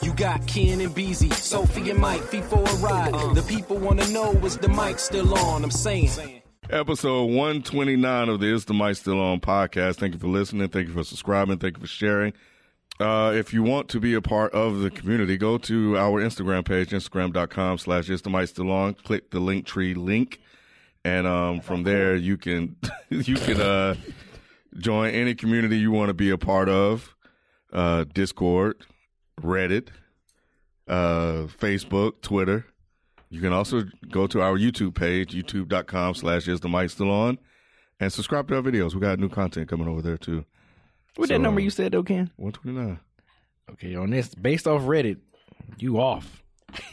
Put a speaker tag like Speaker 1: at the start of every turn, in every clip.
Speaker 1: You got Ken and Beezy, Sophie and Mike, feet for a ride.
Speaker 2: Uh-huh.
Speaker 1: The people want to know is the mic still on? I'm saying.
Speaker 3: Episode 129 of the Is the Mic Still On podcast. Thank you for listening. Thank you for subscribing. Thank you for sharing. Uh, if you want to be a part of the community, go to our Instagram page, instagram.com slash Is the Mic Still On. Click the link tree link. And um, from there, you can you can uh, join any community you want to be a part of. Uh, Discord, Reddit, uh, Facebook, Twitter. You can also go to our YouTube page, youtube.com slash is the mic still on, and subscribe to our videos. We got new content coming over there too.
Speaker 4: What
Speaker 3: So,
Speaker 4: that number
Speaker 3: um,
Speaker 4: you said though, Ken?
Speaker 3: 129.
Speaker 5: Okay, on this, based off Reddit, you off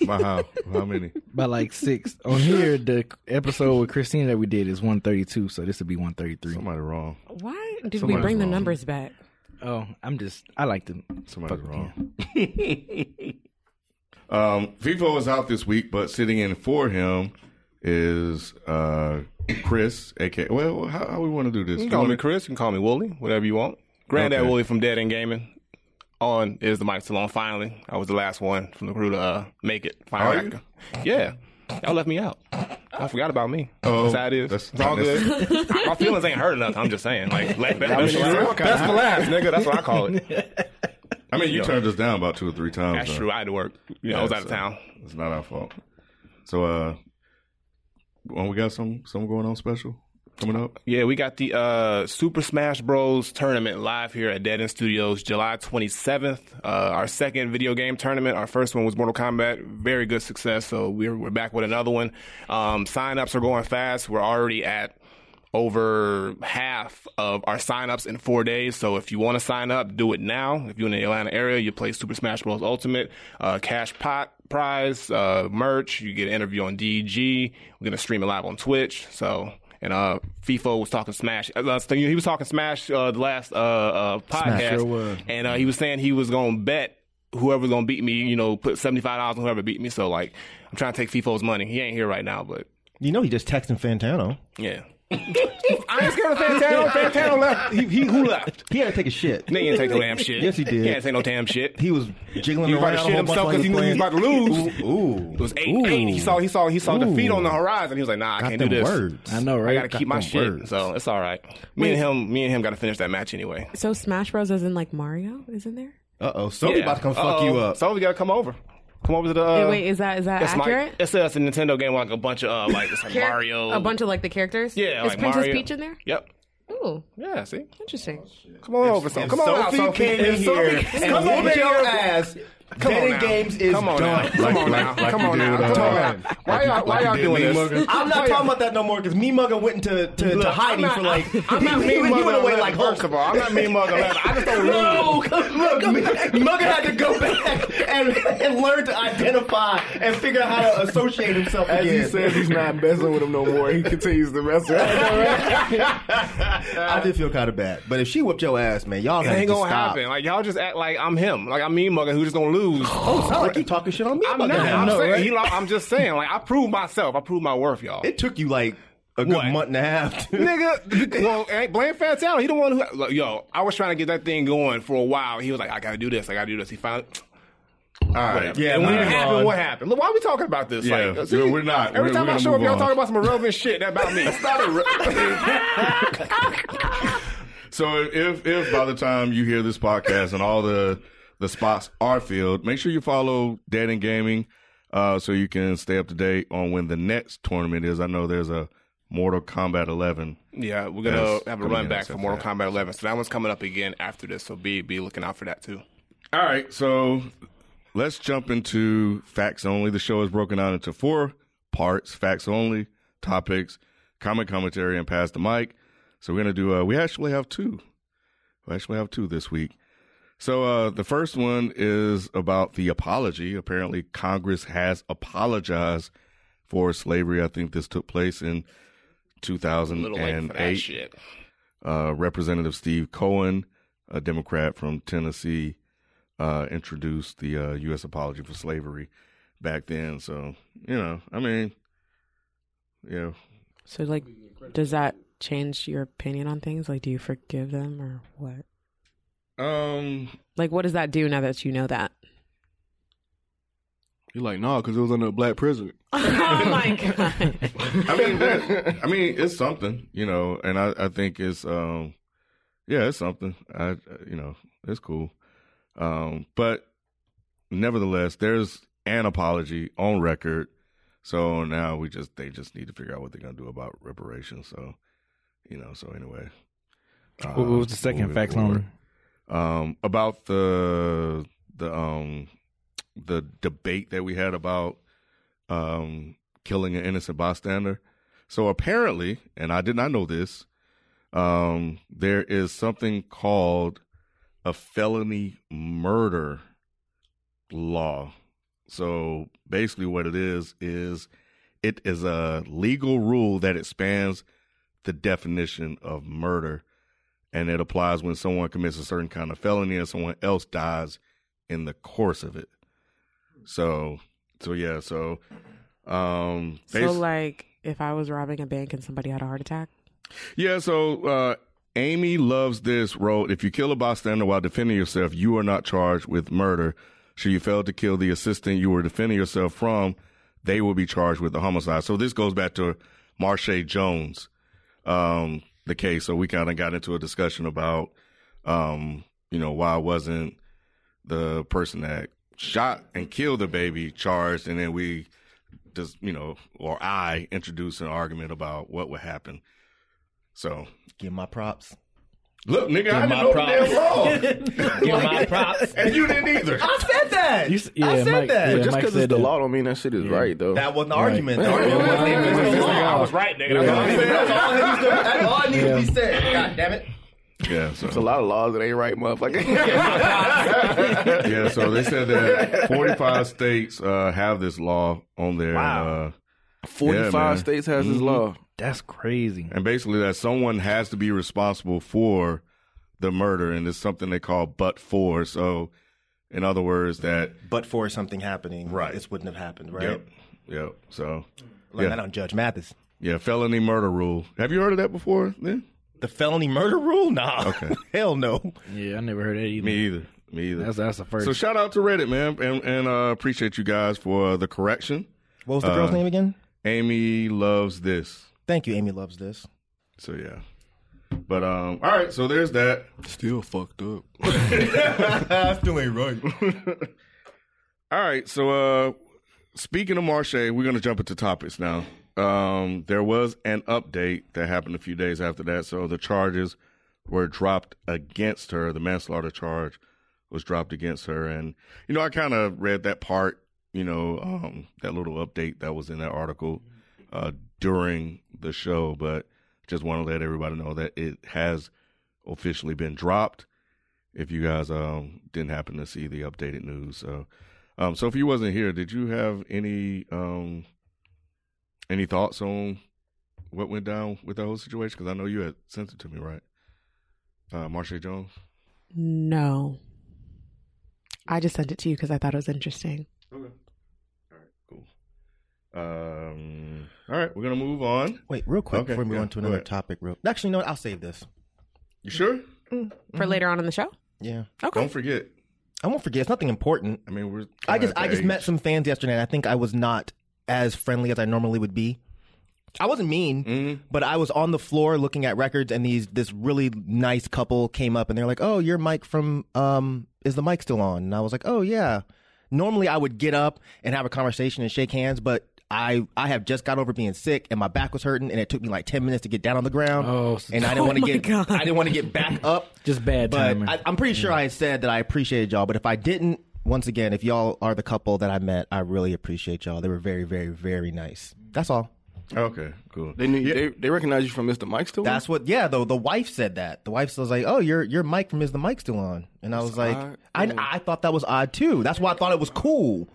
Speaker 3: By how? how many?
Speaker 5: by like six. on here, the episode with Christina that we did is one thirty two, so this would be one thirty three.
Speaker 3: Somebody wrong.
Speaker 6: Why did we
Speaker 3: Somebody's
Speaker 6: bring the
Speaker 3: wrong.
Speaker 6: numbers back?
Speaker 5: Oh, I'm just, I like to.
Speaker 3: Somebody's wrong. um, Vivo is out this week, but sitting in for him is uh, Chris, aka. Well, how, how we want to do this?
Speaker 4: You can call
Speaker 3: You
Speaker 4: me
Speaker 3: wanna-
Speaker 4: Chris. You can call me Wooly. Whatever you want. Granddad
Speaker 3: Okay.
Speaker 4: Wooly from Dead and Gaming. On is the mic still on? Finally, I was the last one from the crew to uh, make it. Finally,
Speaker 3: Are you?
Speaker 4: I could- yeah. Y'all left me out. I forgot about me.
Speaker 3: Oh,
Speaker 4: that's how it is.
Speaker 3: that's-
Speaker 4: it's all
Speaker 3: that's-
Speaker 4: good. My feelings ain't hurt enough. I'm just saying, like, like that, that's,
Speaker 5: mean, it's all
Speaker 4: that's,
Speaker 5: kinda-
Speaker 4: the last, nigga. That's what I call it.
Speaker 3: I mean, you
Speaker 4: Yo.
Speaker 3: turned us down about two or three times.
Speaker 4: That's
Speaker 3: though.
Speaker 4: true. I had to work. You know, I was out of
Speaker 3: so
Speaker 4: town.
Speaker 3: It's not our fault. So, uh, well, we got some something going on special coming up.
Speaker 4: Yeah, we got the uh, Super Smash Bros. tournament live here at Dead End Studios, July 27th. Uh, our second video game tournament. Our first one was Mortal Kombat. Very good success. So we're, we're back with another one. Um, sign ups are going fast. We're already at over half of our signups in four days. So if you want to sign up, do it now. If you're in the Atlanta area, you play Super Smash Bros. Ultimate, uh, cash pot prize, uh, merch. You get an interview on DG. We're gonna stream it live on Twitch. So. And uh, FIFO was talking Smash. Uh, last thing- he was talking Smash uh, the last uh, uh, podcast,
Speaker 5: sure was.
Speaker 4: and uh, he was saying he was gonna bet whoever's gonna beat me. You know, put seventy five dollars on whoever beat me. So like, I'm trying to take FIFO's money. He ain't here right now, but
Speaker 7: You know he just texting Fantano.
Speaker 4: yeah. I ain't scared of Fantano. Fantano left. He, he who left?
Speaker 7: Oh, He had to take a shit.
Speaker 4: Nigga ain't take no damn shit.
Speaker 7: Yes, he did.
Speaker 4: He ain't take no damn shit.
Speaker 7: He was jiggling
Speaker 4: He was
Speaker 7: around
Speaker 4: about to
Speaker 7: a
Speaker 4: shit
Speaker 7: whole bunch
Speaker 4: himself
Speaker 7: while
Speaker 4: because he knew he was
Speaker 7: playing.
Speaker 4: about to lose.
Speaker 7: Ooh,
Speaker 4: It was eight eight. He saw he saw he saw defeat on the horizon. He was like, Nah, I
Speaker 7: Got
Speaker 4: can't do
Speaker 7: them
Speaker 4: this.
Speaker 7: words.
Speaker 5: I know, right?
Speaker 4: I gotta keep my
Speaker 7: them
Speaker 4: shit.
Speaker 7: words.
Speaker 4: So it's all right. Me and him, me and him, gotta finish that match anyway.
Speaker 6: So Smash Bros. is in like Mario, isn't there?
Speaker 7: Uh oh, Sophie about to come fuck
Speaker 4: Uh-oh.
Speaker 7: you up.
Speaker 4: So we gotta come over. Come over to the. uh,
Speaker 6: Hey, wait, is that is that
Speaker 4: it's
Speaker 6: accurate?
Speaker 4: Like, it's, it's a Nintendo game like a bunch of uh, like it's like
Speaker 6: Char-
Speaker 4: Mario.
Speaker 6: a bunch of like the characters.
Speaker 4: yeah,
Speaker 6: is
Speaker 4: like
Speaker 6: Princess
Speaker 4: Mario.
Speaker 6: Peach in there?
Speaker 4: Yep.
Speaker 6: Ooh,
Speaker 4: Yeah. See.
Speaker 6: interesting.
Speaker 4: Come on over. Sophie. Come on out,
Speaker 7: Sophie
Speaker 4: Sophie.
Speaker 7: came
Speaker 4: If
Speaker 7: in
Speaker 4: Sophie-
Speaker 7: here and
Speaker 4: Come on,
Speaker 7: whooped
Speaker 4: baby.
Speaker 7: your ass.
Speaker 4: Come on
Speaker 7: Betting
Speaker 4: now.
Speaker 7: games is
Speaker 4: come on
Speaker 7: done.
Speaker 4: Now. Come on now.
Speaker 3: Like- like
Speaker 4: come
Speaker 3: you
Speaker 4: on
Speaker 3: did
Speaker 4: now.
Speaker 3: with
Speaker 4: Come on
Speaker 3: Tom.
Speaker 4: now. Why y'all, why
Speaker 3: like you
Speaker 4: y'all
Speaker 3: did
Speaker 4: doing
Speaker 3: with
Speaker 4: this?
Speaker 3: Meat Mugger.
Speaker 7: I'm not talking about that no more because me mugger went into to, to hiding
Speaker 4: I'm not-
Speaker 7: for like
Speaker 4: I'm not
Speaker 7: he, he
Speaker 4: mean
Speaker 7: went- he
Speaker 4: mother
Speaker 7: went away
Speaker 4: Atlanta,
Speaker 7: like
Speaker 4: first of all. I'm not mean mother Atlanta. I just don't
Speaker 7: No, come- look, Mugger had to go back and, and learn to identify and figure out how to associate himself
Speaker 8: As
Speaker 7: again.
Speaker 8: he says he's not messing with him no more, he continues to mess with him.
Speaker 7: I did feel kind of bad, but if she whooped your ass, man, y'all
Speaker 4: It ain't
Speaker 7: gonna
Speaker 4: gonna happen. Like y'all just act like I'm him. Like I'm mean mugger who's just gonna lose.
Speaker 7: Oh, sound like you talking shit on me.
Speaker 4: I'm
Speaker 7: about
Speaker 4: not.
Speaker 7: that.
Speaker 4: I'm,
Speaker 7: No,
Speaker 4: saying,
Speaker 7: right?
Speaker 4: he like, I'm just saying. Like I proved myself. I proved my worth, y'all.
Speaker 7: It took you like a good
Speaker 4: What?
Speaker 7: month and a half. To,
Speaker 4: Nigga, well, ain't blame Fantano. He the one who, like, yo, I was trying to get that thing going for a while. He was like, I gotta do this, I gotta do this. He finally,
Speaker 3: All right.
Speaker 7: Yeah,
Speaker 4: and when
Speaker 7: move
Speaker 4: it happened,
Speaker 7: on.
Speaker 4: what happened? Look, why are we talking about this?
Speaker 3: Yeah,
Speaker 4: like, see,
Speaker 3: we're- we're not.
Speaker 4: Every
Speaker 3: We're-
Speaker 4: time
Speaker 3: we're
Speaker 4: I
Speaker 3: gonna
Speaker 4: show up,
Speaker 3: move
Speaker 4: y'all
Speaker 3: on.
Speaker 4: talking about some irrelevant shit that about me.
Speaker 3: So if if by the time you hear this podcast and all the the spots are filled, make sure you follow Dead and Gaming uh, so you can stay up to date on when the next tournament is. I know there's a Mortal Kombat 11.
Speaker 4: yeah, we're gonna
Speaker 3: Yes,
Speaker 4: have a
Speaker 3: coming
Speaker 4: run
Speaker 3: in
Speaker 4: back
Speaker 3: after
Speaker 4: for Mortal
Speaker 3: that.
Speaker 4: Kombat 11. So that one's coming up again after this. So be be looking out for that too.
Speaker 3: All right, so let's jump into facts only. The show is broken down into four parts: facts only, topics, comic commentary, and pass the mic. So we're gonna do. Uh, we actually have two. We actually have two this week. So uh, the first one is about the apology. Apparently, Congress has apologized for slavery. I think this took place in
Speaker 4: A little late for that
Speaker 3: 2008.
Speaker 4: shit.
Speaker 3: Uh, Representative Steve Cohen, a Democrat from Tennessee, uh, introduced the uh, U.S. apology for slavery back then. So you know, I mean, yeah,
Speaker 6: So like, does that change your opinion on things? Like, do you forgive them or what?
Speaker 3: um,
Speaker 6: Like, what does that do now that you know that?
Speaker 8: You're like, no, because it was under a black president.
Speaker 6: oh my god!
Speaker 3: I mean, that- I mean, it's something, you know, and I, I think it's, um, yeah, it's something. I, you know, it's cool, um, but nevertheless, there's an apology on record. So now we just they just need to figure out what they're gonna do about reparations. So, you know, so anyway. uh,
Speaker 5: What was the second
Speaker 3: moving
Speaker 5: fact,
Speaker 3: forward.
Speaker 5: Loner?
Speaker 3: Um, about the the um the debate that we had about um killing an innocent bystander. So apparently, and I did not know this, um, there is something called a felony murder law. So basically, what it is is it is a legal rule that expands the definition of murder, and it applies when someone commits a certain kind of felony and someone else dies in the course of it. So, so yeah, so um,
Speaker 6: so
Speaker 3: basi-
Speaker 6: like, if I was robbing a bank and somebody had a heart attack,
Speaker 3: Yeah, so uh, Amy loves this wrote If you kill a bystander while defending yourself, you are not charged with murder. Should you fail to kill the assistant you were defending yourself from, they will be charged with the homicide. So this goes back to Marsha Jones, um, the case. So we kind of got into a discussion about, um, you know, why wasn't the person that shot and killed the baby charged? And then we just, you know, or I introduced an argument about what would happen. So
Speaker 9: Give my props.
Speaker 3: look, nigga, I didn't
Speaker 9: my
Speaker 3: know
Speaker 9: props.
Speaker 3: the damn law,
Speaker 9: Give my props.
Speaker 3: and you didn't either.
Speaker 7: I said that.
Speaker 5: You s- yeah,
Speaker 7: I said
Speaker 5: Mike-
Speaker 7: that.
Speaker 5: yeah,
Speaker 8: Just
Speaker 5: Mike
Speaker 8: because
Speaker 5: said
Speaker 8: it's the
Speaker 5: that.
Speaker 8: law don't mean that shit is right, though.
Speaker 9: That wasn't the argument.
Speaker 8: Yeah.
Speaker 9: The argument was
Speaker 8: Yeah.
Speaker 9: it was
Speaker 8: Yeah.
Speaker 9: the law.
Speaker 4: I was right, nigga. That's
Speaker 8: Yeah.
Speaker 4: what I'm saying.
Speaker 7: That's all that needs to- that's all that needs to be said. God damn it.
Speaker 3: Yeah, so
Speaker 8: There's a lot of laws that ain't right, motherfucker.
Speaker 3: yeah, so they said that 45 states uh, have this law on there. Wow. Uh,
Speaker 8: 45
Speaker 3: man. Mm-hmm.
Speaker 8: states has this law.
Speaker 5: That's crazy.
Speaker 3: and basically that someone has to be responsible for the murder, and it's something they call but for. So, in other words, that
Speaker 9: But for something happening,
Speaker 3: Right.
Speaker 9: this wouldn't have happened, right?
Speaker 3: yep, yep. So,
Speaker 9: Like,
Speaker 3: Yeah.
Speaker 9: I don't judge Mathis.
Speaker 3: yeah, felony murder rule. Have you heard of that before? Then
Speaker 9: The felony murder rule? Nah. Hell no.
Speaker 5: Yeah, I never heard that either.
Speaker 3: me either. Me either.
Speaker 5: That's that's the first.
Speaker 3: so shout out to Reddit, man, and and uh, appreciate you guys for uh, the correction.
Speaker 9: What was the girl's name again?
Speaker 3: Amy loves this.
Speaker 9: Uh, Thank you. Amy loves this.
Speaker 3: So yeah. But um all right, so there's that.
Speaker 8: Still fucked up.
Speaker 9: Still ain't right.
Speaker 3: All right, so uh speaking of Marche, we're gonna jump into topics now. Um there was an update that happened a few days after that, so the charges were dropped against her. The manslaughter charge was dropped against her and you know, I kinda read that part, you know, um that little update that was in that article uh during the show, but just wanna let everybody know that it has officially been dropped. If you guys um didn't happen to see the updated news, so um, so if you wasn't here, did you have any um, any thoughts on what went down with the whole situation? Because I know you had sent it to me, right? Uh, Marsha Jones.
Speaker 6: no. I just sent it to you because I thought it was interesting.
Speaker 3: Cool. Um, all right, we're gonna move on.
Speaker 9: Wait, real quick
Speaker 3: Okay,
Speaker 9: before we move
Speaker 3: yeah,
Speaker 9: on to
Speaker 3: go
Speaker 9: another
Speaker 3: ahead.
Speaker 9: topic. Real. Actually, no, I'll save this.
Speaker 3: You sure?
Speaker 6: For later on in the show.
Speaker 9: Yeah.
Speaker 3: Don't forget.
Speaker 9: I won't forget. It's nothing important.
Speaker 3: I mean, we're.
Speaker 9: I just
Speaker 3: at
Speaker 9: I
Speaker 3: the
Speaker 9: just
Speaker 3: age-
Speaker 9: met some fans yesterday, and I think I was not as friendly as I normally would be. I wasn't mean, but I was on the floor looking at records, and these this really nice couple came up, and they're like, "Oh, you're Mike from um, is the mic still on?" And I was like, "Oh yeah." Normally, I would get up and have a conversation and shake hands, but I I have just got over being sick, and my back was hurting, and it took me like ten minutes to get down on the ground,
Speaker 5: Oh, so-
Speaker 9: and I didn't want to
Speaker 6: my
Speaker 9: get
Speaker 6: God.
Speaker 9: I didn't want to get back up.
Speaker 5: Just bad
Speaker 9: But
Speaker 5: timing.
Speaker 9: I, I'm pretty sure I had said that I appreciated y'all. But if I didn't, once again, if y'all are the couple that I met, I really appreciate y'all. They were very, very, very nice. That's all.
Speaker 3: Okay, cool.
Speaker 8: They knew they, they recognize you from Mr. Mike's still.
Speaker 9: That's what, yeah. Though the wife said that. The wife was like, "Oh, your your mic from is the mic still on?" And I was like, I, I thought that was odd too. That's why I thought it was cool.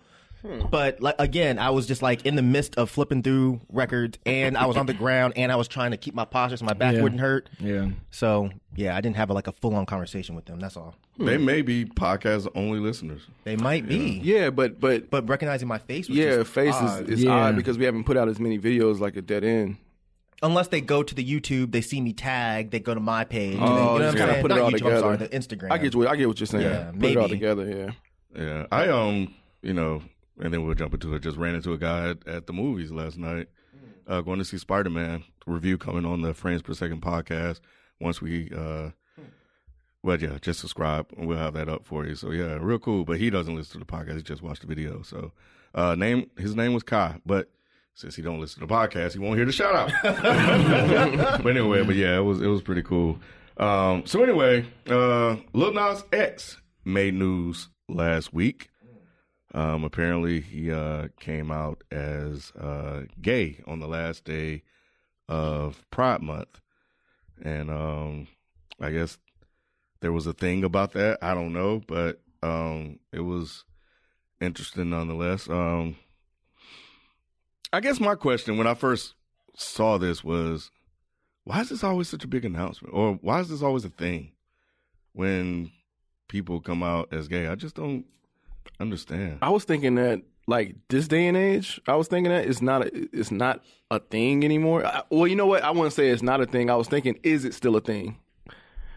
Speaker 8: Hmm.
Speaker 9: But like again, I was just like in the midst of flipping through records, and I was on the ground, and I was trying to keep my posture so my back
Speaker 5: Yeah.
Speaker 9: wouldn't hurt.
Speaker 5: Yeah.
Speaker 9: So yeah, I didn't have like a full on conversation with them. That's all.
Speaker 3: They may be podcast only listeners.
Speaker 9: They might be,
Speaker 8: yeah, but but
Speaker 9: but recognizing my face, was
Speaker 8: yeah,
Speaker 9: just
Speaker 8: face
Speaker 9: odd.
Speaker 8: is, is
Speaker 5: Yeah.
Speaker 8: odd because we haven't put out as many videos like a dead end.
Speaker 9: unless they go to the YouTube, they see me tag, they go to my page. they, you know
Speaker 8: Oh,
Speaker 9: what
Speaker 8: you
Speaker 9: I'm
Speaker 8: gotta
Speaker 9: saying?
Speaker 8: put it
Speaker 9: Not
Speaker 8: all
Speaker 9: YouTube,
Speaker 8: together.
Speaker 9: I'm sorry, the Instagram.
Speaker 8: I get what I get what you're saying.
Speaker 9: Yeah,
Speaker 8: Put it all
Speaker 9: maybe.
Speaker 8: together. Yeah.
Speaker 3: Yeah, I um, you know, and then we'll jump into it. Just ran into a guy at, at the movies last night, uh, going to see Spider Man review coming on the Frames Per Second podcast. Once we, uh, well, yeah, just subscribe and we'll have that up for you. So yeah, real cool. But he doesn't listen to the podcast; he just watched the video. So uh, name his name was Kai, but. Since he don't listen to the podcast, he won't hear the shout out. but anyway, but yeah, it was it was pretty cool. Um, so anyway, uh, Lil Nas X made news last week. Um, apparently, he uh, came out as uh, gay on the last day of Pride Month, and um, I guess there was a thing about that. I don't know, but um, it was interesting nonetheless. Um, I guess my question when I first saw this was, why is this always such a big announcement, or why is this always a thing when people come out as gay? I just don't understand.
Speaker 8: I was thinking that like this day and age, I was thinking that it's not a, it's not a thing anymore. I, well, you know what? I wouldn't say it's not a thing. I was thinking, is it still a thing?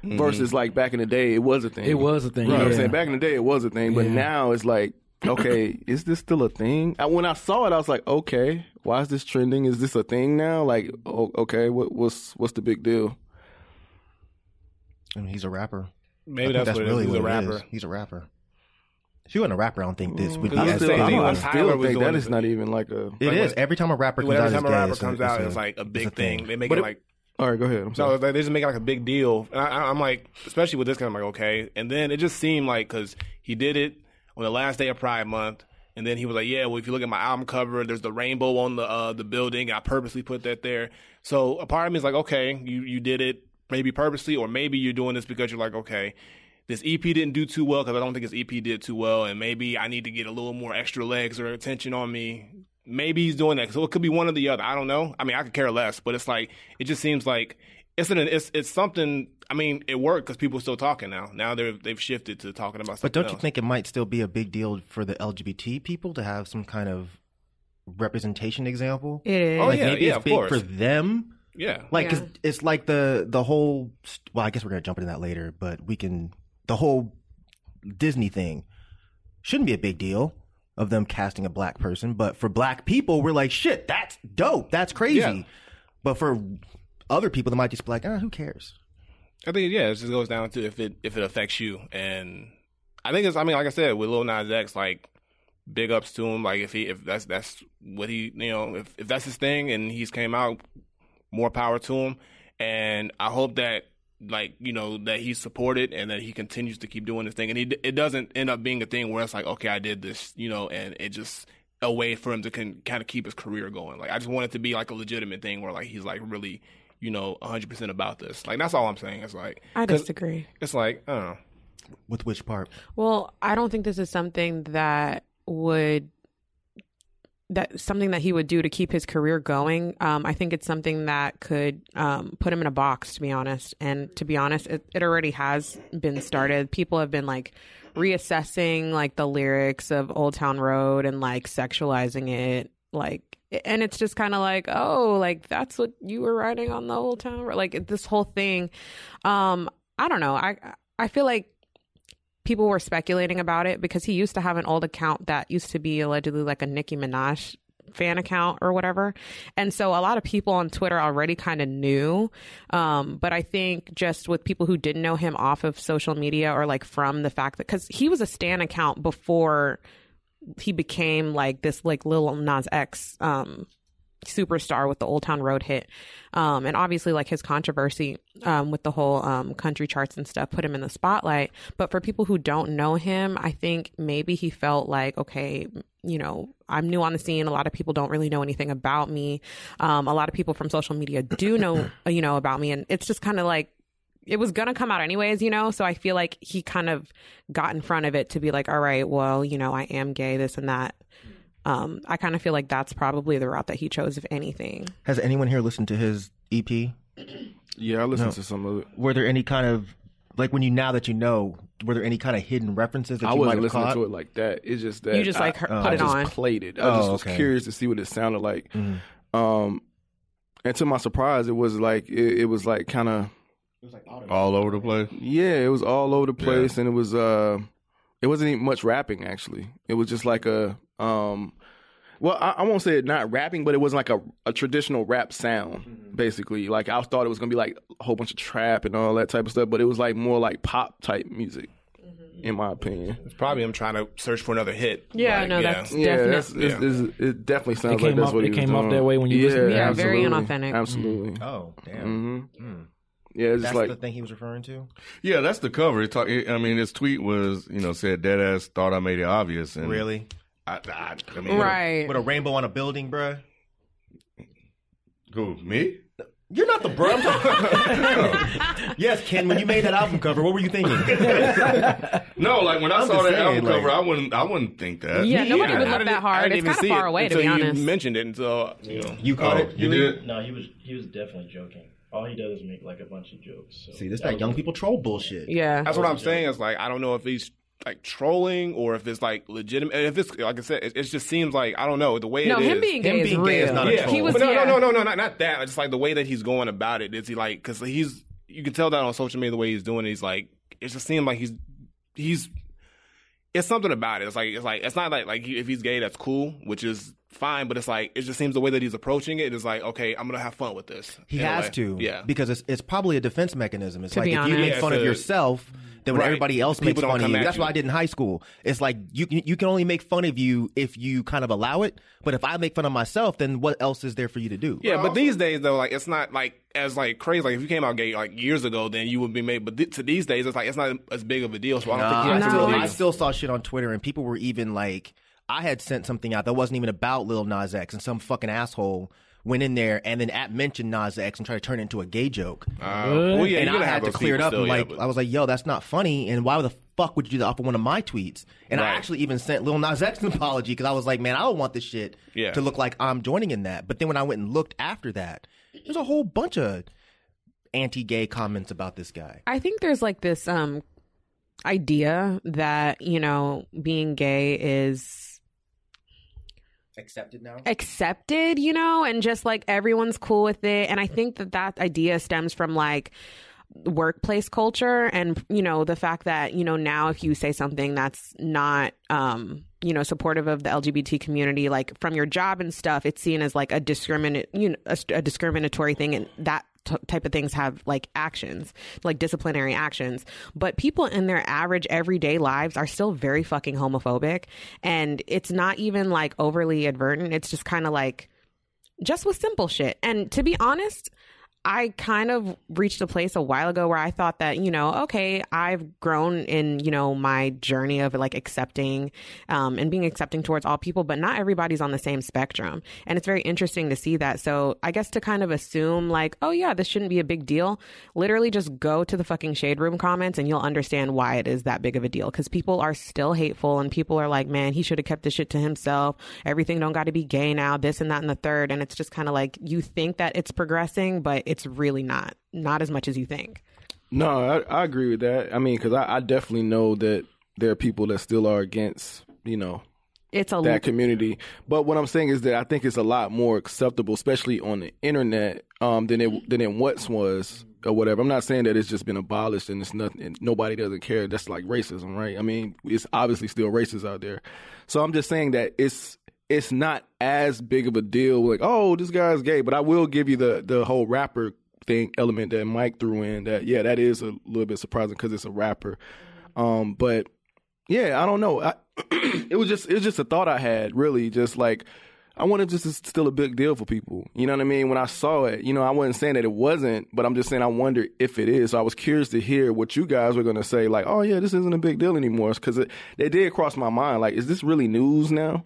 Speaker 8: Versus like back in the day, it was a thing.
Speaker 5: Mm. It was a thing,
Speaker 8: You know what I'm
Speaker 5: yeah.
Speaker 8: saying? Back in the day, it was a thing, but
Speaker 5: Yeah.
Speaker 8: now it's like, okay, is this still a thing? I, when I saw it, I was like, okay, why is this trending? Is this a thing now? Like, oh, okay, what, what's what's the big deal?
Speaker 9: I mean, he's a rapper. I
Speaker 4: Maybe
Speaker 9: think
Speaker 4: that's, what it is. He's a
Speaker 9: it is.
Speaker 4: rapper.
Speaker 9: He's a rapper. If you wasn't a rapper, I don't think this would be
Speaker 8: I
Speaker 9: as
Speaker 8: still,
Speaker 4: Mm, saying
Speaker 8: I
Speaker 4: they
Speaker 8: I
Speaker 4: were. Tyler
Speaker 8: still
Speaker 4: was
Speaker 8: think
Speaker 4: doing
Speaker 8: that
Speaker 4: it.
Speaker 8: is not even like a.
Speaker 9: It is. Every time a rapper comes
Speaker 4: Whenever
Speaker 9: out,
Speaker 4: time a
Speaker 9: it's gay,
Speaker 4: rapper
Speaker 9: it's a-
Speaker 4: comes
Speaker 9: it's
Speaker 4: out, it's like a big thing. They make
Speaker 8: But
Speaker 4: it
Speaker 8: it-
Speaker 4: like
Speaker 8: All right, go ahead. I'm
Speaker 4: No,
Speaker 8: sorry.
Speaker 4: it's like they just making like a big deal, and I- I, I'm like, especially with this kind, I'm like, okay. And then it just seemed like because he did it on the last day of Pride Month, and then he was like, yeah, well, if you look at my album cover, there's the rainbow on the uh, the building. I purposely put that there. So a part of me is like, okay, you you did it maybe purposely, or maybe you're doing this because you're like, okay. This EP didn't do too well because I don't think his EP did too well, and maybe I need to get a little more extra legs or attention on me. Maybe he's doing that, so it could be one or the other. I don't know. I mean, I could care less, but it's like it just seems like it's an it's it's something. I mean, it worked because people still talking now. Now they're they've shifted to talking about.
Speaker 9: But
Speaker 4: Something
Speaker 9: don't you
Speaker 4: else.
Speaker 9: think it might still be a big deal for the LGBT people to have some kind of representation example?
Speaker 6: It is.
Speaker 4: Oh,
Speaker 9: like
Speaker 4: yeah,
Speaker 9: maybe
Speaker 4: yeah,
Speaker 9: it's
Speaker 4: of
Speaker 9: big
Speaker 4: course.
Speaker 9: for them.
Speaker 4: Yeah,
Speaker 9: Like 'cause
Speaker 6: Yeah.
Speaker 9: it's like the the whole. st- Well, I guess we're gonna jump into that later, but we can. The whole Disney thing shouldn't be a big deal of them casting a black person, but for black people, we're like, shit, that's dope, that's crazy.
Speaker 4: Yeah.
Speaker 9: But for other people, they might just be like, ah, who cares?
Speaker 4: I think yeah, it just goes down to if it if it affects you, and I think it's. I mean, like I said, with Lil Nas X, like big ups to him. Like if he if that's that's what he you know if if that's his thing and he's came out, more power to him. And I hope that like you know that he's supported and that he continues to keep doing this thing, and he it doesn't end up being a thing where it's like okay, I did this, you know, and it just. A way for him to can, kind of keep his career going. Like I just want it to be like a legitimate thing where like he's like really, you know, hundred percent about this. Like that's all I'm saying. It's like
Speaker 6: I
Speaker 4: 'cause
Speaker 6: disagree.
Speaker 4: It's like uh. I don't know.
Speaker 9: With which part?
Speaker 6: Well, I don't think this is something that would that something that he would do to keep his career going. Um, I think it's something that could um, put him in a box, to be honest. And to be honest, it, it already has been started. People have been like reassessing like the lyrics of Old Town Road and like sexualizing it, like. And it's just kind of like, oh, like that's what you were writing on the Old Town Road, like this whole thing. Um, I don't know. I I feel like people were speculating about it because he used to have an old account that used to be allegedly like a Nicki Minaj fan account or whatever. And so a lot of people on Twitter already kind of knew. Um, but I think just with people who didn't know him off of social media or like from the fact that, cause he was a Stan account before he became like this like little Nas X, um, superstar with the Old Town Road hit. Um, and obviously, like his controversy um, with the whole um, country charts and stuff put him in the spotlight. But for people who don't know him, I think maybe he felt like, okay, you know, I'm new on the scene. A lot of people don't really know anything about me. Um, a lot of people from social media do know, uh, you know, about me. And it's just kind of like, it was going to come out anyways, you know? So I feel like he kind of got in front of it to be like, all right, well, you know, I am gay, this and that. Um, I kind of feel like that's probably the route that he chose, if anything.
Speaker 9: Has anyone here listened to his EP?
Speaker 8: Yeah, I listened to some of it.
Speaker 9: Were there any kind of like when you now that you know, were there any kind of hidden references that
Speaker 8: I
Speaker 9: you might
Speaker 8: wasn't
Speaker 9: have
Speaker 8: listening
Speaker 9: caught?
Speaker 8: to it like that. It's just that
Speaker 6: You just,
Speaker 8: I-
Speaker 6: like, her-
Speaker 8: I
Speaker 6: put it
Speaker 8: just
Speaker 6: on.
Speaker 8: Played it. I
Speaker 9: Oh,
Speaker 8: just was
Speaker 9: okay.
Speaker 8: curious to see what it sounded like.
Speaker 6: Mm-hmm.
Speaker 8: Um, and to my surprise, it was like it, it was like kind of
Speaker 3: all over the place.
Speaker 8: yeah, it was all over the place, and it was uh, it wasn't even much rapping actually. It was just like a um, well, I, I won't say it not rapping, but it wasn't like a, a traditional rap sound basically. Like I thought it was gonna be like a whole bunch of trap and all that type of stuff, but it was like more like pop type music, in my opinion.
Speaker 4: It's probably him trying to search for another hit.
Speaker 6: Yeah, no, that's-
Speaker 8: Yeah,
Speaker 6: Definite-
Speaker 8: that's, it's, it's- it definitely sounds
Speaker 5: came
Speaker 8: like that's
Speaker 5: off-
Speaker 8: what
Speaker 5: it
Speaker 8: he was
Speaker 5: came off
Speaker 8: doing.
Speaker 5: that way when you
Speaker 8: yeah,
Speaker 5: listened to it.
Speaker 6: Yeah, very
Speaker 8: absolutely.
Speaker 6: inauthentic.
Speaker 8: Absolutely.
Speaker 9: Oh, damn.
Speaker 8: hmm Yeah, it's just
Speaker 9: That's
Speaker 8: like
Speaker 9: the thing he was referring to.
Speaker 3: Yeah, that's the cover. It talk, I mean, his tweet was, you know, said dead ass thought I made it obvious.
Speaker 8: Hmm.
Speaker 3: And
Speaker 9: Really?
Speaker 3: I, I, I mean,
Speaker 6: Right.
Speaker 9: With a rainbow on a building, bruh.
Speaker 3: Who me?
Speaker 9: You're not the bruh. I'm talking- yes, Ken. When you made that album cover, what were you thinking?
Speaker 3: No, like when I
Speaker 9: I'm
Speaker 3: saw
Speaker 9: just
Speaker 3: that
Speaker 9: saying,
Speaker 3: album
Speaker 9: like-
Speaker 3: cover, I wouldn't, I wouldn't think that.
Speaker 6: Yeah, nobody
Speaker 4: I
Speaker 6: would
Speaker 4: didn't-
Speaker 6: look that
Speaker 4: I
Speaker 6: hard. It's
Speaker 4: didn't even
Speaker 6: kind of
Speaker 4: see
Speaker 6: far
Speaker 4: it
Speaker 6: away, to
Speaker 4: until
Speaker 6: be honest.
Speaker 4: You mentioned it until you know.
Speaker 9: You caught
Speaker 3: Oh,
Speaker 9: it.
Speaker 3: you did.
Speaker 10: No, he was he was definitely joking. All he does is make like a bunch of jokes. So.
Speaker 9: See, this that young people troll bullshit.
Speaker 6: yeah.
Speaker 4: That's what I'm saying. It's like I don't know if he's like trolling or if it's like legitimate. If it's like I said, it, it just seems like I don't know the way
Speaker 6: No,
Speaker 4: it is.
Speaker 6: him being
Speaker 9: Him
Speaker 6: gay is
Speaker 9: being
Speaker 6: real.
Speaker 9: gay is not a
Speaker 4: yeah,
Speaker 9: troll.
Speaker 6: He was
Speaker 4: but no,
Speaker 6: yeah.
Speaker 4: no, no, no, no, not not that. It's like the way that he's going about it. Is he like because he's you can tell that on social media the way he's doing it. He's like it just seems like he's he's it's something about it. It's like it's like it's not like like he- if he's gay that's cool, which is fine. But it's like it just seems the way that he's approaching it is like okay, I'm gonna have fun with this.
Speaker 9: He
Speaker 4: in a
Speaker 9: has
Speaker 4: way.
Speaker 9: to,
Speaker 4: yeah.
Speaker 9: because it's it's probably a defense mechanism. It's
Speaker 6: To
Speaker 9: like
Speaker 6: be
Speaker 9: if you
Speaker 6: honest.
Speaker 9: make
Speaker 4: Yeah,
Speaker 9: fun of
Speaker 4: so-
Speaker 9: yourself, then when
Speaker 4: Right.
Speaker 9: everybody else
Speaker 4: People
Speaker 9: makes
Speaker 4: don't
Speaker 9: fun of
Speaker 4: come
Speaker 9: you.
Speaker 4: at
Speaker 9: That's
Speaker 4: you.
Speaker 9: what I did in high school. It's like you can you can only make fun of you if you kind of allow it. But if I make fun of myself, then what else is there for you to do?
Speaker 4: Yeah, but these days though, like it's not like as like crazy. Like if you came out gay like years ago, then you would be made. But th- to these days, it's like it's not as big of a deal. So I don't think
Speaker 9: I,
Speaker 4: he has to
Speaker 9: still,
Speaker 4: really.
Speaker 9: I still saw shit on Twitter, and people were even like, I had sent something out that wasn't even about Lil Nas X, and some fucking asshole went in there and then at mentioned Nas X and tried to turn it into a gay joke.
Speaker 4: uh, well, yeah,
Speaker 9: and
Speaker 4: you're
Speaker 9: I
Speaker 4: gonna
Speaker 9: had
Speaker 4: have
Speaker 9: to
Speaker 4: those
Speaker 9: clear it
Speaker 4: people
Speaker 9: up.
Speaker 4: Still,
Speaker 9: and
Speaker 4: yeah,
Speaker 9: like
Speaker 4: but-
Speaker 9: I was like, "Yo, that's not funny." And why the fuck would you do that off of one of my tweets? And I
Speaker 4: Right.
Speaker 9: actually even sent Lil Nas X an apology because I was like, "Man, I don't want this shit
Speaker 4: Yeah.
Speaker 9: to look like I'm joining in that." But then when I went and looked after that, there's a whole bunch of anti-gay comments about this guy.
Speaker 6: I think there's like this um idea that, you know, being gay is
Speaker 9: Accepted now.
Speaker 6: accepted, you know, and just like everyone's cool with it. And I think that that idea stems from like workplace culture and you know the fact that you know now if you say something that's not um you know supportive of the lgbt community like from your job and stuff it's seen as like a discriminate you know a, a discriminatory thing and that t- type of things have like actions like disciplinary actions but people in their average everyday lives are still very fucking homophobic and it's not even like overly advertent it's just kind of like just with simple shit. And to be honest, I kind of reached a place a while ago where I thought that, you know, okay, I've grown in, you know, my journey of like accepting um, and being accepting towards all people, but not everybody's on the same spectrum. And it's very interesting to see that. So I guess to kind of assume like, oh yeah, this shouldn't be a big deal, literally just go to the fucking shade room comments and you'll understand why it is that big of a deal. Cause people are still hateful and people are like, man, he should have kept this shit to himself. Everything don't got to be gay now, this and that and the third. And it's just kind of like you think that it's progressing, but it's really not, not as much as you think.
Speaker 8: No, I, I agree with that. I mean, because I, I definitely know that there are people that still are against, you know,
Speaker 6: It's a
Speaker 8: that community. But what I'm saying is that I think it's a lot more acceptable, especially on the internet, um, than it than it once was or whatever. I'm not saying that it's just been abolished and it's nothing. And nobody doesn't care. That's like racism, right? I mean, it's obviously still racist out there. So I'm just saying that it's it's not as big of a deal. Like, oh, this guy's gay. But I will give you the the whole rapper thing element that Mike threw in. That yeah, that is a little bit surprising because it's a rapper. Um, but yeah, I don't know. I, it was just it was just a thought I had, really, just like I wanted just it's still a big deal for people. You know what I mean? When I saw it, you know, I wasn't saying that it wasn't, but I'm just saying I wonder if it is. So I was curious to hear what you guys were going to say, like, oh yeah, this isn't a big deal anymore, because it, it did cross my mind, like, is this really news now?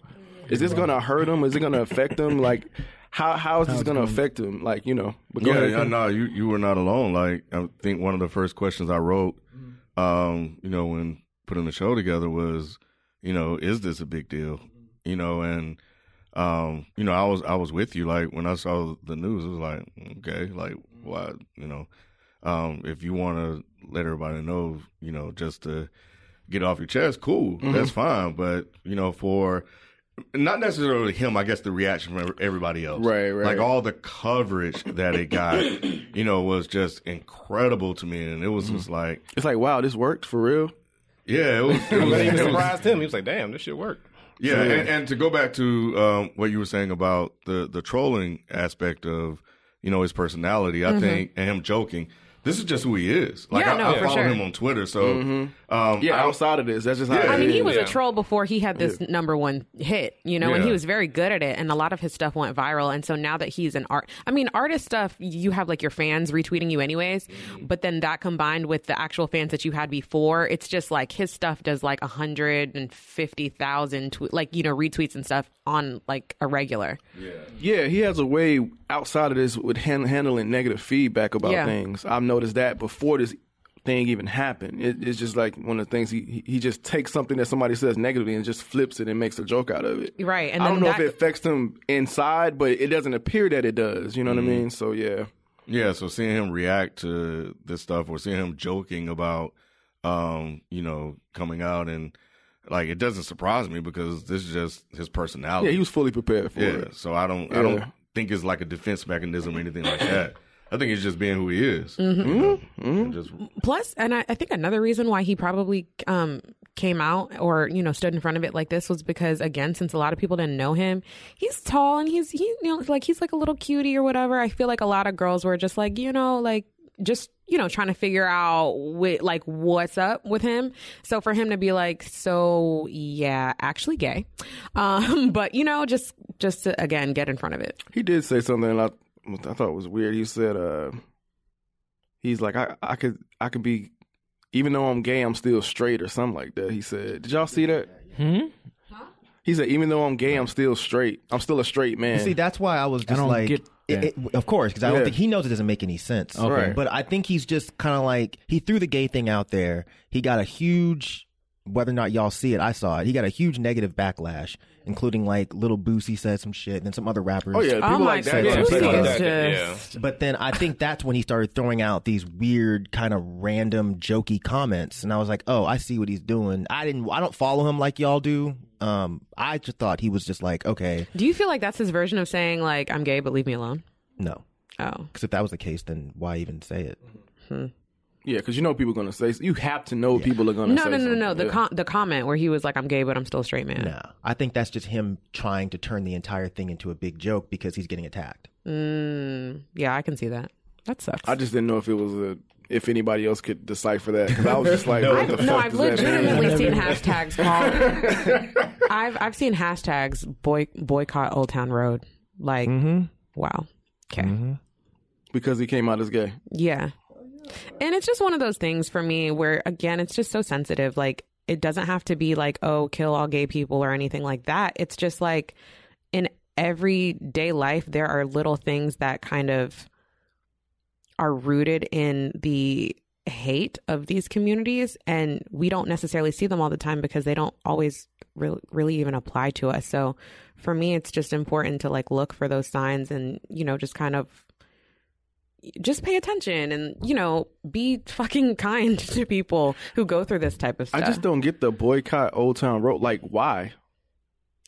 Speaker 8: Is this gonna hurt him? Is it gonna affect him? Like, how how is this gonna affect him? Like, you know. But go
Speaker 3: yeah,
Speaker 8: ahead,
Speaker 3: yeah,
Speaker 8: Cam.
Speaker 3: no, you you were not alone. Like I think one of the first questions I wrote,
Speaker 8: Mm-hmm.
Speaker 3: um, you know, when putting the show together was, you know, is this a big deal?
Speaker 8: Mm-hmm.
Speaker 3: You know, and um, you know, I was I was with you. Like when I saw the news, it was like, okay, like
Speaker 8: Mm-hmm.
Speaker 3: why, you know, um, if you want to let everybody know, you know, just to get it off your chest, cool,
Speaker 8: Mm-hmm.
Speaker 3: that's fine. But you know, for not necessarily him, I guess the reaction from everybody else,
Speaker 8: Right, right.
Speaker 3: Like all the coverage that it got, you know, was just incredible to me, and it
Speaker 8: Mm-hmm.
Speaker 3: was just like,
Speaker 8: It's like, wow, this worked for real.
Speaker 3: yeah, it was, it was,
Speaker 4: That even
Speaker 3: it was-
Speaker 4: surprised him. He was like, "Damn, this shit worked."
Speaker 3: yeah, and, and to go back to um, what you were saying about the the trolling aspect of you know his personality, I think, and him joking. This is just who he is. Like
Speaker 6: Yeah,
Speaker 3: I,
Speaker 6: no,
Speaker 3: I
Speaker 6: for
Speaker 3: follow
Speaker 6: sure.
Speaker 3: him on Twitter, so um,
Speaker 8: Yeah, outside of this, that's just how.
Speaker 3: Yeah.
Speaker 8: it
Speaker 6: I mean, he
Speaker 8: is.
Speaker 6: was a troll before he had this number one hit, you know, and he
Speaker 3: Yeah.
Speaker 6: was very good at it. And a lot of his stuff went viral. And so now that he's an art, I mean, artist stuff, you have like your fans retweeting you anyways.
Speaker 3: Mm-hmm.
Speaker 6: But then that combined with the actual fans that you had before, it's just like his stuff does like 150,000, tw- like, you know, retweets and stuff on like a regular.
Speaker 8: Yeah, he has a way outside of this with han- handling negative feedback about
Speaker 6: Yeah.
Speaker 8: things. I've noticed that before this thing even happened. It, it's just like one of the things he he- he just takes something that somebody says negatively and just flips it and makes a joke out of it.
Speaker 6: Right, and
Speaker 8: I don't
Speaker 6: then
Speaker 8: know
Speaker 6: that-
Speaker 8: if it affects him inside, but it doesn't appear that it does. You know what I mean? So yeah,
Speaker 3: Yeah, so seeing him react to this stuff or seeing him joking about um, you know, coming out and like it doesn't surprise me because this is just his personality.
Speaker 8: yeah, he was fully prepared for
Speaker 3: Yeah,
Speaker 8: it.
Speaker 3: so I don't I don't
Speaker 8: Yeah.
Speaker 3: think it's like a defense mechanism or anything like that. I think it's just being who he is. Mm-hmm. Just
Speaker 6: Plus, and I, I think another reason why he probably um, came out or you know stood in front of it like this was because again, since a lot of people didn't know him, he's tall and he's he you know like he's like a little cutie or whatever. I feel like a lot of girls were just like you know like just you know trying to figure out with like what's up with him. So for him to be like, so yeah, actually gay, um, but you know just just to, again get in front of it.
Speaker 8: He did say something I I thought was weird. He said, uh, "He's like I I could I could be." Even though I'm gay, I'm still straight, or something like that. He said, "Did y'all see that?"
Speaker 5: Hmm?
Speaker 8: He said, even though I'm gay, I'm still straight. I'm still a straight man.
Speaker 9: See, that's why I was just
Speaker 5: don't
Speaker 9: like,
Speaker 5: get
Speaker 9: it,
Speaker 5: that.
Speaker 9: it, of course, because I
Speaker 8: Yeah.
Speaker 9: don't think he knows it doesn't make any sense.
Speaker 8: Right.
Speaker 9: But I think he's just kind of like he threw the gay thing out there. He got a huge, whether or not y'all see it, I saw it. He got a huge negative backlash, including like little Boosie said some shit, and then some other rappers.
Speaker 8: oh yeah, people
Speaker 6: my
Speaker 8: like that.
Speaker 6: God.
Speaker 8: Yeah, people like
Speaker 6: Pussy
Speaker 8: that.
Speaker 6: is just-
Speaker 9: But then I think that's when he started throwing out these weird, kind of random, jokey comments, and I was like, "Oh, I see what he's doing." I didn't, I don't follow him like y'all do. Um, I just thought he was just like, "Okay,
Speaker 6: Do you feel like that's his version of saying like I'm gay but leave me alone?
Speaker 9: no,"
Speaker 6: Oh.
Speaker 9: because if that was the case, then why even say it?
Speaker 8: Yeah, because you know people are gonna say. You have to know people are gonna
Speaker 6: No,
Speaker 8: say.
Speaker 6: no, no, no, no.
Speaker 8: something.
Speaker 6: The com- the comment where he was like, "I'm gay, but I'm still a straight man."
Speaker 9: No, I think that's just him trying to turn the entire thing into a big joke because he's getting attacked.
Speaker 6: Yeah, I can see that. That sucks.
Speaker 8: I just didn't know if it was a if anybody else could decipher that. 'cause I was just like, what the
Speaker 6: no,
Speaker 8: fuck
Speaker 6: I've
Speaker 8: does that mean?
Speaker 6: legitimately seen hashtags called. I've I've seen hashtags boy boycott Old Town Road. Like,
Speaker 8: Mm-hmm.
Speaker 6: wow. Okay.
Speaker 8: because he came out as gay.
Speaker 6: Yeah. And it's just one of those things for me where, again, it's just so sensitive. Like, it doesn't have to be like, oh, kill all gay people or anything like that. It's just like in everyday life, there are little things that kind of are rooted in the hate of these communities. And we don't necessarily see them all the time because they don't always re- really even apply to us. So for me, it's just important to like look for those signs and, you know, just kind of just pay attention and you know be fucking kind to people who go through this type of stuff.
Speaker 8: I just don't get the boycott Old Town Road. Like, why?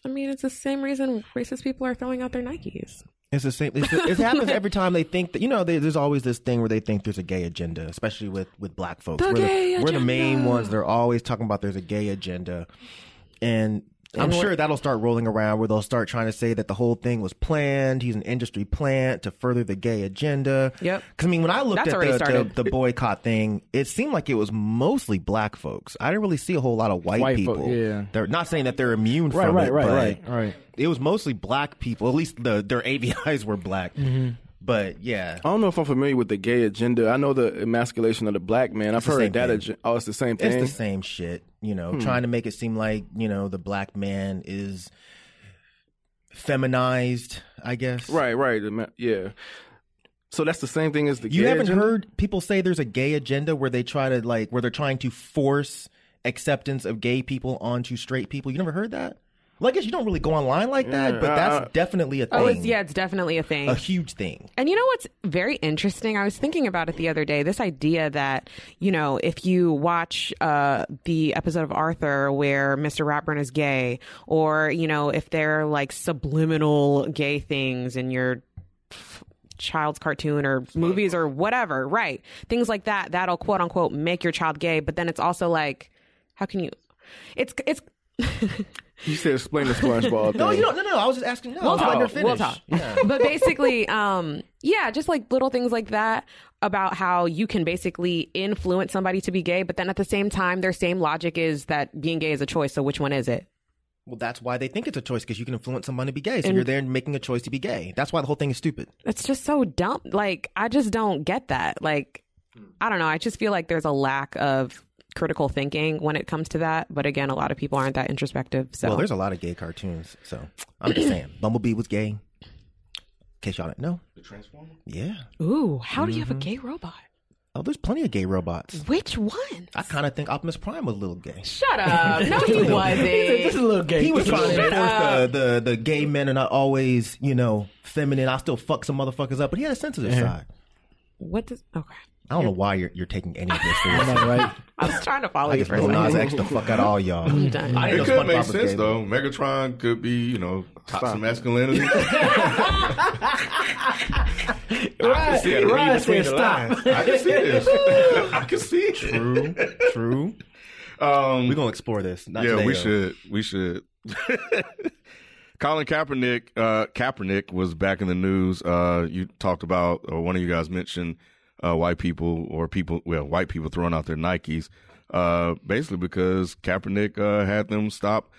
Speaker 6: I mean, it's the same reason racist people are throwing out their Nikes.
Speaker 9: It's the same. It's the, it happens every time they think that you know. They, there's always this thing where they think there's a gay agenda, especially with with black folks.
Speaker 6: The
Speaker 9: we're,
Speaker 6: gay
Speaker 9: the, we're the main
Speaker 6: agenda.
Speaker 9: ones. They're always talking about there's a gay agenda, and. I'm
Speaker 6: And we're-
Speaker 9: sure that'll start rolling around where they'll start trying to say that the whole thing was planned. He's an industry plant to further the gay agenda.
Speaker 6: Yep.
Speaker 9: Because I mean, when I looked
Speaker 6: That's already
Speaker 9: at the,
Speaker 6: started.
Speaker 9: the, the boycott thing, it seemed like it was mostly black folks. I didn't really see a whole lot of white,
Speaker 8: White
Speaker 9: people.
Speaker 8: folk,
Speaker 5: yeah.
Speaker 9: They're not saying that they're immune
Speaker 5: Right,
Speaker 9: from
Speaker 5: right,
Speaker 9: it,
Speaker 5: right,
Speaker 9: but
Speaker 5: right, right.
Speaker 9: It was mostly black people. At least the their AVIs were black.
Speaker 6: Mm-hmm.
Speaker 9: But yeah,
Speaker 8: I don't know if I'm familiar with the gay agenda. I know the emasculation of the black man. I've
Speaker 9: the
Speaker 8: heard
Speaker 9: same
Speaker 8: that.
Speaker 9: thing.
Speaker 8: Ag- oh, it's the same
Speaker 9: it's
Speaker 8: thing. Hmm.
Speaker 9: the same shit. You know, trying to make it seem like you know the black man is feminized, I guess.
Speaker 8: Right, right. the ma- Yeah. So that's the same thing as the
Speaker 9: You
Speaker 8: gay
Speaker 9: haven't
Speaker 8: agenda?
Speaker 9: heard people say there's a gay agenda where they try to like where they're trying to force acceptance of gay people onto straight people. You never heard that? Well, I guess you don't really go online like that, but that's
Speaker 8: I-
Speaker 9: definitely a thing.
Speaker 6: Oh, it's, yeah, it's definitely a thing.
Speaker 9: A huge thing.
Speaker 6: And you know what's very interesting? I was thinking about it the other day. This idea that, you know, if you watch uh, the episode of Arthur where Mr. Ratburn is gay, or, you know, if they're like subliminal gay things in your child's cartoon or movies or whatever, right? Things like that, that'll quote unquote make your child gay. But then it's also like, how can you? It's, it's,
Speaker 8: You said explain the SpongeBob thing.
Speaker 9: No, you don't. No, no. I was just asking. No,
Speaker 6: We'll
Speaker 9: I'm
Speaker 6: talk.
Speaker 9: letting her finish.
Speaker 6: We'll talk.
Speaker 9: Yeah.
Speaker 6: but basically, um, yeah, just like little things like that about how you can basically influence somebody to be gay, but then at the same time, their same logic is that being gay is a choice. So which one is it?
Speaker 9: Well, that's why they think it's a choice because you can influence someone to be gay. So you're there making a choice to be gay. That's why the whole thing is stupid.
Speaker 6: It's just so dumb. Like I just don't get that. Like I don't know. I just feel like there's a lack of critical thinking when it comes to that. But again, a lot of people aren't that introspective. So
Speaker 9: Well, there's a lot of gay cartoons. So I'm just saying, Bumblebee was gay. In case y'all didn't know. The Transformer. Yeah.
Speaker 6: ooh, how do you
Speaker 8: Mm-hmm.
Speaker 6: have a gay robot?
Speaker 9: Oh, there's plenty of gay robots.
Speaker 6: Which one?
Speaker 9: I kind of think Optimus Prime was a little gay.
Speaker 6: Shut up! No, he
Speaker 5: This is a
Speaker 6: wasn't.
Speaker 5: little gay.
Speaker 9: He was trying to enforce the, the the gay men are not always you know feminine. I still fuck some motherfuckers up, but he had a sensitive side.
Speaker 6: What does? Okay,
Speaker 9: I don't know why you're you're taking any of this. seriously.
Speaker 5: right.
Speaker 6: I was trying to follow
Speaker 9: I
Speaker 6: you
Speaker 9: just
Speaker 6: for
Speaker 9: Lil
Speaker 6: a
Speaker 9: Nas
Speaker 6: second.
Speaker 9: X the fuck out of all y'all. I didn't know
Speaker 3: It could
Speaker 9: SpongeBob
Speaker 3: make
Speaker 9: was
Speaker 3: sense
Speaker 9: gay.
Speaker 3: though. Megatron could be, you know, toxic masculinity.
Speaker 5: Right,
Speaker 3: see how to read
Speaker 5: right,
Speaker 3: between
Speaker 5: said
Speaker 3: the
Speaker 5: stop.
Speaker 3: lines. I can see this. I can see it.
Speaker 9: True, true.
Speaker 3: Um,
Speaker 9: We're gonna explore this. Not
Speaker 3: yeah,
Speaker 9: today,
Speaker 3: we
Speaker 9: though.
Speaker 3: should. We should. Colin Kaepernick. Uh, Kaepernick was back in the news. Uh, you talked about, or one of you guys mentioned, uh, white people or people, well, white people throwing out their Nikes, uh, basically because Kaepernick uh, had them stop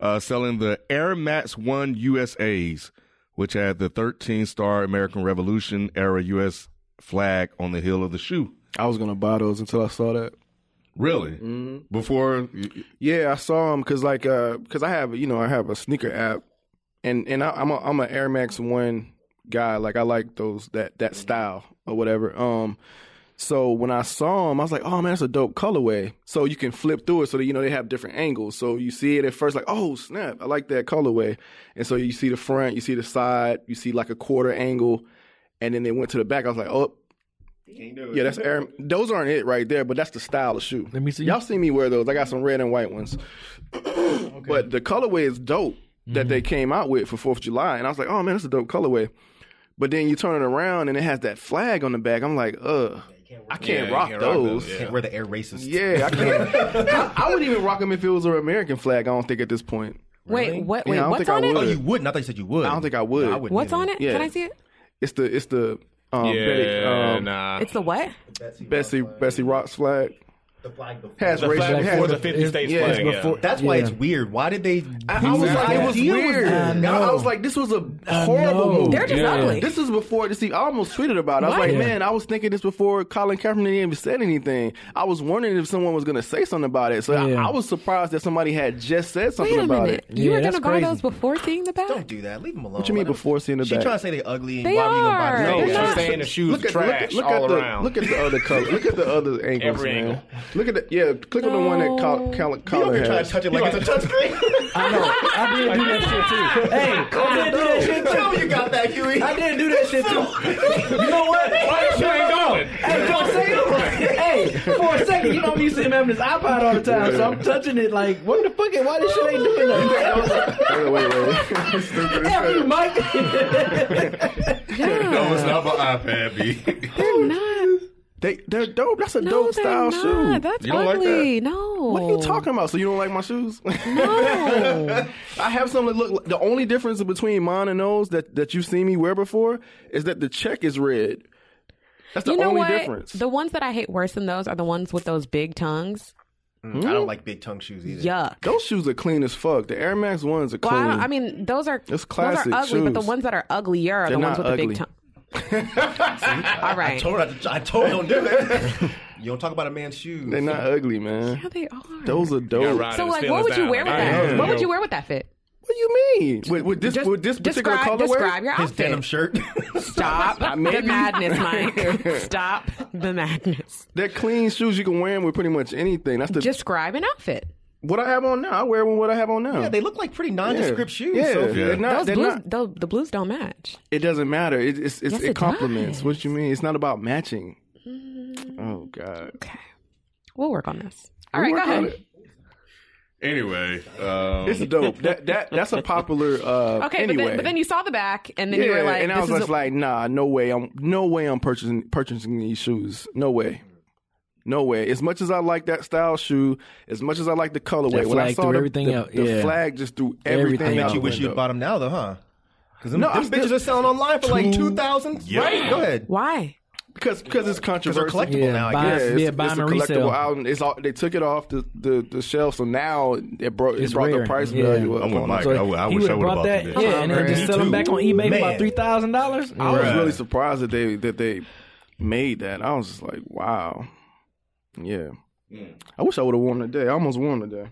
Speaker 3: uh, selling the Air Max One USA's, which had the 13-star American Revolution era U.S. flag on the heel of the shoe.
Speaker 8: I was gonna buy those until I saw that.
Speaker 3: Really?
Speaker 9: Mm-hmm.
Speaker 3: Before
Speaker 8: Yeah, I saw them because like uh 'cause I have you know I have a sneaker app, and and I, I'm a I'm an Air Max One guy. Like I like those that that style or whatever. Um, so when I saw them, I was like, oh man, that's a dope colorway. So you can flip through it so that you know they have different angles. So you see it at first like, oh snap, I like that colorway. And so you see the front, you see the side, you see like a quarter angle, and then they went to the back. I was like, oh. Yeah, that's Air. Those aren't it right there, but that's the style of shoe.
Speaker 5: Let me see.
Speaker 8: Y'all see me wear those. I got some red and white ones. But the colorway is dope that
Speaker 5: Mm-hmm.
Speaker 8: they came out with for Fourth of July, and I was like, oh man, that's a dope colorway. But then you turn it around and it has that flag on the back. I'm like, ugh, I can't
Speaker 4: you
Speaker 8: rock those.
Speaker 4: can't rock those,
Speaker 8: yeah.
Speaker 9: Can't wear the air racist.
Speaker 8: I can't. I, I wouldn't even rock them if it was an American flag. I don't think at this point.
Speaker 6: Wait, what? Wait,
Speaker 8: Yeah, I don't
Speaker 6: what's
Speaker 8: think
Speaker 6: on
Speaker 8: I
Speaker 6: it?
Speaker 8: would.
Speaker 9: Oh, you wouldn't? I thought you said you would.
Speaker 8: I don't think I would.
Speaker 9: No, I wouldn't
Speaker 6: What's
Speaker 9: either.
Speaker 6: on it?
Speaker 8: Yeah.
Speaker 6: Can I see it?
Speaker 8: It's the it's the um,
Speaker 4: yeah,
Speaker 8: Betty, um,
Speaker 4: nah.
Speaker 6: It's the what?
Speaker 8: Bessie Bessie Rock's flag.
Speaker 9: The flag before.
Speaker 8: Has racial
Speaker 4: flag
Speaker 8: has
Speaker 4: for the 50 states
Speaker 8: yeah, it's
Speaker 4: flag. yeah.
Speaker 5: before-
Speaker 9: That's why
Speaker 5: Yeah.
Speaker 9: it's weird. Why did they?
Speaker 8: I, I was like, it was
Speaker 9: Deal
Speaker 8: weird. I, I was like, this was a horrible move.
Speaker 6: They're just ugly.
Speaker 8: This is before. This, see, I almost tweeted about it. I was
Speaker 6: What?
Speaker 8: like,
Speaker 6: Yeah.
Speaker 8: man, I was thinking this before Colin Kaepernick even said anything. I was wondering if someone was going to say something about it. So I-
Speaker 5: Yeah.
Speaker 8: I, was surprised that somebody had just said something
Speaker 6: Wait a
Speaker 8: about
Speaker 6: minute.
Speaker 8: it.
Speaker 6: You
Speaker 5: Yeah,
Speaker 6: were gonna
Speaker 5: that's
Speaker 6: buy
Speaker 5: crazy.
Speaker 6: those before seeing the back?
Speaker 9: Don't do that. Leave them alone.
Speaker 8: What you mean
Speaker 9: Why
Speaker 8: before seeing the
Speaker 9: She
Speaker 8: back?
Speaker 9: trying to say they ugly. And
Speaker 6: They
Speaker 9: why you gonna
Speaker 6: are.
Speaker 9: buy
Speaker 4: No,
Speaker 9: them?
Speaker 6: They're
Speaker 4: she's
Speaker 6: not-
Speaker 4: saying the shoes
Speaker 8: Look at, look,
Speaker 4: trash
Speaker 8: at- look
Speaker 4: all
Speaker 8: at the
Speaker 4: around.
Speaker 8: look at the other color. Look at the other angles,
Speaker 4: Every
Speaker 8: man.
Speaker 4: angle.
Speaker 8: Look at the yeah. Click on the one that Col- Col-
Speaker 9: You over
Speaker 8: Colin
Speaker 9: here trying
Speaker 8: has.
Speaker 9: to touch it like it's a touchscreen.
Speaker 5: I know. I did do that shit too. Hey, I did do that shit too.
Speaker 9: you got that, Huey.
Speaker 5: I didn't do that shit too. You know what? Why you ain't going? Hey, don't say it. Hey, for a second, you know I'm used to him having his iPod all the time, so I'm touching it like, what the fuck? Why this shit ain't doing that?
Speaker 8: Wait, wait, wait.
Speaker 5: F you, Mike.
Speaker 3: no, it's not my iPad. B.
Speaker 6: They're not.
Speaker 8: They they're dope. That's a
Speaker 6: No,
Speaker 8: dope
Speaker 6: they're
Speaker 8: style
Speaker 6: not.
Speaker 8: shoe.
Speaker 6: That's
Speaker 3: You don't like
Speaker 6: ugly. No.
Speaker 8: What are you talking about? So you don't like my shoes?
Speaker 6: No.
Speaker 8: I have some that look. The only difference between mine and those that that you've seen me wear before is that the check is red. That's the
Speaker 6: you know
Speaker 8: only
Speaker 6: what?
Speaker 8: difference.
Speaker 6: The ones that I hate worse than those are the ones with those big tongues.
Speaker 9: I don't like big tongue shoes either.
Speaker 6: Yuck.
Speaker 8: those shoes are clean as fuck. The Air Max ones are
Speaker 6: Well,
Speaker 8: clean.
Speaker 6: I, don't, I mean, those are
Speaker 8: It's
Speaker 6: those
Speaker 8: classic
Speaker 6: are ugly, but the
Speaker 8: shoes.
Speaker 6: ones that are uglier are
Speaker 8: They're
Speaker 6: the ones
Speaker 8: not
Speaker 6: with the
Speaker 8: ugly.
Speaker 6: big tongue. All
Speaker 9: I
Speaker 6: right.
Speaker 9: told her. I told her don't do it. you don't talk about a man's shoes.
Speaker 8: they're not ugly, man.
Speaker 6: Yeah, they are.
Speaker 8: Those are dope.
Speaker 6: so, like, what would you wear with that? What would you wear with that fit?
Speaker 8: What do you mean? With, with this,
Speaker 6: Just
Speaker 8: with this particular
Speaker 6: describe,
Speaker 8: colorway?
Speaker 6: describe your
Speaker 9: His
Speaker 6: outfit.
Speaker 9: denim shirt.
Speaker 6: Stop the madness, Mike. Stop the madness.
Speaker 8: They're clean shoes. You can wear them with pretty much anything. That's the
Speaker 6: Describe an outfit.
Speaker 8: what I have on now. I wear them with what I have on now.
Speaker 9: yeah, they look like pretty nondescript shoes.
Speaker 8: Yeah,
Speaker 9: so-
Speaker 8: They're not,
Speaker 6: Those
Speaker 8: Uh, they're
Speaker 6: blues,
Speaker 8: not-
Speaker 6: tho- the blues don't match.
Speaker 8: it doesn't matter. It, it's, it's,
Speaker 6: Yes,
Speaker 8: it
Speaker 6: it
Speaker 8: complements.
Speaker 6: does.
Speaker 8: What you mean? It's not about matching. Oh God.
Speaker 6: We'll work on this. Mm-hmm. All right,
Speaker 8: Work
Speaker 6: go
Speaker 8: on
Speaker 6: ahead.
Speaker 8: it.
Speaker 3: Anyway, um,
Speaker 8: It's dope. that that that's a popular. Uh,
Speaker 6: Okay,
Speaker 8: Anyway.
Speaker 6: but, then, but then you saw the back, and then
Speaker 8: yeah,
Speaker 6: you were like,
Speaker 8: and
Speaker 6: this
Speaker 8: I was
Speaker 6: is
Speaker 8: just
Speaker 6: a-
Speaker 8: like, nah, no way. I'm no way. I'm purchasing purchasing these shoes. No way. No way. As much as I like that style shoe, as much as I like the colorway,
Speaker 11: That
Speaker 8: when I
Speaker 11: flag
Speaker 8: saw
Speaker 11: through
Speaker 8: the,
Speaker 11: everything
Speaker 8: the,
Speaker 11: out,
Speaker 8: the
Speaker 11: yeah.
Speaker 8: flag just threw everything,
Speaker 11: Everything
Speaker 8: out.
Speaker 11: out
Speaker 8: the
Speaker 11: the
Speaker 9: You wish
Speaker 8: window.
Speaker 9: you'd bought them now, though, huh? Because
Speaker 8: No,
Speaker 9: no,
Speaker 8: I
Speaker 9: those
Speaker 8: still-
Speaker 9: bitches are selling online for like two thousand. Right? Go ahead.
Speaker 6: why?
Speaker 8: because because it's controversial.
Speaker 9: collectible
Speaker 11: Yeah,
Speaker 9: now, I
Speaker 11: buy,
Speaker 9: guess.
Speaker 8: Yeah, it's,
Speaker 11: yeah, buy
Speaker 8: it's a
Speaker 11: them and
Speaker 8: collectible
Speaker 11: resell.
Speaker 8: album. It's all, they took it off the, the, the shelf, so now it brought it
Speaker 11: It's
Speaker 8: brought
Speaker 11: rare.
Speaker 8: the price
Speaker 11: Yeah.
Speaker 8: value up.
Speaker 3: I'm with
Speaker 8: on
Speaker 3: Mike.
Speaker 8: it.
Speaker 3: I, w- I
Speaker 11: he
Speaker 3: wish I
Speaker 11: would've
Speaker 3: would have bought
Speaker 11: that,
Speaker 3: them.
Speaker 11: yeah, and then
Speaker 8: man.
Speaker 11: just sell them back on eBay for about
Speaker 9: Man.
Speaker 11: three thousand dollars.
Speaker 8: I was
Speaker 11: Yeah.
Speaker 8: really surprised that they that they made that. I was just like, wow, yeah.
Speaker 9: Mm.
Speaker 8: I wish I would have worn it today. I almost wore them today.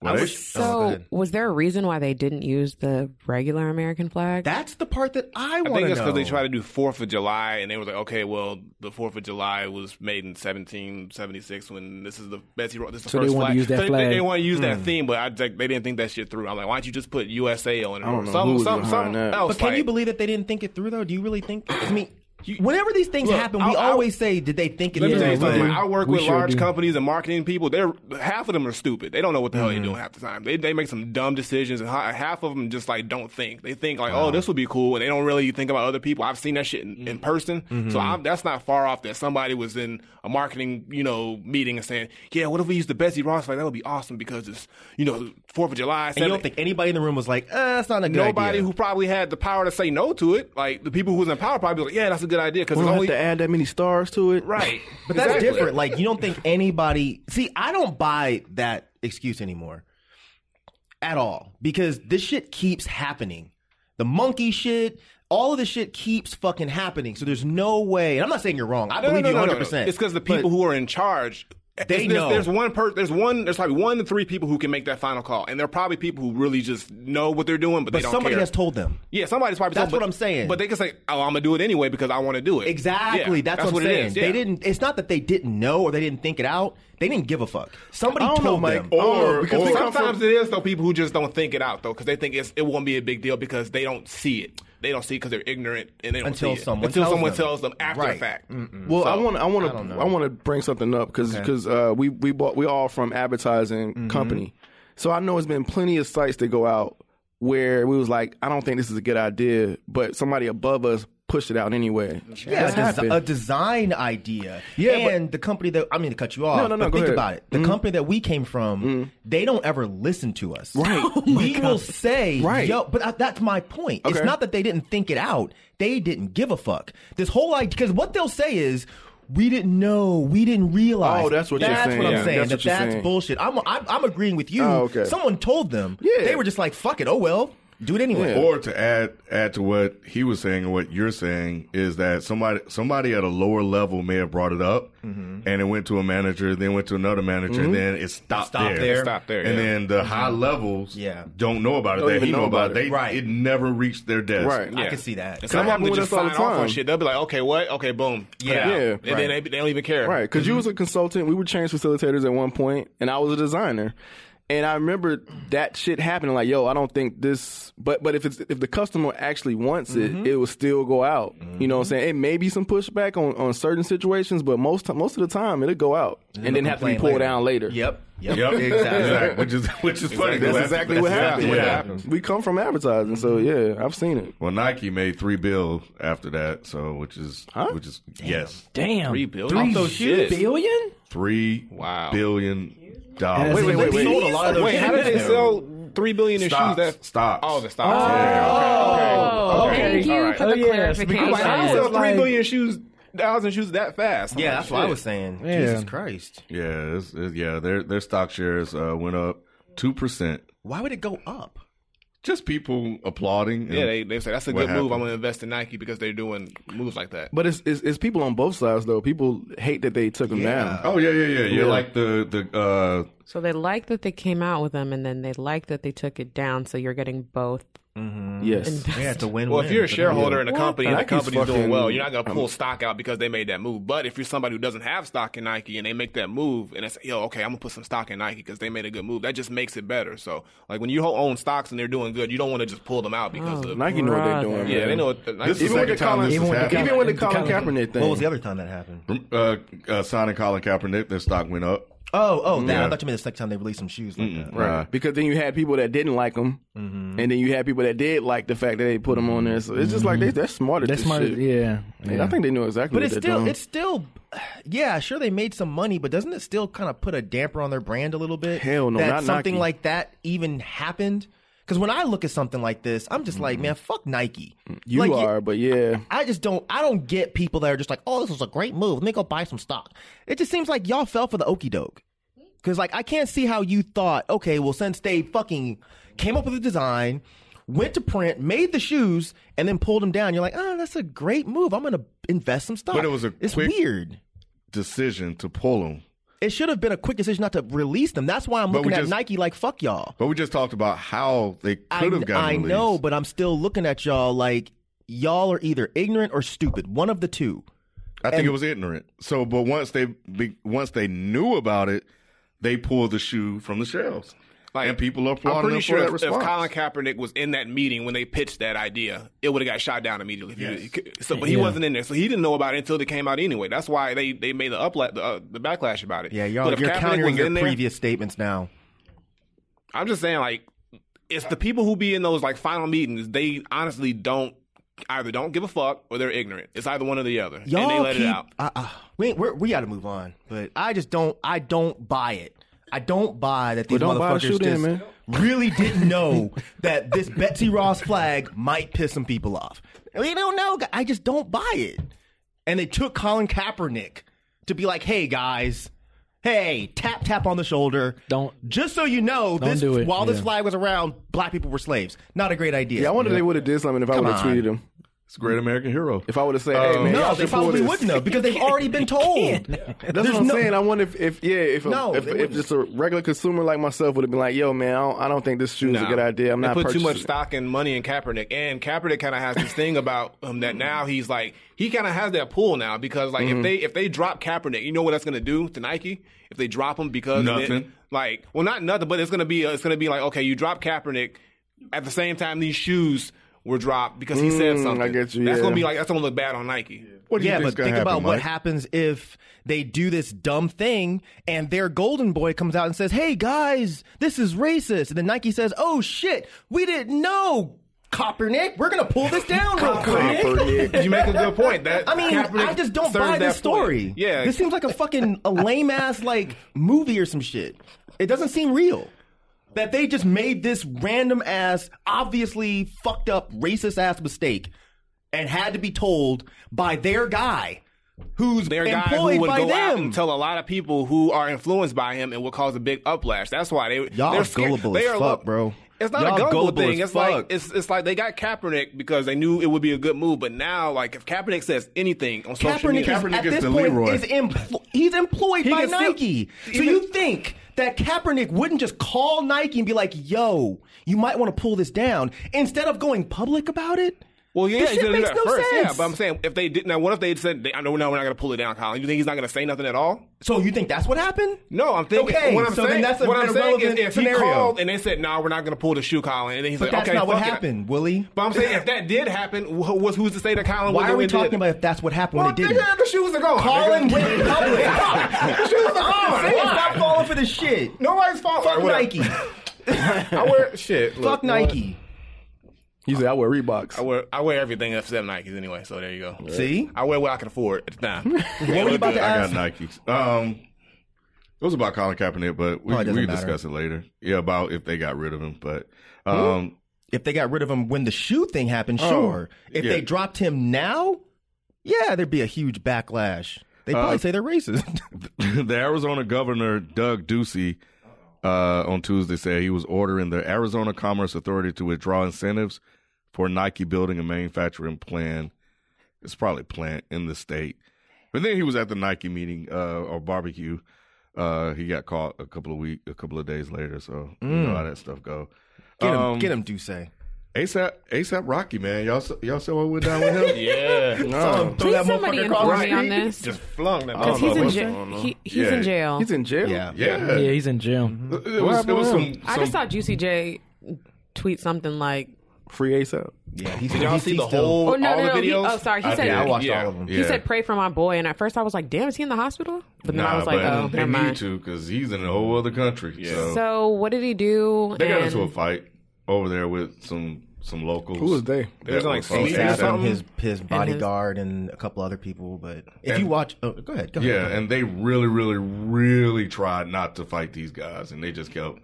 Speaker 3: Well,
Speaker 8: Oh,
Speaker 3: they-
Speaker 9: go
Speaker 6: So,
Speaker 9: ahead.
Speaker 6: was there a reason why they didn't use the regular American flag?
Speaker 9: That's the part that I
Speaker 4: I
Speaker 9: want
Speaker 4: think
Speaker 9: to
Speaker 4: it's
Speaker 9: know.
Speaker 4: because they tried to do Fourth of July, and they was like, okay, well, the Fourth of July was made in 1776 when this is the Betsy. Ross- This is the
Speaker 11: So they
Speaker 4: first
Speaker 11: wanted to
Speaker 4: flag.
Speaker 11: use that
Speaker 4: So they-
Speaker 11: flag.
Speaker 4: They, want to use
Speaker 8: Hmm.
Speaker 4: that theme, but I, think they didn't think that shit through. I'm like, why don't you just put USA on it?
Speaker 8: I don't
Speaker 4: or
Speaker 8: know
Speaker 4: something,
Speaker 8: who was
Speaker 4: something,
Speaker 8: behind
Speaker 4: something
Speaker 8: that.
Speaker 4: else.
Speaker 9: But can you
Speaker 4: like-
Speaker 9: believe that they didn't think it through though? Do you really think? I mean, whenever these things happen, we
Speaker 4: I'll- I'll-
Speaker 9: always say, "Did they think it
Speaker 4: Let
Speaker 9: through?"
Speaker 4: me tell you
Speaker 11: Yeah,
Speaker 4: something.
Speaker 11: we-
Speaker 4: I work
Speaker 11: we
Speaker 4: with
Speaker 11: sure
Speaker 4: large
Speaker 11: do.
Speaker 4: companies and marketing people. They're half of them are stupid. They don't know what the hell
Speaker 9: Mm-hmm.
Speaker 4: they're doing half the time. They they make some dumb decisions, and hi- half of them just like don't think. They think like, oh, this would be cool, and they don't really think about other people. I've seen that shit in,
Speaker 9: Mm-hmm.
Speaker 4: in person, so I'm, that's not far off. That somebody was in a marketing you know meeting and saying, yeah, what if we use the Betsy Ross? Like that would be awesome because it's you know Fourth of July.
Speaker 9: and you
Speaker 4: seven-
Speaker 9: don't think anybody in the room was like, uh, "That's not a good
Speaker 4: Nobody
Speaker 9: idea."
Speaker 4: who probably had the power to say no to it, like the people who was in power, probably was like, yeah, that's a good idea because
Speaker 8: We
Speaker 4: it's
Speaker 8: don't
Speaker 4: only
Speaker 8: have to add that many stars to it,
Speaker 4: right.
Speaker 9: But that's
Speaker 4: Exactly.
Speaker 9: different. Like you don't think anybody see, I don't buy that excuse anymore. At all. Because this shit keeps happening. The monkey shit, all of this shit keeps fucking happening. So there's no way and I'm not saying you're wrong. I
Speaker 4: No, no,
Speaker 9: believe
Speaker 4: no,
Speaker 9: you
Speaker 4: no, no,
Speaker 9: hundred
Speaker 4: no.
Speaker 9: percent.
Speaker 4: It's because the people who are in charge. there's,
Speaker 9: They know.
Speaker 4: There's one per. There's one. There's probably one to three people who can make that final call, and they're probably people who really just know what they're doing, but,
Speaker 9: but
Speaker 4: they don't
Speaker 9: somebody
Speaker 4: care.
Speaker 9: has told them.
Speaker 4: yeah, somebody's probably.
Speaker 9: That's
Speaker 4: told, but-
Speaker 9: what I'm saying.
Speaker 4: But they can say, "Oh, I'm gonna do it anyway because I want to do it."
Speaker 9: Exactly.
Speaker 4: Yeah,
Speaker 9: that's, what, I'm
Speaker 4: it
Speaker 9: saying.
Speaker 4: is, yeah.
Speaker 9: They didn't it's not that they didn't know or they didn't think it out. They didn't give a fuck. Somebody
Speaker 8: I don't
Speaker 9: told
Speaker 8: know, Mike.
Speaker 9: them.
Speaker 8: I don't know,
Speaker 3: Or-
Speaker 8: because they come
Speaker 4: Sometimes
Speaker 8: from-
Speaker 4: it is though people who just don't think it out though because they think it's, it won't be a big deal because they don't see it. They don't see it because they're ignorant and they don't
Speaker 9: Until
Speaker 4: see it.
Speaker 9: someone
Speaker 4: until
Speaker 9: tells
Speaker 4: someone
Speaker 9: them.
Speaker 4: tells them after the
Speaker 9: Right. Mm.
Speaker 4: fact.
Speaker 8: Well, I want I want to I want to bring something up because uh, we we bought we all from advertising company, so I know it's been plenty of sites that go out where we was like, I don't think this is a good idea, but somebody above us pushed it out anyway.
Speaker 9: Yeah,
Speaker 8: That's
Speaker 9: a des-
Speaker 8: happened.
Speaker 9: a design idea.
Speaker 8: Yeah, but-
Speaker 9: and the company that I mean to cut you off.
Speaker 8: no, no,
Speaker 9: but
Speaker 8: go ahead.
Speaker 9: think
Speaker 8: Mm-hmm.
Speaker 9: about it. The company that we came from, they don't ever listen to us. Right. we will say,
Speaker 8: Oh Right.
Speaker 9: Yo, but I, that's my point. It's
Speaker 8: Okay.
Speaker 9: not that they didn't think it out. They didn't give a fuck. This whole idea, because what they'll say is. We didn't know. We didn't realize.
Speaker 8: Oh, that's what you're saying.
Speaker 9: That's what I'm
Speaker 8: Yeah,
Speaker 9: saying.
Speaker 8: that's
Speaker 9: that
Speaker 8: what you're
Speaker 9: that's
Speaker 8: saying.
Speaker 9: bullshit. I'm, I'm I'm agreeing with you.
Speaker 8: Oh, okay.
Speaker 9: Someone told them.
Speaker 8: Yeah.
Speaker 9: They were just like, fuck it. Oh well, do it anyway.
Speaker 8: Yeah.
Speaker 3: Or to add add to what he was saying and what you're saying is that somebody somebody at a lower level may have brought it up, and it went to a manager, then went to another manager, and then it stopped,
Speaker 9: Stopped
Speaker 3: there.
Speaker 9: there. It
Speaker 4: stopped there,
Speaker 3: and
Speaker 4: yeah.
Speaker 3: then the high levels
Speaker 9: Yeah.
Speaker 3: don't know about it.
Speaker 8: Don't
Speaker 3: they
Speaker 8: even
Speaker 3: know about it. They,
Speaker 9: Right.
Speaker 3: It never reached their desk.
Speaker 8: Right.
Speaker 9: I
Speaker 4: Yeah.
Speaker 9: can see that.
Speaker 4: And
Speaker 8: That
Speaker 4: some of them
Speaker 8: happen
Speaker 4: would
Speaker 8: with us
Speaker 4: just
Speaker 8: all
Speaker 4: sign
Speaker 8: the
Speaker 4: off on
Speaker 8: time.
Speaker 4: shit. They'll be like, okay, what? Okay, boom. Put it
Speaker 9: Yeah.
Speaker 4: out.
Speaker 8: Yeah.
Speaker 4: And then they, they don't even care.
Speaker 8: Right,
Speaker 9: Mm-hmm.
Speaker 8: because you was a consultant. We were change facilitators at one point, and I was a designer. And I remember that shit happening. Like, yo, I don't think this. But but if it's if the customer actually wants it,
Speaker 9: Mm-hmm.
Speaker 8: it will still go out. You know what I'm saying? It may be some pushback on, on certain situations, but most ti- most of the time it'll go out and then have to be
Speaker 9: complain
Speaker 8: pulled
Speaker 9: later.
Speaker 8: down later.
Speaker 9: Yep. Yep.
Speaker 3: Yep.
Speaker 9: exactly.
Speaker 3: Exactly. Which is which is funny.
Speaker 8: That's
Speaker 3: though.
Speaker 8: exactly
Speaker 3: That's
Speaker 8: what happened.
Speaker 3: exactly what
Speaker 8: Yeah.
Speaker 3: happened.
Speaker 8: We come from advertising, so
Speaker 9: Mm-hmm.
Speaker 8: yeah, I've seen it.
Speaker 3: Well, Nike made three bill after that, so which is which is yes,
Speaker 11: Damn,
Speaker 4: Three billion? Off those
Speaker 11: shit.
Speaker 4: shoes?
Speaker 11: billion?
Speaker 3: three
Speaker 4: Wow.
Speaker 3: billion dollars.
Speaker 11: Wait, wait,
Speaker 9: They
Speaker 11: wait, wait.
Speaker 9: sold a lot of those
Speaker 4: Wait, how did they
Speaker 9: shoes.
Speaker 4: sell three billion in
Speaker 3: Stocks.
Speaker 4: shoes? That
Speaker 3: Stocks.
Speaker 4: Oh, the stocks.
Speaker 6: Oh, thank you for
Speaker 11: Oh,
Speaker 6: the
Speaker 11: yeah, so we
Speaker 6: clarification.
Speaker 11: can-
Speaker 4: Like, I
Speaker 11: Yeah.
Speaker 4: don't sell
Speaker 11: It's like-
Speaker 4: three billion shoes, thousand shoes that fast. I'm
Speaker 9: Yeah,
Speaker 4: like,
Speaker 9: that's what I
Speaker 4: shit.
Speaker 9: was saying.
Speaker 11: Yeah.
Speaker 9: Jesus Christ.
Speaker 3: Yeah, it's, it, yeah. Their their stock shares uh, went up two percent
Speaker 9: Why would it go up?
Speaker 3: just people applauding.
Speaker 4: Yeah,
Speaker 3: and
Speaker 4: they, they say that's a
Speaker 3: what
Speaker 4: good move. I'm
Speaker 3: happened.
Speaker 4: going to invest in Nike because they're doing moves like that.
Speaker 8: But it's, it's it's people on both sides though. People hate that they took him down.
Speaker 3: Oh yeah, yeah, yeah. You're
Speaker 8: Yeah.
Speaker 3: like the the uh,
Speaker 6: So they like that they came out with them, and then they like that they took it down. So you're getting both.
Speaker 8: Yes.
Speaker 6: Invest-
Speaker 9: Yeah, it's a win.
Speaker 4: Well, if you're a shareholder in a
Speaker 6: What?
Speaker 4: company and the
Speaker 8: Nike's
Speaker 4: company's doing
Speaker 8: fucking-
Speaker 4: well, you're not going to pull stock out because they made that move. But if you're somebody who doesn't have stock in Nike and they make that move and it's, yo, okay, I'm going to put some stock in Nike because they made a good move, that just makes it better. So, like, when you ho- own stocks and they're doing good, you don't want to just pull them out because of.
Speaker 8: Nike know what they're doing.
Speaker 4: Yeah,
Speaker 8: man.
Speaker 4: they know what the Nike
Speaker 3: This is
Speaker 8: Even with the
Speaker 3: second time
Speaker 8: Colin,
Speaker 3: this
Speaker 8: even
Speaker 3: has
Speaker 8: with the,
Speaker 3: happened.
Speaker 8: even with the Colin Kaepernick thing.
Speaker 9: What was the other time that happened?
Speaker 3: uh, uh, signing Colin Kaepernick. Their stock went up.
Speaker 9: Oh, oh, that,
Speaker 3: Yeah.
Speaker 9: I thought you meant the second time they released some shoes like that.
Speaker 3: Right.
Speaker 8: because then you had people that didn't like him,
Speaker 9: Mm-hmm.
Speaker 8: and then you had people that did like the fact that they put him on there. So it's just like
Speaker 9: Mm-hmm.
Speaker 8: they, they're smart at
Speaker 11: That's
Speaker 8: this
Speaker 11: smart.
Speaker 8: shit.
Speaker 11: Yeah,
Speaker 8: And
Speaker 11: yeah.
Speaker 8: I think they know exactly.
Speaker 9: But
Speaker 8: what
Speaker 9: it's
Speaker 8: they're
Speaker 9: still,
Speaker 8: doing.
Speaker 9: it's still, yeah, sure they made some money, but doesn't it still kind of put a damper on their brand a little bit?
Speaker 8: Hell no,
Speaker 9: that
Speaker 8: not
Speaker 9: something
Speaker 8: Nike.
Speaker 9: like that even happened. Because when I look at something like this, I'm just like, man, fuck Nike.
Speaker 8: you
Speaker 9: Like,
Speaker 8: are, but yeah,
Speaker 9: I just don't. I don't get people that are just like, "Oh, this was a great move. Let me go buy some stock." It just seems like y'all fell for the okey doke. Because like I can't see how you thought, okay, well since they fucking came up with a design, went to print, made the shoes, and then pulled them down, you're like, oh, that's a great move. I'm gonna invest some stock.
Speaker 3: But it was a
Speaker 9: it's
Speaker 3: quick-
Speaker 9: weird.
Speaker 3: Decision to pull him.
Speaker 9: It should have been a quick decision not to release them. That's why I'm
Speaker 3: But we
Speaker 9: looking at
Speaker 3: just-
Speaker 9: Nike like fuck y'all.
Speaker 3: But we just talked about how they
Speaker 9: I,
Speaker 3: could have gotten
Speaker 9: I
Speaker 3: released.
Speaker 9: know, but I'm still looking at y'all like y'all are either ignorant or stupid. One of the two.
Speaker 3: I think
Speaker 9: and-
Speaker 3: it was ignorant. So, but once they be, once they knew about it, they pulled the shoe from the shelves,
Speaker 4: Like,
Speaker 3: and people are applauding
Speaker 4: I'm pretty
Speaker 3: them
Speaker 4: sure
Speaker 3: for
Speaker 4: if,
Speaker 3: that
Speaker 4: if
Speaker 3: response.
Speaker 4: Colin Kaepernick was in that meeting when they pitched that idea, it would have got shot down immediately. If you- so, but he wasn't in there, so he didn't know about it until it came out anyway. That's why they, they made the upla- the, uh, the backlash about it.
Speaker 9: Yeah,
Speaker 4: But
Speaker 9: y'all,
Speaker 4: if
Speaker 9: you're
Speaker 4: Kaepernick
Speaker 9: countering
Speaker 4: was
Speaker 9: your
Speaker 4: in there-
Speaker 9: previous statements now.
Speaker 4: I'm just saying, like, it's the people who be in those like final meetings. They honestly don't either don't give a fuck or they're ignorant. It's either one or the other,
Speaker 9: Y'all
Speaker 4: and they let
Speaker 9: keep,
Speaker 4: it out.
Speaker 9: Uh, uh, we we're, we got to move on, but I just don't. I don't buy it. I don't buy that these
Speaker 8: Well, don't buy the
Speaker 9: motherfuckers
Speaker 8: shoe
Speaker 9: just
Speaker 8: then, man.
Speaker 9: really didn't know that this Betsy Ross flag might piss some people off. We don't know. I just don't buy it. And they took Colin Kaepernick to be like, "Hey guys, hey, tap tap on the shoulder.
Speaker 11: Don't-
Speaker 9: just so you know,
Speaker 11: Don't
Speaker 9: this
Speaker 11: do it,
Speaker 9: while this
Speaker 11: yeah.
Speaker 9: flag was around, black people were slaves. Not a great idea.
Speaker 8: yeah. I wonder if they would have did something if I
Speaker 9: Come
Speaker 8: would have
Speaker 9: on. Uh,
Speaker 8: tweeted him.
Speaker 3: It's a great American hero.
Speaker 8: If I would have said, "Hey man,
Speaker 9: no,
Speaker 8: y'all
Speaker 9: they
Speaker 8: should pull
Speaker 9: probably
Speaker 8: this."
Speaker 9: wouldn't have because they've already been told.
Speaker 8: That's what I'm saying. I wonder if, if yeah, if a,
Speaker 9: No,
Speaker 8: if,
Speaker 9: they
Speaker 8: if
Speaker 9: wouldn't.
Speaker 8: just a regular consumer like myself would have been like, "Yo, man, I don't, I don't think this shoe is a
Speaker 4: Nah.
Speaker 8: good idea. I'm
Speaker 4: they
Speaker 8: not
Speaker 4: put too
Speaker 8: purchasing
Speaker 4: much
Speaker 8: it."
Speaker 4: stock and money in Kaepernick, and Kaepernick kind of has this thing about him that now he's like he kind of has that pull now because like
Speaker 8: Mm-hmm.
Speaker 4: if they if they drop Kaepernick, you know what that's going to do to Nike if they drop him because of it?
Speaker 3: Nothing.
Speaker 4: like well not nothing, but it's going to be uh, it's going to be like okay, you drop Kaepernick at the same time these shoes were dropped because he said
Speaker 8: Mm, I
Speaker 4: something.
Speaker 8: get you,
Speaker 4: That's
Speaker 8: yeah.
Speaker 4: going to be like that's going to look bad on Nike.
Speaker 3: What do you
Speaker 9: yeah,
Speaker 3: think's
Speaker 9: but
Speaker 3: gonna
Speaker 9: think
Speaker 3: happen,
Speaker 9: about what
Speaker 3: Mike?
Speaker 9: happens if they do this dumb thing and their golden boy comes out and says, "Hey guys, this is racist," and then Nike says, "Oh shit, we didn't know." Kaepernick, we're gonna pull this down real quick.
Speaker 4: You make a good point. That
Speaker 9: I mean,
Speaker 4: Kaepernick
Speaker 9: I just don't
Speaker 4: serves
Speaker 9: buy
Speaker 4: that
Speaker 9: this story.
Speaker 4: point. Yeah,
Speaker 9: this seems like a fucking a lame ass like movie or some shit. It doesn't seem real. That they just made this random ass, obviously fucked up, racist ass mistake, and had to be told by their guy, who's
Speaker 4: their guy
Speaker 9: employed
Speaker 4: who would
Speaker 9: by
Speaker 4: go out
Speaker 9: them.
Speaker 4: and tell a lot of people who are influenced by him and will cause a big uplash. That's why they
Speaker 9: Y'all
Speaker 4: they're
Speaker 9: are
Speaker 4: scared.
Speaker 9: gullible
Speaker 4: They
Speaker 9: as
Speaker 4: are-
Speaker 9: fuck, bro.
Speaker 4: It's not
Speaker 9: Y'all
Speaker 4: a gullible
Speaker 9: gullible
Speaker 4: thing.
Speaker 9: as
Speaker 4: It's like
Speaker 9: fuck.
Speaker 4: it's it's like they got Kaepernick because they knew it would be a good move, but now like if Kaepernick says anything on social
Speaker 9: Kaepernick,
Speaker 4: media,
Speaker 9: is,
Speaker 3: Kaepernick
Speaker 9: at
Speaker 3: is
Speaker 9: this
Speaker 3: the
Speaker 9: point
Speaker 3: Leroy.
Speaker 9: is empl- he's employed by
Speaker 4: can still-
Speaker 9: Nike. so you think that Kaepernick wouldn't just call Nike and be like, "Yo, you might want to pull this down," instead of going public about it?
Speaker 4: well, yeah,
Speaker 9: this
Speaker 4: he's
Speaker 9: shit
Speaker 4: gonna do
Speaker 9: makes
Speaker 4: that
Speaker 9: no
Speaker 4: first.
Speaker 9: sense.
Speaker 4: Yeah, but I'm saying if they did now, what if they said, they, "I know, no, we're not gonna pull it down, Colin." You think he's not gonna say nothing at all?
Speaker 9: So you think that's what happened?
Speaker 4: No, I'm thinking.
Speaker 9: Okay,
Speaker 4: what I'm
Speaker 9: so
Speaker 4: saying,
Speaker 9: then that's a,
Speaker 4: what I'm
Speaker 9: an
Speaker 4: saying is
Speaker 9: irrelevant
Speaker 4: if
Speaker 9: scenario.
Speaker 4: he called and they said, "No, we're not going to pull the shoe, Colin," and then he's
Speaker 9: but
Speaker 4: like,
Speaker 9: that's
Speaker 4: "Okay,
Speaker 9: not what
Speaker 4: fuck it."
Speaker 9: happened, Willie.
Speaker 4: But I'm saying if that did happen, wh- wh- who's to say that Colin? wouldn't
Speaker 9: Why are we
Speaker 4: have did
Speaker 9: talking
Speaker 4: it?
Speaker 9: about if that's what happened
Speaker 4: Well,
Speaker 9: when it
Speaker 4: nigga,
Speaker 9: didn't?
Speaker 4: the shoes are gone.
Speaker 9: Colin
Speaker 4: nigga.
Speaker 9: went public.
Speaker 4: The shoes are gone.
Speaker 9: Say it,
Speaker 4: Why?
Speaker 9: Stop falling for this shit.
Speaker 4: Nobody's fault.
Speaker 9: Fuck
Speaker 4: All right,
Speaker 9: Nike.
Speaker 4: whatever. I wear shit.
Speaker 9: Fuck Nike.
Speaker 8: He said, "I wear Reeboks."
Speaker 4: I wear I wear everything except Nikes anyway. So there you go.
Speaker 9: See?
Speaker 4: I wear what I can afford at the time.
Speaker 9: What were you about to
Speaker 3: I got
Speaker 9: ask?
Speaker 3: Nikes. Um, it was about Colin Kaepernick, but we,
Speaker 9: Oh, it doesn't
Speaker 3: we can
Speaker 9: matter.
Speaker 3: discuss it later. Yeah, about if they got rid of him, but um,
Speaker 9: if they got rid of him when the shoe thing happened, sure. If
Speaker 3: yeah.
Speaker 9: they dropped him now, yeah, there'd be a huge backlash. They probably say they're racist.
Speaker 3: the Arizona governor Doug Ducey uh, uh, on Tuesday said he was ordering the Arizona Commerce Authority to withdraw incentives for Nike building a manufacturing plant. It's probably plant in the state. But then he was at the Nike meeting uh, or barbecue. Uh, he got caught a couple of week, a couple of days later. So you know
Speaker 9: Mm.
Speaker 3: how that stuff go.
Speaker 9: Get him,
Speaker 3: Um,
Speaker 9: get him, Duce.
Speaker 3: ASAP, ASAP Rocky, man. Y'all, s- y'all saw what went down with him? yeah.
Speaker 9: No.
Speaker 6: Please somebody inform me on this.
Speaker 4: Just flung that.
Speaker 6: Because he's, in, jail. he, he's
Speaker 3: Yeah.
Speaker 6: in jail.
Speaker 8: He's in jail.
Speaker 9: Yeah.
Speaker 3: Yeah.
Speaker 11: Yeah, he's in jail.
Speaker 4: Mm-hmm.
Speaker 3: It was, it was some,
Speaker 6: I just saw Juicy J tweet something like,
Speaker 8: Free ASAP.
Speaker 9: Yeah, he's,
Speaker 4: Did y'all
Speaker 9: he's,
Speaker 4: see
Speaker 9: he's
Speaker 4: the
Speaker 9: still-
Speaker 4: whole
Speaker 6: "Oh no,
Speaker 4: all
Speaker 6: no,
Speaker 4: the
Speaker 6: no."
Speaker 4: videos?
Speaker 6: He, oh, sorry, he
Speaker 9: I
Speaker 6: said
Speaker 9: did. I watched
Speaker 4: yeah.
Speaker 9: all of them.
Speaker 6: he said pray for my boy, and at first I was like, damn, is he in the hospital? But then
Speaker 3: Nah,
Speaker 6: I was like,
Speaker 3: but
Speaker 6: oh,
Speaker 3: they
Speaker 6: never
Speaker 3: need
Speaker 6: mind.
Speaker 3: to because he's in a whole other country. So,
Speaker 6: So what did he do?
Speaker 3: they got
Speaker 6: And-
Speaker 3: into a fight over there with some some locals.
Speaker 8: Who was they?
Speaker 3: That
Speaker 4: was, like,
Speaker 3: from
Speaker 4: sleazy or
Speaker 9: Adam,
Speaker 3: Adam.
Speaker 4: something?
Speaker 9: his his bodyguard and a couple other people. But if
Speaker 3: And-
Speaker 9: you watch, oh, go ahead, go ahead.
Speaker 3: Yeah, and they really, really, really tried not to fight these guys, and they just kept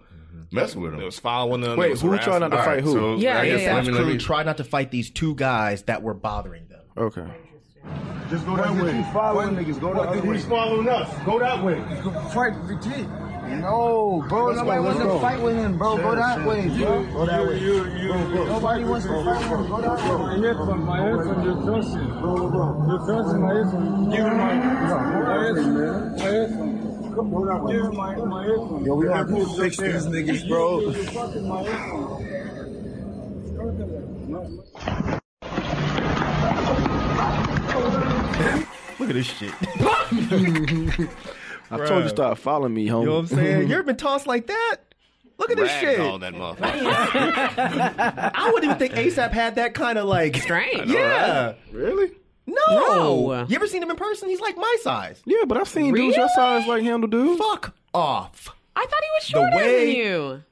Speaker 3: messing with them.
Speaker 4: It Mm-hmm. was following them.
Speaker 8: Wait,
Speaker 4: it was
Speaker 8: who tried not to
Speaker 3: All
Speaker 8: fight
Speaker 3: right,
Speaker 8: who?
Speaker 3: so
Speaker 6: Yeah,
Speaker 3: I
Speaker 6: yeah,
Speaker 3: guess
Speaker 6: yeah.
Speaker 3: Let me, let
Speaker 9: crew
Speaker 3: me,
Speaker 9: tried not to fight these two guys that were bothering them.
Speaker 8: Okay.
Speaker 12: Just go that way. Following niggas, go that way. He's following us. Go that way. Fight retreat. No, bro, nobody wants to fight with him, bro. go that way, bro. Go that way. You, you, nobody wants to fight with him. Go that way. My headphone, my headphone, you're cursing. Bro, bro, you're cursing my headphone. Give him my headphone. My headphone. Go that way. Give him my, my headphone. Yo, we have to fix these niggas, bro. My headphone.
Speaker 9: Look at this shit.
Speaker 8: I told you to stop following me, homie.
Speaker 9: You know what I'm saying? you ever been tossed like that? Look at this shit.
Speaker 4: Ragdoll that motherfucker.
Speaker 9: I wouldn't even think ASAP had that kind of like
Speaker 6: Strange.
Speaker 9: Yeah.
Speaker 8: really?
Speaker 9: No.
Speaker 6: No.
Speaker 9: You ever seen him in person? He's like my size.
Speaker 8: Yeah, but I've seen dudes your size like handle dudes.
Speaker 9: Fuck off.
Speaker 6: I thought he was shorter
Speaker 9: way-
Speaker 6: than you.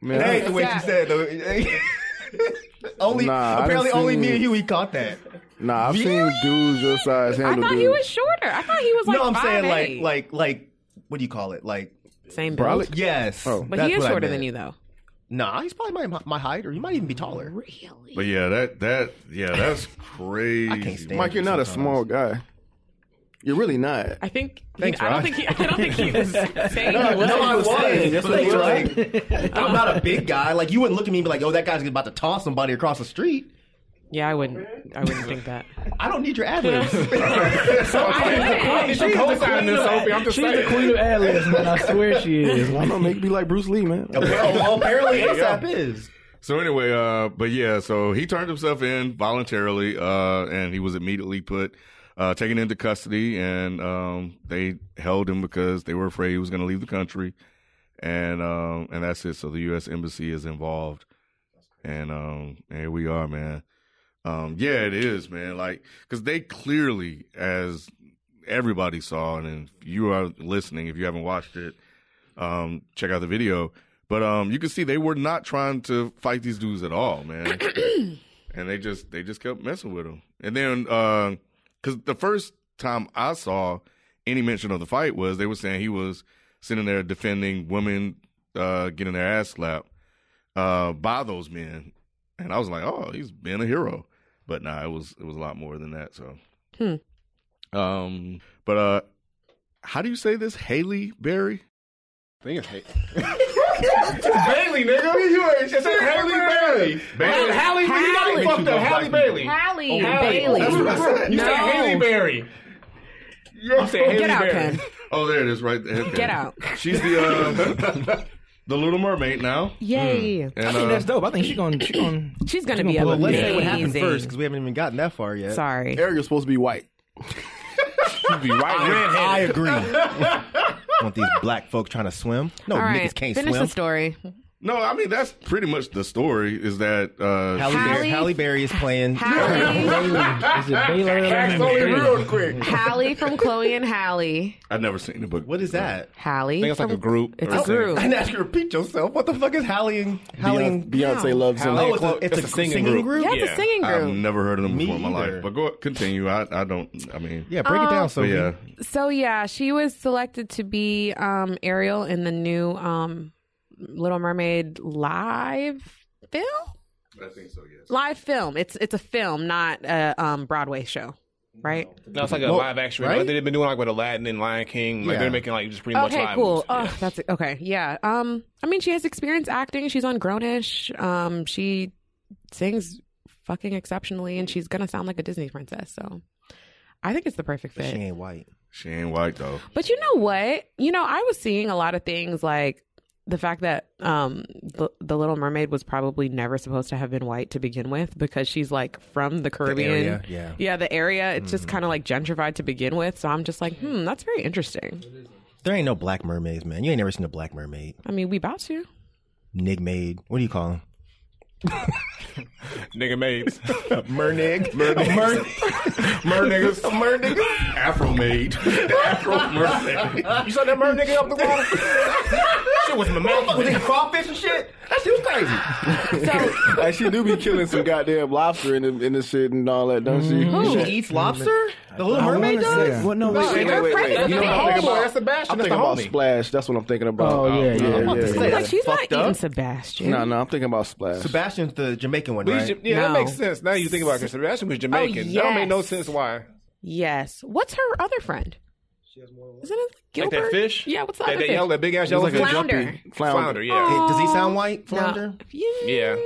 Speaker 8: Man,
Speaker 9: That ain't the way
Speaker 6: Yeah.
Speaker 9: she said though. only
Speaker 8: Nah, I
Speaker 9: apparently
Speaker 8: done
Speaker 9: only
Speaker 8: seen-
Speaker 9: me and Huey caught that.
Speaker 8: Nah, I've
Speaker 9: Really?
Speaker 8: seen dudes your size
Speaker 6: I
Speaker 8: handle
Speaker 6: thought
Speaker 8: dudes.
Speaker 6: he was shorter. I thought he was like
Speaker 9: no, I'm saying
Speaker 6: 5'8".
Speaker 9: like like like what do you call it? Like
Speaker 6: same
Speaker 8: Probably-
Speaker 6: build.
Speaker 9: yes.
Speaker 8: Oh.
Speaker 6: But
Speaker 9: that's
Speaker 6: he is
Speaker 9: what I
Speaker 6: shorter
Speaker 9: meant.
Speaker 6: than you though.
Speaker 9: Nah, he's probably my my height, or you might even be taller. Really?
Speaker 3: but yeah, that that yeah, that's crazy.
Speaker 9: I can't stand
Speaker 8: Mike, you're not a small guy. You're really not.
Speaker 6: I think.
Speaker 9: Thanks,
Speaker 6: he, I don't
Speaker 9: Rod.
Speaker 6: think he. I don't think he was saying he was.
Speaker 9: No, I was.
Speaker 8: That's
Speaker 9: but
Speaker 8: what he
Speaker 9: like, I'm not a big guy. Like you wouldn't look at me and be like, "Oh, that guy's about to toss somebody across the street."
Speaker 6: Yeah, I wouldn't. I wouldn't think that.
Speaker 9: I don't need your ad libs.
Speaker 11: She's the queen of- She's the queen of ad libs, man. I swear she is.
Speaker 8: Why don't make me like Bruce Lee, man?
Speaker 9: well, apparently ASAP is.
Speaker 3: So anyway, uh, but yeah, so he turned himself in voluntarily, uh, and he was immediately put, uh, taken into custody, and um, they held him because they were afraid he was going to leave the country, and um, and that's it. So the U.S. embassy is involved, and um, and here we are, man. Um, yeah, it is, man. Like, because they clearly, as everybody saw, and if you are listening, if you haven't watched it, um, check out the video. But um, you can see they were not trying to fight these dudes at all, man. and they just they just kept messing with them. And then because the first time I saw any mention of the fight was they were saying he was sitting there defending women uh, getting their ass slapped uh, by those men, and I was like, oh, he's being a hero. But nah, it was it was a lot more than that. So, um, but uh, how do you say this, Haley Berry?
Speaker 4: I think it's Bailey, nigga. You ain't it's Haley Bailey. Bailey. Halle, Halle, you got it fucked up. Halle Bailey.
Speaker 3: Oh,
Speaker 2: Hallie
Speaker 4: That's what
Speaker 2: Bailey.
Speaker 4: I said. You said Haley Berry. You said Haley
Speaker 6: Get out,
Speaker 4: Berry.
Speaker 6: Ken.
Speaker 3: Oh, there it is, right there. Okay.
Speaker 6: Get out.
Speaker 3: She's the uh, the Little Mermaid now.
Speaker 6: Yay.
Speaker 3: And,
Speaker 11: I think
Speaker 3: uh,
Speaker 11: that's dope. I think she's gonna she gonna
Speaker 6: She's gonna
Speaker 11: she
Speaker 6: be
Speaker 11: pull
Speaker 6: able
Speaker 11: up.
Speaker 6: to
Speaker 9: Let's
Speaker 11: Yeah.
Speaker 9: say what happened
Speaker 6: Amazing.
Speaker 9: first because we haven't even gotten that far yet.
Speaker 6: Sorry.
Speaker 8: Ariel's supposed to be white.
Speaker 4: You be right redhead.
Speaker 9: I agree. Want these black folk trying to swim? No,
Speaker 6: All right.
Speaker 9: niggas can't
Speaker 6: Finish
Speaker 9: swim.
Speaker 6: the story.
Speaker 3: no, I mean that's pretty much the story. Is that uh,
Speaker 9: Halle,
Speaker 6: Halle-
Speaker 9: Berry, Halle Berry is playing.
Speaker 6: Hallie.
Speaker 11: Is it Baylor?
Speaker 4: That's only real quick. I
Speaker 6: Hallie from Chloe and Hallie.
Speaker 3: I've never seen it, but
Speaker 9: What is that?
Speaker 6: Hallie.
Speaker 4: think it's like
Speaker 6: from-
Speaker 4: a group.
Speaker 6: It's
Speaker 4: or
Speaker 6: a
Speaker 4: singer.
Speaker 6: group.
Speaker 9: I asked you to repeat yourself. What the fuck is Halle and Halle?
Speaker 8: Beyonce,
Speaker 9: and-
Speaker 8: Beyonce loves him.
Speaker 9: Oh,
Speaker 4: Halle-
Speaker 9: it's a,
Speaker 4: It's
Speaker 9: it's a
Speaker 4: a singing
Speaker 9: singing,
Speaker 4: group.
Speaker 9: group.
Speaker 6: Yeah, it's a
Speaker 4: Yeah.
Speaker 6: singing
Speaker 3: I've
Speaker 6: group.
Speaker 3: never heard of them
Speaker 9: Me
Speaker 3: before in my
Speaker 9: either.
Speaker 3: life. But go continue. I I don't. I mean,
Speaker 9: Yeah, break it
Speaker 6: Oh.
Speaker 9: down. So
Speaker 3: but yeah.
Speaker 6: So yeah, she was selected to be um, Ariel in the new um, Little Mermaid live film.
Speaker 3: I think so. Yes.
Speaker 6: Live film. It's it's a film, not a um, Broadway show. right?
Speaker 4: No, it's like a
Speaker 6: Well,
Speaker 4: live action.
Speaker 6: right?
Speaker 4: Like they've been doing like with Aladdin and Lion King. Like
Speaker 6: Yeah.
Speaker 4: they're making like just pretty much
Speaker 6: okay,
Speaker 4: live.
Speaker 6: cool.
Speaker 4: ones.
Speaker 6: Oh, that's okay. Yeah. Um, I mean, she has experience acting. She's on Grownish. Um, she sings fucking exceptionally, and she's gonna sound like a Disney princess. So, I think it's the perfect fit.
Speaker 3: ain't
Speaker 9: white.
Speaker 3: She ain't white though.
Speaker 6: But you know what? You know, I was seeing a lot of things like the fact that um the, the Little Mermaid was probably never supposed to have been white to begin with because she's like from the Caribbean.
Speaker 9: area, yeah.
Speaker 6: Yeah, the area. It's just kind of like gentrified to begin with. So I'm just like, hmm, that's very interesting.
Speaker 9: There ain't no black mermaids, man. You ain't never seen a black mermaid.
Speaker 6: I mean, we about to.
Speaker 9: Nig maid. What do you call them?
Speaker 4: Nigga maids.
Speaker 9: Mernig.
Speaker 4: Mernig. Mer niggas.
Speaker 8: Mer niggas.
Speaker 3: Afro maid.
Speaker 7: you saw that mer nigga up the water? shit was my mouth. Was it crawfish and shit? That shit was crazy.
Speaker 8: like she do be killing some goddamn lobster in the, in the shit and all that, don't she?
Speaker 9: Mm-hmm.
Speaker 7: Who? She eats lobster? The Little Mermaid does?
Speaker 8: Well, no,
Speaker 7: No,
Speaker 8: wait, wait, wait, wait,
Speaker 7: that's
Speaker 8: You know
Speaker 7: the
Speaker 8: what I'm
Speaker 7: homeboy,
Speaker 8: thinking about?
Speaker 7: that's Sebastian,
Speaker 8: I'm
Speaker 7: that's the
Speaker 8: thinking about
Speaker 7: homie.
Speaker 8: Splash. That's what I'm thinking about. Oh yeah, yeah,
Speaker 9: about to
Speaker 8: yeah.
Speaker 9: say, like, she's not Fucked
Speaker 6: eating Sebastian.
Speaker 8: No, no, I'm thinking about Splash.
Speaker 9: Sebastian's the Jamaican one,
Speaker 4: But
Speaker 9: right?
Speaker 4: he's Ja- yeah, that makes sense. Now you think about it. 'cause Sebastian was Jamaican. That don't make no
Speaker 6: Oh, yes.
Speaker 4: sense why.
Speaker 6: Yes. What's her other friend? Isn't it
Speaker 4: Like
Speaker 6: Gilbert?
Speaker 4: that fish?
Speaker 6: Yeah, what's the
Speaker 4: that?
Speaker 6: other
Speaker 4: That,
Speaker 6: fish?
Speaker 4: yellow, that big ass
Speaker 6: It was like
Speaker 4: yellow
Speaker 6: a
Speaker 4: fish?
Speaker 6: Flounder. Oh. jumpy-
Speaker 4: Flounder. yeah.
Speaker 9: Hey, does he sound white,
Speaker 6: Uh,
Speaker 9: Flounder?
Speaker 4: Yeah.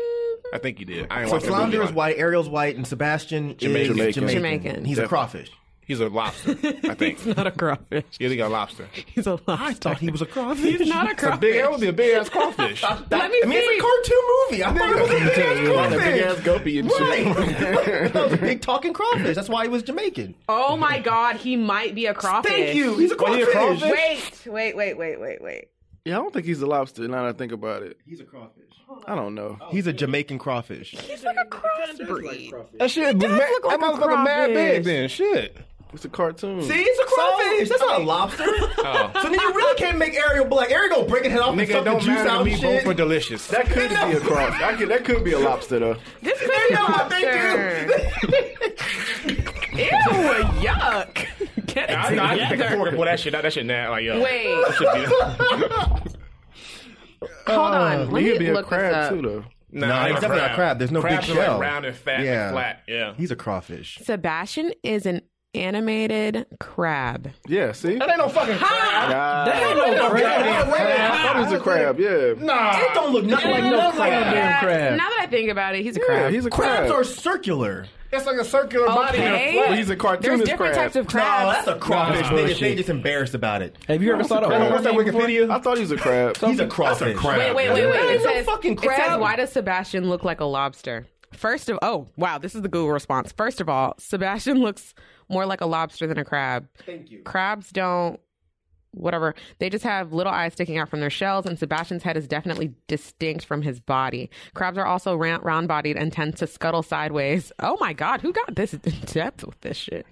Speaker 4: I think he did. I ain't
Speaker 9: So
Speaker 4: watched that movie.
Speaker 9: Flounder is white, Ariel's white, and Sebastian
Speaker 4: Jamaican.
Speaker 9: is Jamaican.
Speaker 6: Jamaican.
Speaker 9: He's
Speaker 4: Definitely.
Speaker 9: a crawfish.
Speaker 4: He's a lobster, I think. He's
Speaker 6: not a crawfish.
Speaker 4: Yeah, he got a lobster.
Speaker 6: He's a lobster.
Speaker 9: I thought he was a crawfish.
Speaker 6: He's not a
Speaker 4: It's a big, that would be a big ass crawfish.
Speaker 6: Let me
Speaker 9: I mean,
Speaker 6: see.
Speaker 9: it's a cartoon movie. I thought it was a big ass crawfish.
Speaker 8: Big ass guppy and shit.
Speaker 9: Right. I thought it was a big talking crawfish. That's why he was Jamaican.
Speaker 6: Oh my God, he might be a crawfish.
Speaker 9: Thank you. He's a
Speaker 8: Was he a
Speaker 9: crawfish.
Speaker 8: crawfish?
Speaker 6: Wait, wait, wait, wait, wait, wait.
Speaker 8: Yeah, I don't think he's a lobster. Now that I think about it,
Speaker 7: He's a crawfish.
Speaker 8: I don't know.
Speaker 9: He's a Jamaican crawfish.
Speaker 6: He's like a crossbreed.
Speaker 4: That shit, was ma-
Speaker 6: look like
Speaker 4: that
Speaker 6: a
Speaker 4: motherfucker mad
Speaker 6: crawfish.
Speaker 4: big then. Shit.
Speaker 8: It's a cartoon.
Speaker 9: See, it's a crawfish. Oh, That's not a lobster.
Speaker 4: Oh.
Speaker 9: So then you really can't make Ariel black. Ariel gonna break his head off and
Speaker 4: Nigga,
Speaker 9: suck
Speaker 4: it
Speaker 9: the
Speaker 4: don't
Speaker 9: juice
Speaker 4: matter
Speaker 9: out
Speaker 4: to
Speaker 9: and
Speaker 4: me.
Speaker 9: shit.
Speaker 4: Both are delicious.
Speaker 8: That could be a crawfish. That could, that could be a lobster though.
Speaker 6: This is a lobster. Ew, yuck. Get it
Speaker 4: I, I, I take a
Speaker 6: together.
Speaker 4: fork and pull that shit out. That shit now. Like, yo.
Speaker 6: Wait.
Speaker 4: That shit be-
Speaker 6: Hold on. Let
Speaker 8: he
Speaker 6: me
Speaker 8: could Uh, be a
Speaker 6: look this
Speaker 8: crab
Speaker 6: up.
Speaker 8: too though.
Speaker 4: Nah,
Speaker 9: No,
Speaker 4: ain't
Speaker 9: he's definitely not a crab. There's no
Speaker 4: Crabs
Speaker 9: big
Speaker 4: are
Speaker 9: shell.
Speaker 4: Like round and fat
Speaker 9: Yeah.
Speaker 4: and flat. Yeah.
Speaker 9: He's a crawfish.
Speaker 6: Sebastian is an animated crab.
Speaker 8: Yeah, see. Ah,
Speaker 4: That ain't no fucking crab.
Speaker 8: Nah.
Speaker 9: Wait, wait, wait.
Speaker 8: I thought it was a crab. Yeah.
Speaker 4: Nah.
Speaker 9: It don't look nothing like no crab.
Speaker 6: Crab. Now that I think about it, he's a
Speaker 8: Yeah,
Speaker 6: crab.
Speaker 8: he's a crab.
Speaker 9: Crabs are circular.
Speaker 4: It's like a circular body. and a
Speaker 6: Okay.
Speaker 4: flat.
Speaker 8: Well, he's a cartoonist
Speaker 6: There's different
Speaker 8: crab.
Speaker 6: types of
Speaker 9: No,
Speaker 6: crabs.
Speaker 9: that's a crawfish.
Speaker 4: Nah.
Speaker 9: They, they just embarrassed about it.
Speaker 11: Have you ever saw the
Speaker 8: crab.
Speaker 11: horror?
Speaker 4: What's that Wikipedia?
Speaker 8: I thought he was a crab.
Speaker 9: He's a crawfish.
Speaker 6: Wait, wait, wait, wait.
Speaker 9: That
Speaker 6: It
Speaker 9: ain't no
Speaker 6: says,
Speaker 9: fucking crab.
Speaker 6: it says, why does Sebastian look like a lobster? First of oh wow, this is the Google response. First of all, Sebastian looks more like a lobster than a crab. Thank you. Crabs don't whatever. They just have little eyes sticking out from their shells, and Sebastian's head is definitely distinct from his body. Crabs are also round round bodied and tend to scuttle sideways. Oh my god, who got this in depth with this shit?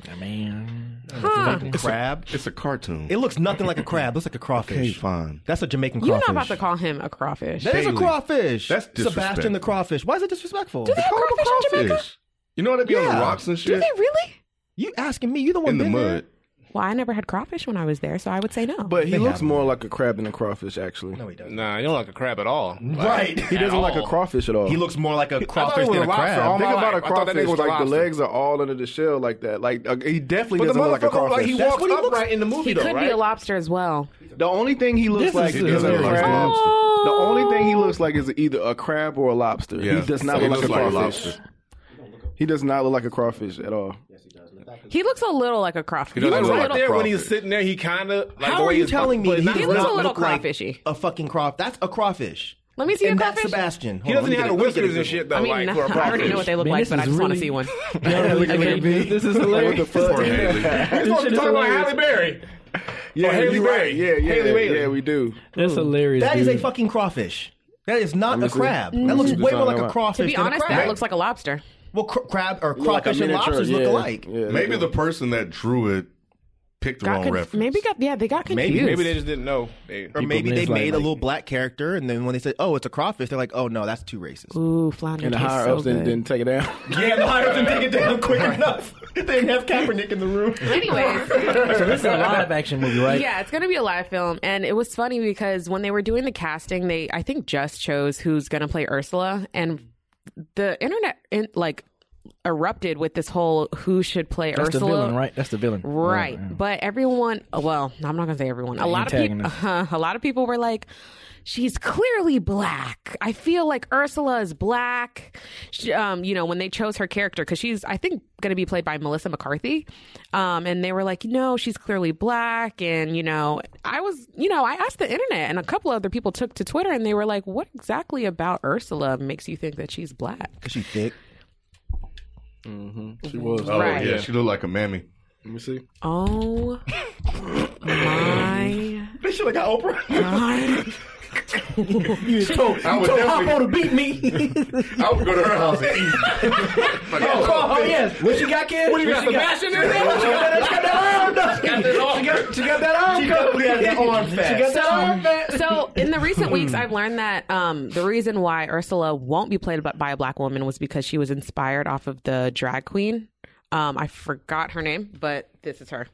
Speaker 9: crab.
Speaker 3: It's a cartoon.
Speaker 9: It looks nothing like a crab. It looks like a
Speaker 3: okay,
Speaker 9: crawfish.
Speaker 3: fine.
Speaker 9: That's a Jamaican
Speaker 6: You're
Speaker 9: crawfish.
Speaker 6: not about to call him a crawfish.
Speaker 9: That is a
Speaker 3: Bailey.
Speaker 9: crawfish.
Speaker 3: That's
Speaker 9: Sebastian
Speaker 3: disrespectful.
Speaker 9: the crawfish. Why is it disrespectful?
Speaker 6: Do they have
Speaker 3: Call him a
Speaker 6: crawfish, in Jamaica?
Speaker 3: crawfish. You know they be on
Speaker 9: Yeah.
Speaker 3: the rocks and
Speaker 6: Do
Speaker 3: shit
Speaker 6: they really?
Speaker 9: You asking me? You the one
Speaker 3: in the
Speaker 9: been there?
Speaker 3: mud.
Speaker 6: Well, I never had crawfish when I was there, so I would say no.
Speaker 8: But he
Speaker 9: They
Speaker 8: looks
Speaker 9: have them.
Speaker 8: more like a crab than a crawfish, actually.
Speaker 9: No, he doesn't.
Speaker 4: Nah, you don't like a crab at all.
Speaker 9: Right.
Speaker 8: He doesn't
Speaker 4: At
Speaker 8: like a
Speaker 4: all.
Speaker 8: crawfish at all.
Speaker 9: He looks more like a crawfish
Speaker 4: was
Speaker 9: than
Speaker 4: a
Speaker 9: a
Speaker 4: lobster.
Speaker 9: crab.
Speaker 4: All my
Speaker 8: Think about
Speaker 4: life.
Speaker 8: a
Speaker 4: I thought that nigga
Speaker 8: crawfish.
Speaker 4: was a
Speaker 8: Like the
Speaker 4: lobster.
Speaker 8: legs are all under the shell like that. Like uh, he definitely
Speaker 4: But the
Speaker 8: doesn't look like a
Speaker 4: motherfucker look
Speaker 8: crawfish.
Speaker 4: like he
Speaker 8: That's
Speaker 4: walks
Speaker 8: what he
Speaker 4: up
Speaker 8: looks
Speaker 4: right in the movie
Speaker 6: he
Speaker 4: though,
Speaker 6: could be
Speaker 4: right?
Speaker 6: a lobster as well.
Speaker 8: The only thing he looks
Speaker 9: This
Speaker 8: like
Speaker 9: is
Speaker 8: is a
Speaker 9: hilarious.
Speaker 8: crab.
Speaker 6: Oh.
Speaker 8: The only thing he looks like is either a crab or a lobster.
Speaker 3: Yeah.
Speaker 8: He does not
Speaker 3: So he
Speaker 8: look
Speaker 3: looks
Speaker 8: like a
Speaker 3: like a
Speaker 8: crawfish.
Speaker 3: lobster.
Speaker 8: He does not look like a crawfish at all.
Speaker 6: He looks a little like a crawfish.
Speaker 3: He
Speaker 4: Like
Speaker 3: doesn't
Speaker 6: looks
Speaker 3: look
Speaker 6: a
Speaker 3: like
Speaker 4: right
Speaker 3: a
Speaker 6: little-
Speaker 4: there when he's
Speaker 3: crawfish.
Speaker 4: sitting there, he kind of. Like, the
Speaker 9: How
Speaker 4: way
Speaker 9: are you
Speaker 4: he's-
Speaker 9: telling me
Speaker 4: but
Speaker 9: he
Speaker 4: not
Speaker 9: does
Speaker 6: He looks a
Speaker 9: not
Speaker 6: little
Speaker 9: look like
Speaker 6: crawfishy.
Speaker 9: a fucking crawfish? That's a crawfish.
Speaker 6: Let me see a
Speaker 9: and that's
Speaker 6: crawfish.
Speaker 9: Sebastian.
Speaker 4: He
Speaker 9: Hold on,
Speaker 4: doesn't even have the
Speaker 9: let me get a-
Speaker 4: whiskers
Speaker 9: let me
Speaker 4: and
Speaker 9: get a
Speaker 4: shit
Speaker 6: I
Speaker 4: though.
Speaker 6: mean,
Speaker 4: Like
Speaker 6: I
Speaker 4: for a
Speaker 6: already know what
Speaker 4: crawfish.
Speaker 6: they look
Speaker 11: Man,
Speaker 6: like,
Speaker 11: this
Speaker 6: but I
Speaker 11: is
Speaker 6: just want to
Speaker 11: really-
Speaker 6: see one.
Speaker 11: Yeah, look at
Speaker 6: Okay.
Speaker 11: me. This is hilarious.
Speaker 3: Poor Haley.
Speaker 4: You're supposed to
Speaker 11: This
Speaker 4: talk
Speaker 11: shit
Speaker 4: about
Speaker 11: is
Speaker 4: Halle Berry.
Speaker 8: Yeah,
Speaker 4: Haley
Speaker 8: you're right.
Speaker 4: Bailey.
Speaker 8: Yeah, yeah,
Speaker 4: Haley Bailey.
Speaker 8: yeah. We do.
Speaker 11: That's hilarious.
Speaker 9: That is a
Speaker 11: dude.
Speaker 9: fucking crawfish. That is not
Speaker 8: me
Speaker 9: a
Speaker 8: see.
Speaker 9: crab.
Speaker 8: Mm.
Speaker 9: That looks way more
Speaker 8: Design
Speaker 9: like
Speaker 8: them
Speaker 9: a
Speaker 8: out.
Speaker 9: crawfish.
Speaker 6: To be
Speaker 9: than a
Speaker 6: honest,
Speaker 9: crab.
Speaker 6: that looks like a lobster.
Speaker 9: well, cr- crab or
Speaker 8: Like a
Speaker 9: crawfish and
Speaker 8: miniature,
Speaker 9: lobsters
Speaker 8: yeah.
Speaker 9: look alike.
Speaker 8: Yeah, they
Speaker 3: Maybe
Speaker 8: do.
Speaker 3: the person that drew it picked the
Speaker 6: Got
Speaker 3: wrong
Speaker 6: conf-
Speaker 3: reference.
Speaker 6: maybe got yeah, they got confused.
Speaker 4: Maybe they just didn't know. They-
Speaker 9: Or maybe they
Speaker 11: miss, like-
Speaker 9: made a little black character, and then when they said, "Oh, it's a crawfish," they're like, "Oh no, that's too racist."
Speaker 6: Ooh, flounder
Speaker 8: And the
Speaker 6: tastes
Speaker 8: higher
Speaker 6: so
Speaker 8: ups didn't,
Speaker 6: good.
Speaker 8: didn't take it down.
Speaker 9: Yeah, the higher didn't take it down quick enough. they didn't have Kaepernick in the room.
Speaker 6: Anyways,
Speaker 11: So this is a live action movie, right?
Speaker 6: yeah, it's gonna be a live film, and it was funny because when they were doing the casting, they I think just chose who's gonna play Ursula, and the internet in, like erupted with this whole who should play
Speaker 2: That's
Speaker 6: Ursula.
Speaker 2: the villain, right? That's the villain.
Speaker 6: Right. But everyone, uh, well, I'm not gonna say everyone. A lot of people,
Speaker 2: antagonist.
Speaker 6: a lot of people were like, "She's clearly black." I feel like Ursula is black. She, um, you know, when they chose her character, because she's, I think, gonna be played by Melissa McCarthy. Um, and they were like, "No, she's clearly black." And you know, I was, you know, I asked the internet, and a couple other people took to Twitter, and they were like, "What exactly about Ursula makes you think that she's black?"
Speaker 9: Because she's thick.
Speaker 8: Mm-hmm.
Speaker 6: She was.
Speaker 3: Oh,
Speaker 6: Right.
Speaker 3: yeah. She looked like a mammy.
Speaker 8: Let me see.
Speaker 6: Oh my!
Speaker 7: They should have got Oprah.
Speaker 5: You told, you
Speaker 7: I would
Speaker 5: told Hoppo to
Speaker 7: definitely-
Speaker 5: beat me.
Speaker 7: I would go to her house and eat.
Speaker 5: oh, oh, yes. What you got, kid?
Speaker 7: What you got, Sebastian in there?
Speaker 5: She got that, she got that arm, though.
Speaker 7: She got that arm.
Speaker 5: She got, she got that arm.
Speaker 7: She definitely has that arm
Speaker 5: She
Speaker 7: fat.
Speaker 5: got that arm fat.
Speaker 6: So in the recent weeks, I've learned that um, the reason why Ursula won't be played by- by a black woman was because she was inspired off of the drag queen. Um, I forgot her name, but this is her.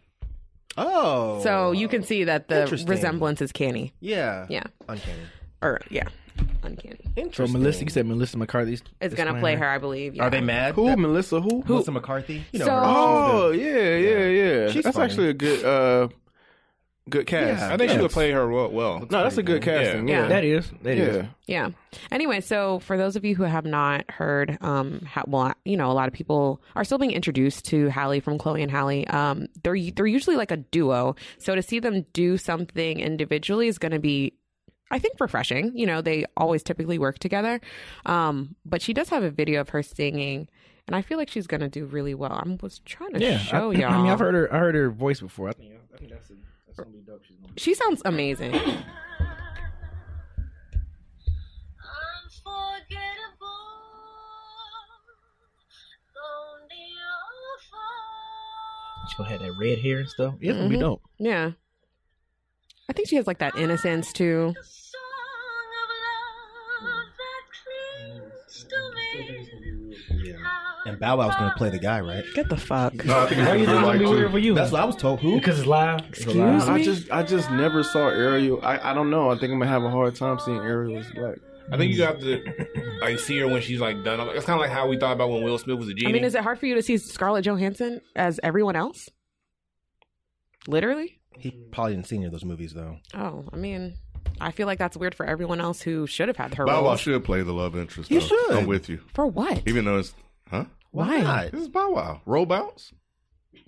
Speaker 9: Oh,
Speaker 6: So you can see that the
Speaker 9: Interesting.
Speaker 6: resemblance is canny.
Speaker 9: yeah,
Speaker 6: Yeah.
Speaker 9: uncanny.
Speaker 6: Or yeah, uncanny.
Speaker 2: So Melissa, you said Melissa McCarthy's
Speaker 6: Is gonna play her, I believe. Yeah.
Speaker 2: Are they mad?
Speaker 8: Who? Melissa? Who?
Speaker 9: Melissa McCarthy. You know
Speaker 6: So-
Speaker 9: her.
Speaker 8: Oh yeah, yeah, yeah.
Speaker 9: She's
Speaker 8: that's
Speaker 9: funny.
Speaker 8: actually a good, uh, good cast.
Speaker 4: I think she would play her well. well.
Speaker 8: No, that's a good casting.
Speaker 6: Yeah.
Speaker 8: Yeah,
Speaker 2: That is. That is.
Speaker 8: Yeah.
Speaker 6: Yeah. Anyway, so for those of you who have not heard, um, how, well, you know, a lot of people are still being introduced to Hallie from Chloe and Hallie. Um, they're they're usually like a duo, so to see them do something individually is going to be, I think, refreshing. You know, they always typically work together, um, but she does have a video of her singing, and I feel like she's going to do really well. I'm was trying to
Speaker 2: Yeah.
Speaker 6: show
Speaker 2: I,
Speaker 6: y'all.
Speaker 2: I mean, I've heard her. I heard her voice before. I think.
Speaker 6: She sounds amazing.
Speaker 2: She gonna have that red hair and stuff. Yeah, it's gonna be
Speaker 6: Mhm.
Speaker 2: dope.
Speaker 6: Yeah. I think she has like that innocence too.
Speaker 9: And Bow Wow's gonna play the guy, right?
Speaker 6: Get the fuck.
Speaker 3: No, I think it's
Speaker 11: Why
Speaker 3: gonna
Speaker 11: you
Speaker 3: be
Speaker 11: think it's gonna
Speaker 3: like
Speaker 11: be weird
Speaker 3: two.
Speaker 11: for you?
Speaker 9: That's what I was told. Who?
Speaker 11: Because it's live.
Speaker 8: I,
Speaker 6: Excuse
Speaker 8: I
Speaker 6: me.
Speaker 8: just, I just never saw Ariel. I, I don't know. I think I'm gonna have a hard time seeing Ariel as black.
Speaker 4: I think you got to like see her when she's like done. It's kind of like how we thought about when Will Smith was a genie.
Speaker 6: I mean, is it hard for you to see Scarlett Johansson as everyone else? Literally?
Speaker 9: He probably didn't see any of those movies though.
Speaker 6: Oh, I mean, I feel like that's weird for everyone else who should have had her
Speaker 3: Bow Wow
Speaker 6: roles.
Speaker 3: should play the love interest.
Speaker 9: He
Speaker 3: though.
Speaker 9: should.
Speaker 3: I'm with you.
Speaker 6: For what?
Speaker 3: Even though it's huh?
Speaker 6: Why?
Speaker 9: not?
Speaker 3: This is Bow Wow. Roll bounce.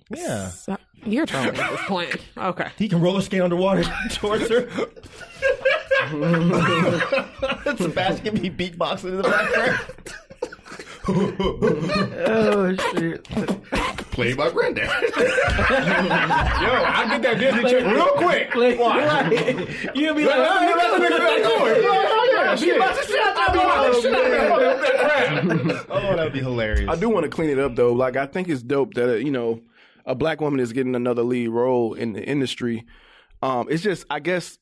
Speaker 9: Yeah,
Speaker 6: So- you're trolling at this point. Okay.
Speaker 9: he can roller skate underwater towards her. Sebastian can be beatboxing in the background.
Speaker 2: Oh shit!
Speaker 3: Played by Granddad.
Speaker 4: Yo, I get that Disney check real quick.
Speaker 5: Like, You'll be like, oh, you got the
Speaker 9: Oh, that'd be hilarious.
Speaker 8: I do want to clean it up though. Like I think it's dope that uh, you know a black woman is getting another lead role in the industry. Um, it's just I guess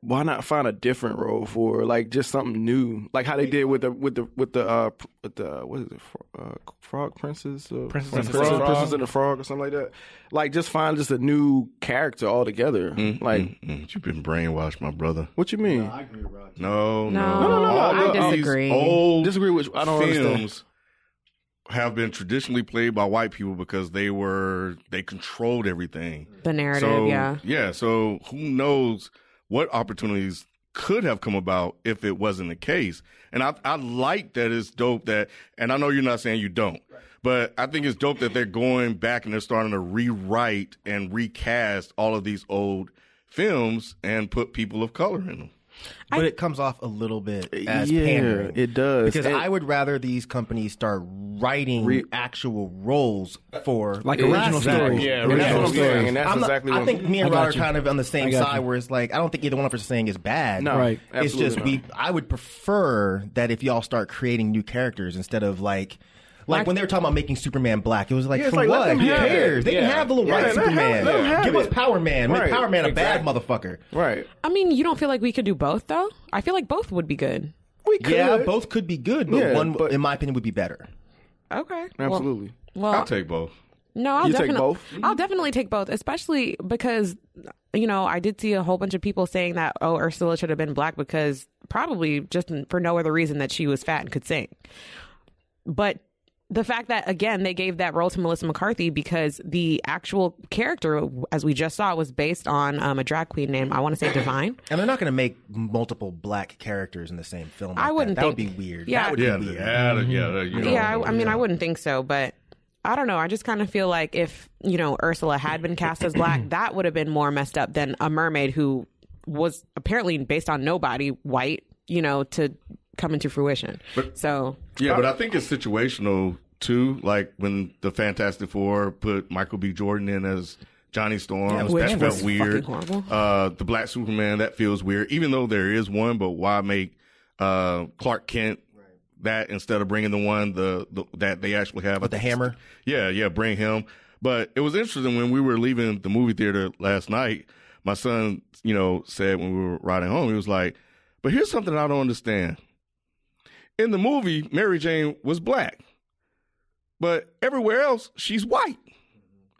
Speaker 8: why not find a different role for her? like just something new, like how they did with the with the with the uh, pr- with the what is it, Fro- uh, Frog Princess, uh,
Speaker 2: Princess and the
Speaker 8: Princess-
Speaker 2: Frog.
Speaker 8: Princess and the Frog, or something like that. Like just find just a new character altogether.
Speaker 2: Mm-hmm.
Speaker 8: Like
Speaker 3: Mm, You've been brainwashed, my brother.
Speaker 8: what you mean?
Speaker 3: No, no,
Speaker 6: No, No, no, no,
Speaker 3: All
Speaker 6: I
Speaker 3: of these
Speaker 6: disagree.
Speaker 3: Old
Speaker 8: Disagree with I don't
Speaker 3: films
Speaker 8: understand.
Speaker 3: have been traditionally played by white people because they were they controlled everything.
Speaker 6: The narrative,
Speaker 3: so
Speaker 6: yeah.
Speaker 3: so who knows what opportunities could have come about if it wasn't the case. And I I like that it's dope that and I know you're not saying you don't. But I think it's dope that they're going back and they're starting to rewrite and recast all of these old films and put people of color in them.
Speaker 9: but it comes off a little bit as
Speaker 8: Yeah,
Speaker 9: pandering.
Speaker 8: it does.
Speaker 9: because
Speaker 8: And-
Speaker 9: I would rather these companies start writing
Speaker 8: Re-
Speaker 9: actual roles for
Speaker 2: Like original
Speaker 9: Exactly.
Speaker 2: stories.
Speaker 4: Yeah,
Speaker 8: And that's
Speaker 4: original
Speaker 8: what I'm
Speaker 4: story.
Speaker 8: saying, and that's
Speaker 9: I'm not-
Speaker 8: exactly
Speaker 9: I
Speaker 8: what
Speaker 9: think me
Speaker 2: I
Speaker 9: and
Speaker 2: got
Speaker 9: Rod are
Speaker 2: you.
Speaker 9: kind of on the same
Speaker 2: I got
Speaker 9: side
Speaker 2: you.
Speaker 9: where it's like I don't think either one of us is saying it's bad.
Speaker 8: No,
Speaker 2: Right.
Speaker 9: It's
Speaker 8: absolutely
Speaker 9: just we. I would prefer that if y'all start creating new characters instead of like. Like when they were talking about making Superman black, it was like
Speaker 8: Yeah, it's
Speaker 9: for
Speaker 8: like, let
Speaker 9: what?
Speaker 8: them
Speaker 9: Who
Speaker 8: have it.
Speaker 9: cares? They
Speaker 4: Yeah.
Speaker 9: can have the little
Speaker 8: Yeah,
Speaker 9: white
Speaker 8: let them have-
Speaker 9: Superman.
Speaker 8: let them have
Speaker 9: Give us
Speaker 8: it.
Speaker 9: Power Man.
Speaker 8: Right.
Speaker 9: Make Power Man a
Speaker 8: Exactly.
Speaker 9: bad motherfucker.
Speaker 8: right.
Speaker 6: I mean, you don't feel like we could do both, though? I feel like both would be good.
Speaker 8: We could.
Speaker 9: Yeah, both could be good, but
Speaker 8: Yeah,
Speaker 9: one,
Speaker 8: but-
Speaker 9: in my opinion, would be better.
Speaker 6: Okay. Well-
Speaker 8: absolutely.
Speaker 6: Well,
Speaker 3: I'll take both.
Speaker 6: No, I'll
Speaker 8: You take
Speaker 6: definitely
Speaker 8: both?
Speaker 6: I'll definitely take both, especially because you know I did see a whole bunch of people saying that oh Ursula should have been black because probably just for no other reason that she was fat and could sing, but the fact that again they gave that role to Melissa McCarthy because the actual character, as we just saw, was based on um, a drag queen named I want to say Divine.
Speaker 9: And they're not going to make multiple black characters in the same film. like
Speaker 6: I wouldn't
Speaker 9: That, that
Speaker 6: think-
Speaker 9: would be weird.
Speaker 6: Yeah.
Speaker 9: that would
Speaker 3: Yeah,
Speaker 9: be weird.
Speaker 3: yeah, yeah, you know.
Speaker 6: yeah, I, I mean, I wouldn't think so, but I don't know. I just kind of feel like if you know Ursula had been cast as black, that would have been more messed up than a mermaid who was apparently based on nobody white, you know, to come into fruition. so
Speaker 3: Yeah, but I think it's situational too. Like when the Fantastic Four put Michael B. Jordan in as Johnny Storm,
Speaker 6: Yeah,
Speaker 3: that
Speaker 6: which
Speaker 3: felt
Speaker 6: was
Speaker 3: weird.
Speaker 6: fucking horrible.
Speaker 3: Uh, the Black Superman, that feels weird. Even though there is one, but why make uh, Clark Kent that instead of bringing the one the, the that they actually have with the hammer? Yeah, yeah, bring him. But it was interesting when we were leaving the movie theater last night. My son, you know, said when we were riding home, he was like, "But here's something I don't understand." in the movie, Mary Jane was black, but everywhere else, she's white.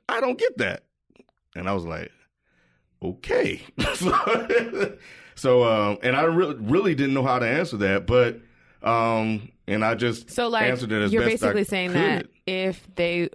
Speaker 3: I don't get that. And I was like, okay. so, so, um, and I re- really didn't know how to answer that, but, um, and I just
Speaker 6: so like
Speaker 3: answered it as
Speaker 6: you're
Speaker 3: best
Speaker 6: basically
Speaker 3: I
Speaker 6: saying
Speaker 3: could.
Speaker 6: that if they,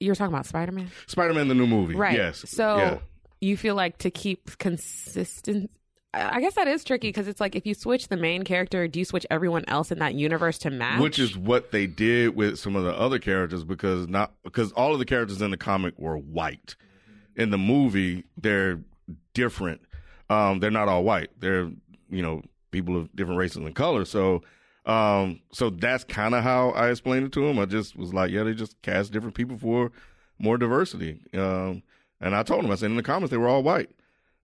Speaker 6: you're talking about Spider Man.
Speaker 3: Spider Man, the new movie.
Speaker 6: Right.
Speaker 3: Yes.
Speaker 6: So
Speaker 3: Yeah.
Speaker 6: you feel like to keep consistent. I I guess that is tricky because it's like if you switch the main character, do you switch everyone else in that universe to match?
Speaker 3: Which is what they did with some of the other characters because not because all of the characters in the comic were white. In the movie, they're different. Um, they're not all white. They're you know people of different races and colors. So um, so that's kind of how I explained it to him. I just was like, yeah, they just cast different people for more diversity. Um, and I told him, I said in the comics they were all white,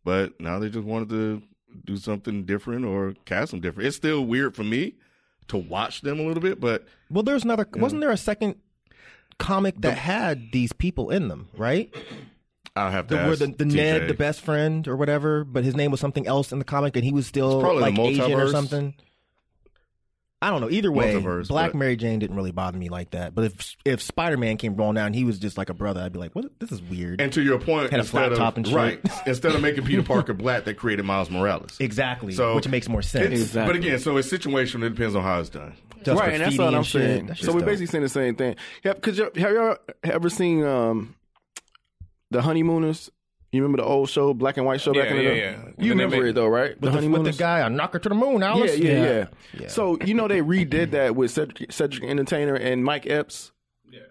Speaker 3: but now they just wanted to do something different or cast them different. It's still weird for me to watch them a little bit, but
Speaker 9: Well, there's another. Wasn't there a second comic that had these people in them? Right.
Speaker 3: I'll have to
Speaker 9: The, where
Speaker 3: ask
Speaker 9: the, the
Speaker 3: TJ.
Speaker 9: Ned, the best friend or whatever, but his name was something else in the comic, and he was still
Speaker 3: It's probably
Speaker 9: like
Speaker 3: the
Speaker 9: Asian or
Speaker 3: multiverse.
Speaker 9: something. I don't know. Either way,
Speaker 3: Multiverse,
Speaker 9: Black
Speaker 3: but-
Speaker 9: Mary Jane didn't really bother me like that. But if if Spider Man came rolling out and he was just like a brother, I'd be like, "What? This is weird."
Speaker 3: And to your point,
Speaker 9: had a
Speaker 3: instead
Speaker 9: flat
Speaker 3: of,
Speaker 9: top and shit.
Speaker 3: right, instead of making Peter Parker black, they created Miles Morales.
Speaker 9: Exactly,
Speaker 3: So
Speaker 9: which makes more sense.
Speaker 3: it's- But again, so it's situational. It depends on how it's done.
Speaker 8: right, and that's what I'm saying. so we're basically saying the same thing. Yeah, because have y'all ever seen um, the Honeymooners? You remember the old show, black and white show back
Speaker 4: Yeah,
Speaker 8: in the
Speaker 4: yeah,
Speaker 8: day?
Speaker 4: yeah.
Speaker 8: You
Speaker 4: When they
Speaker 8: remember
Speaker 4: made-
Speaker 8: it though, right?
Speaker 9: With the, with the guy, I knock her to the moon,
Speaker 8: Yeah,
Speaker 9: Alice.
Speaker 8: yeah, yeah, So you know they redid that with Cedric, Cedric Entertainer and Mike Epps.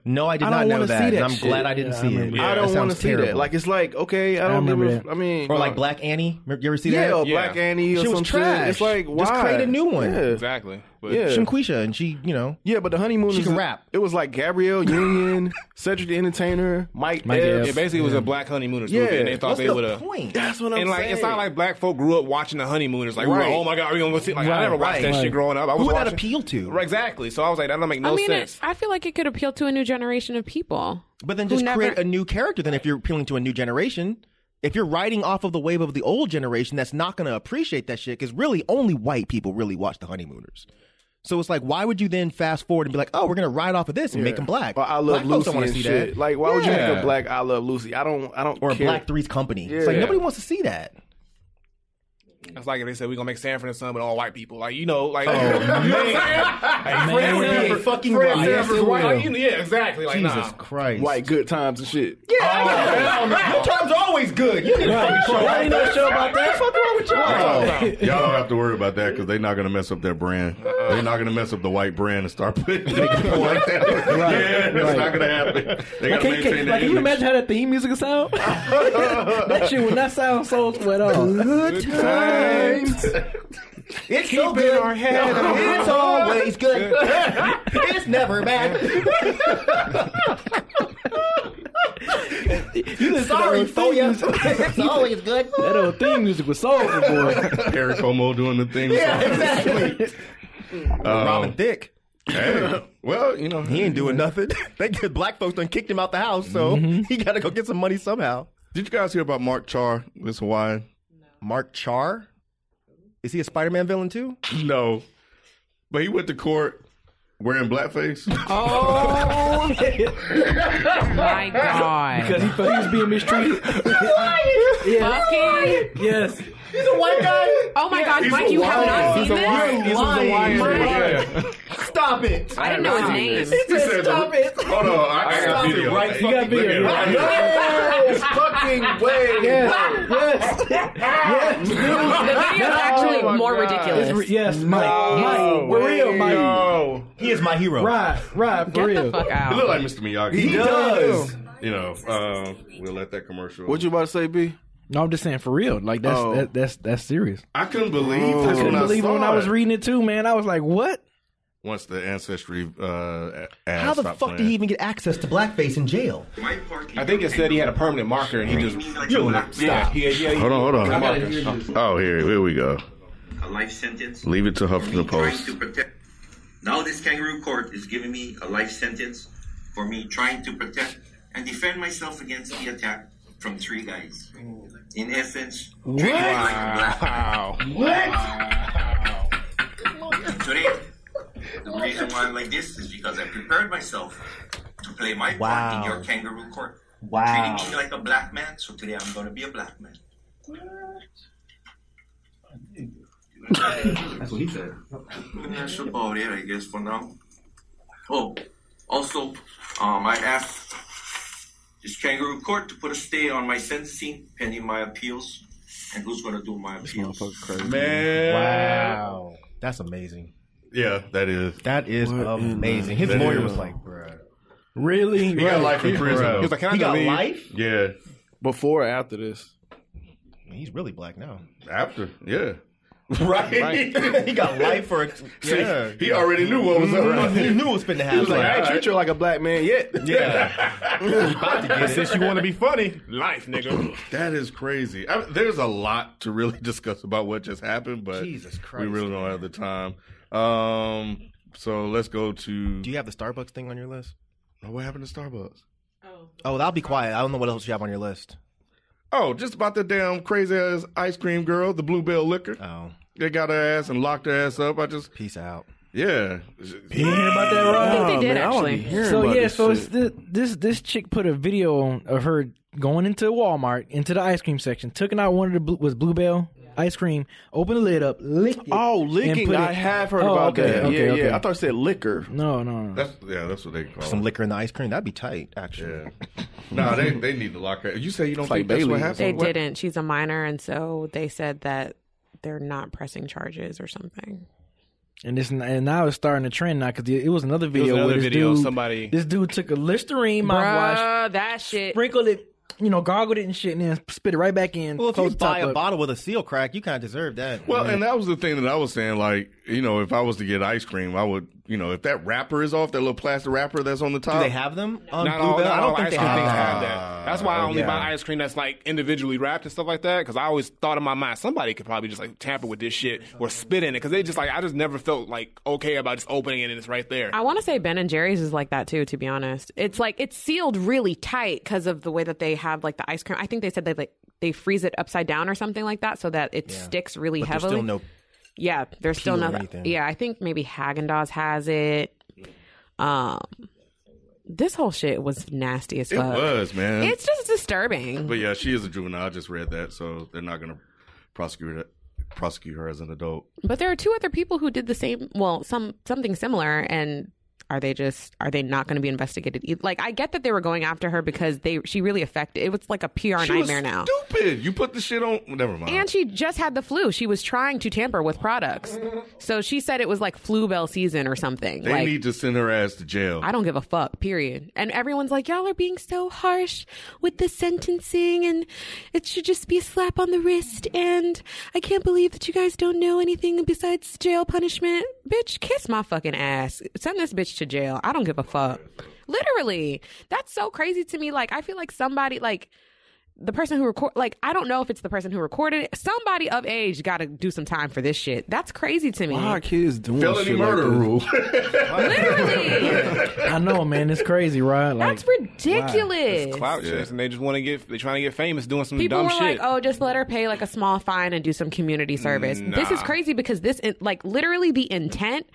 Speaker 9: No, I did
Speaker 8: don't
Speaker 9: not know
Speaker 8: wanna
Speaker 9: that,
Speaker 8: see
Speaker 9: and
Speaker 8: that
Speaker 9: I'm
Speaker 8: shit.
Speaker 9: glad I didn't
Speaker 8: Yeah, I
Speaker 9: see it.
Speaker 8: remember that. I don't
Speaker 9: That
Speaker 8: wanna
Speaker 9: sounds
Speaker 8: see that.
Speaker 9: terrible.
Speaker 8: Like, it's like, okay, I I don't give a-
Speaker 9: remember that.
Speaker 8: I mean,
Speaker 9: or
Speaker 8: uh,
Speaker 9: like Black Annie. Remember- You ever see
Speaker 8: yeah,
Speaker 9: that?
Speaker 8: or Black Annie. Or
Speaker 9: she
Speaker 8: some
Speaker 9: was trash.
Speaker 8: Shit. It's like why?
Speaker 9: Just create a new one.
Speaker 8: Yeah.
Speaker 4: Exactly. But
Speaker 8: Yeah.
Speaker 9: Shinquisha, and she, you know,
Speaker 8: Yeah, but the honeymoon
Speaker 9: She
Speaker 8: is
Speaker 9: can rap.
Speaker 8: It was like Gabrielle Union, Cedric the Entertainer, Mike.
Speaker 4: Mike
Speaker 8: Epps.
Speaker 4: Epps. It basically was a black honeymooners movie, and they thought they would've-
Speaker 8: point? That's what I'm
Speaker 4: and like
Speaker 8: saying.
Speaker 4: it's not like black folk grew up watching the honeymooners. Like, we were
Speaker 8: Right.
Speaker 4: like, oh my god, are we gonna go see? Like,
Speaker 8: Right,
Speaker 4: I never watched
Speaker 8: right,
Speaker 4: that
Speaker 8: right.
Speaker 4: shit growing up. I was
Speaker 8: Who would that
Speaker 4: watching-
Speaker 9: appeal to?
Speaker 4: Right, exactly. So I was like, that don't make no
Speaker 6: I mean,
Speaker 4: sense.
Speaker 6: It, I feel like it could appeal to a new generation of people.
Speaker 9: But then
Speaker 6: who
Speaker 9: just
Speaker 6: never-
Speaker 9: create a new character. Then if you're appealing to a new generation, if you're riding off of the wave of the old generation, that's not going to appreciate that shit because really only white people really watch the honeymooners. So it's like, why would you then fast forward and be like, oh, we're going to ride off of this and make them black?
Speaker 8: Or I love
Speaker 9: black folks
Speaker 8: Lucy
Speaker 9: don't wanna
Speaker 8: and
Speaker 9: see
Speaker 8: shit.
Speaker 9: that.
Speaker 8: Like, why would you make
Speaker 9: Yeah.
Speaker 8: a black I love Lucy? I don't. I don't.
Speaker 9: or
Speaker 8: care.
Speaker 9: Black Three's Company? It's like
Speaker 8: Yeah.
Speaker 9: nobody wants to see that.
Speaker 4: It's like if they said we're gonna make Sanford and Son, but all white people. Like you know, like
Speaker 9: Oh,
Speaker 4: you know what I'm saying? Like,
Speaker 9: Man,
Speaker 4: Fred
Speaker 9: would be
Speaker 4: Sanford,
Speaker 9: fucking
Speaker 4: Fred
Speaker 9: right.
Speaker 4: Sanford,
Speaker 9: Yes,
Speaker 4: white.
Speaker 9: it
Speaker 4: Like, you know, yeah, exactly. Like
Speaker 9: Jesus
Speaker 4: nah.
Speaker 9: Christ.
Speaker 8: White good times and shit.
Speaker 9: Yeah, your time's always good. You didn't
Speaker 8: Right.
Speaker 9: fucking show. I ain't no show about that. Fuck wrong with y'all.
Speaker 3: Oh, Y'all don't have to worry about that because they're not going to mess up their brand. They're not going to mess up the white brand and start putting people like that. yeah, it's
Speaker 11: right.
Speaker 3: not going to happen. They
Speaker 11: Like,
Speaker 3: got to
Speaker 11: can, can,
Speaker 3: maintain their
Speaker 11: like, can you
Speaker 3: image.
Speaker 11: imagine how that theme music would sound? that shit would not sound so sweat off. Good
Speaker 9: times. It's so good. Our head it's always good. it's never bad.
Speaker 11: You
Speaker 9: Sorry for you. It's always good.
Speaker 11: That old theme music was soulful, boy.
Speaker 3: Perry Como doing the thing.
Speaker 9: Yeah, exactly.
Speaker 3: Um,
Speaker 9: Robin Thicke.
Speaker 3: Hey, well, you know
Speaker 9: he ain't doing nothing. They get black folks done kicked him out the house, so he got to go get some money somehow.
Speaker 3: Did you guys hear about Mark Char, this Hawaiian?
Speaker 9: Mark Char? Is he a Spider-Man villain too?
Speaker 3: No, but he went to court wearing blackface.
Speaker 6: Oh my god!
Speaker 11: Because he thought he was being mistreated. yeah.
Speaker 6: Fucking
Speaker 11: Yes.
Speaker 9: He's a white guy.
Speaker 6: oh my god,
Speaker 11: He's
Speaker 6: Mike, you have
Speaker 11: Hawaiian.
Speaker 6: not
Speaker 11: He's
Speaker 6: seen this.
Speaker 11: Hawaiian. He's
Speaker 6: Mike,
Speaker 11: Hawaiian.
Speaker 6: Mike,
Speaker 11: Yeah.
Speaker 7: Stop it.
Speaker 6: I didn't know his name.
Speaker 7: He said, "Stop it."
Speaker 3: Hold on, I got
Speaker 7: Stop
Speaker 3: video.
Speaker 7: It right
Speaker 3: You got
Speaker 7: fucking
Speaker 3: video.
Speaker 7: there.
Speaker 3: Right
Speaker 7: No fucking way.
Speaker 5: Yes. Yes.
Speaker 7: yes.
Speaker 5: The video's
Speaker 3: Oh
Speaker 5: actually more ridiculous. It's re- yes, Mike. Mike, for real, Mike.
Speaker 3: No.
Speaker 7: He is my hero.
Speaker 5: Right, right, for real.
Speaker 3: He look like Mr. Miyagi.
Speaker 5: He does.
Speaker 3: You know, uh, we'll let that commercial.
Speaker 2: What
Speaker 8: you about to say, B?
Speaker 2: No, I'm just saying for real. Like that's
Speaker 3: Oh.
Speaker 2: that, that's that's serious.
Speaker 3: I couldn't believe
Speaker 2: I
Speaker 3: this
Speaker 2: couldn't
Speaker 3: when Oh. I
Speaker 2: believe it
Speaker 3: saw
Speaker 2: when I was
Speaker 3: it.
Speaker 2: reading it too, man. I was like, what?
Speaker 3: Once the ancestry uh, a- ad
Speaker 9: How the fuck
Speaker 3: stopped
Speaker 9: did he
Speaker 3: playing.
Speaker 9: even get access to blackface in jail?
Speaker 4: I think it said he had a permanent marker and he just killed it. Yeah, he, he, he,
Speaker 3: Hold on, hold
Speaker 4: I
Speaker 3: on.
Speaker 4: gotta hear this.
Speaker 3: Oh, here, here we go.
Speaker 13: a life sentence.
Speaker 3: Leave it to Huffington
Speaker 13: Trying
Speaker 3: Post.
Speaker 13: to protect. Now this kangaroo court is giving me a life sentence for me trying to protect and defend myself against the attack from three guys. In essence, three guys.
Speaker 4: Wow.
Speaker 13: Today, the reason why I'm like this is because I prepared myself to play my part in
Speaker 9: Wow.
Speaker 13: your kangaroo court.
Speaker 9: Wow.
Speaker 13: Treating me like a black man, so today I'm going to be a black man.
Speaker 10: That's what he said.
Speaker 13: That's about it, I guess, for now. Oh, also, um, I asked this kangaroo court to put a stay on my sentencing pending my appeals. And who's going to do my appeals?
Speaker 3: Man.
Speaker 9: Wow. That's amazing.
Speaker 3: Yeah, that is.
Speaker 9: That is amazing. His
Speaker 3: That
Speaker 9: lawyer
Speaker 3: is.
Speaker 9: was like, bruh.
Speaker 2: Really?
Speaker 3: He got life in prison.
Speaker 8: He was like, "Can I
Speaker 9: He got
Speaker 8: delete?"
Speaker 9: life?
Speaker 3: Yeah.
Speaker 8: Before or after this?
Speaker 9: He's really black now.
Speaker 3: After, yeah.
Speaker 9: Right. he got life for a.
Speaker 3: See, he already knew what was up.
Speaker 9: Mhm. He knew it was finna happen.
Speaker 8: He was like, I ain't treat you like a black man yet.
Speaker 4: But since you want to be funny, life, nigga.
Speaker 3: That is crazy. I, there's a lot to really discuss about what just happened, but
Speaker 9: Jesus
Speaker 3: we
Speaker 9: Christ,
Speaker 3: really don't have the time. Um, so let's go to.
Speaker 9: Do you have the Starbucks thing on your list?
Speaker 3: Oh, what happened to Starbucks?
Speaker 9: Oh, I'll be quiet. I don't know what else you have on your list.
Speaker 3: Oh, just about the damn crazy ass ice cream girl, the Bluebell Liquor.
Speaker 9: Oh,
Speaker 3: They got her ass and locked her ass up. I just,
Speaker 9: peace out.
Speaker 3: yeah.
Speaker 2: You didn't hear about that, Rob? Oh,
Speaker 6: I think they did,
Speaker 2: man, wanna be
Speaker 6: actually.
Speaker 2: hearing
Speaker 6: So,
Speaker 2: about
Speaker 6: yeah,
Speaker 2: this
Speaker 6: so
Speaker 2: shit. this, this this chick put a video on of her going into Walmart into the ice cream section, took out one of the blue, was bluebell ice cream, opened the lid up, licked it.
Speaker 8: Oh,
Speaker 2: and
Speaker 8: licking.
Speaker 2: put
Speaker 8: I
Speaker 2: it-
Speaker 8: have heard
Speaker 2: Oh,
Speaker 8: about
Speaker 2: okay,
Speaker 8: that.
Speaker 2: okay,
Speaker 8: yeah,
Speaker 2: okay.
Speaker 8: yeah. I thought it said liquor.
Speaker 2: no, no, no.
Speaker 3: That's yeah, that's what they call
Speaker 9: Some
Speaker 3: it.
Speaker 9: liquor in the ice cream. That'd be tight, actually.
Speaker 3: Yeah. nah, they they need to lock her. You say you don't
Speaker 8: It's like
Speaker 3: think that's what
Speaker 8: Bailey's.
Speaker 3: happened?
Speaker 6: They
Speaker 3: What-
Speaker 6: didn't. She's a minor, and so they said that they're not pressing charges or something.
Speaker 2: And this and now it's starting to trend now because it was another video.
Speaker 4: another
Speaker 2: where this
Speaker 4: video,
Speaker 2: Dude,
Speaker 4: somebody-
Speaker 2: This dude took a Listerine mouthwash,
Speaker 6: Bruh, that shit.
Speaker 2: sprinkled it, you know, gargled it and shit, and then spit it right back in.
Speaker 9: Well, if you
Speaker 2: closed the top
Speaker 9: buy a
Speaker 2: up.
Speaker 9: bottle with a seal crack, you kind of deserve that.
Speaker 3: Well, and that was the thing that I was saying. Like, you know, if I was to get ice cream, I would, you know, if that wrapper is off, that little plastic wrapper that's on the top.
Speaker 9: do they have them on
Speaker 4: Not all,
Speaker 9: Bluebell?
Speaker 4: not
Speaker 9: I
Speaker 4: all
Speaker 9: don't
Speaker 4: ice
Speaker 9: think they
Speaker 4: cream
Speaker 9: have.
Speaker 4: things
Speaker 9: them.
Speaker 4: have that. That's why I only
Speaker 9: yeah.
Speaker 4: buy ice cream that's like individually wrapped and stuff like that. Because I always thought in my mind somebody could probably just like tamper with this shit or spit in it. Because they just like I just never felt like okay about just opening it and it's right there.
Speaker 6: I want to say Ben and Jerry's is like that too. To be honest, it's like it's sealed really tight because of the way that they have like the ice cream. I think they said they like they freeze it upside down or something like that so that it sticks really
Speaker 9: But there's
Speaker 6: heavily.
Speaker 9: still no.
Speaker 6: yeah, there's still
Speaker 9: peel or
Speaker 6: no.
Speaker 9: anything.
Speaker 6: Yeah, I think maybe Haagen Dazs has it. Um, this whole shit was nasty as
Speaker 3: It
Speaker 9: Uh,
Speaker 6: fuck.
Speaker 3: was, man.
Speaker 6: It's just disturbing.
Speaker 3: but yeah, she is a juvenile. I just read that, so they're not going to prosecute her, prosecute her as an adult.
Speaker 6: But there are two other people who did the same. Well, some something similar, and are they just are they not going to be investigated? E- Like I get that they were going after her because they she really affected. It was like a PR
Speaker 3: She was
Speaker 6: nightmare now.
Speaker 3: Stupid! You put the shit on. Never mind.
Speaker 6: And she just had the flu. She was trying to tamper with products, so she said it was like flu bell season or something.
Speaker 3: they
Speaker 6: like
Speaker 3: need to send her ass to jail.
Speaker 6: I don't give a fuck. Period. And everyone's like, y'all are being so harsh with the sentencing, and it should just be a slap on the wrist. And I can't believe that you guys don't know anything besides jail punishment. Bitch, kiss my fucking ass. Send this bitch to jail. I don't give a fuck. Literally, that's so crazy to me. Like, I feel like somebody like. The person who record, like, I don't know if it's the person who recorded it. Somebody of age got to do some time for this shit. That's crazy to me.
Speaker 8: Why are kids doing
Speaker 3: Felony
Speaker 8: shit
Speaker 3: murder
Speaker 8: like this?
Speaker 3: rule.
Speaker 2: I know, man. It's crazy, right? Like,
Speaker 6: That's ridiculous.
Speaker 4: It's clout chase, and they just want to get they trying to get famous doing some
Speaker 6: People
Speaker 4: dumb
Speaker 6: were like,
Speaker 4: shit.
Speaker 6: "Oh, just let her pay like a small fine and do some community service." This is
Speaker 4: Nah.
Speaker 6: crazy because this, in- like, literally the intent,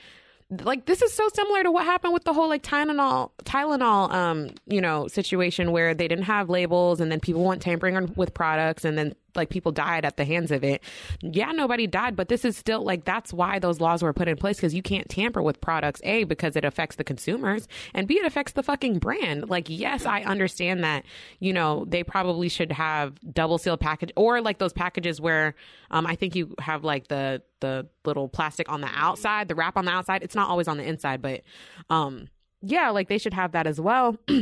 Speaker 6: like, this is so similar to what happened with the whole like Tylenol, Tylenol, um, you know, situation where they didn't have labels and then people went tampering on- with products and then like people died at the hands of it. Yeah, nobody died, but this is still like that's why those laws were put in place because you can't tamper with products. A because it affects the consumers, and B it affects the fucking brand. Like, yes, I understand that. You know, they probably should have double seal package or like those packages where um, I think you have like the the little plastic on the outside, the wrap on the outside. It's not always on the inside, but um, yeah, like they should have that as well.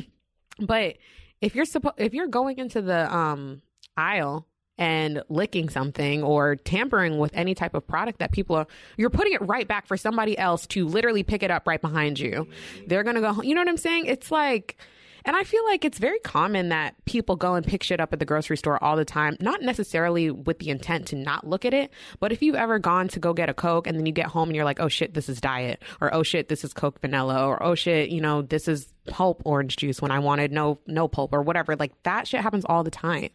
Speaker 6: but if you're suppo- if you're going into the um aisle and licking something or tampering with any type of product that people are you're putting it right back for somebody else to literally pick it up right behind you. They're going to go you know what I'm saying? It's like and I feel like it's very common that people go and pick shit up at the grocery store all the time, not necessarily with the intent to not look at it, but if you've ever gone to go get a Coke and then you get home and you're like, oh shit, this is diet, or oh shit, this is Coke vanilla, or oh shit, you know, this is pulp orange juice when I wanted no no pulp or whatever. Like that shit happens all the time.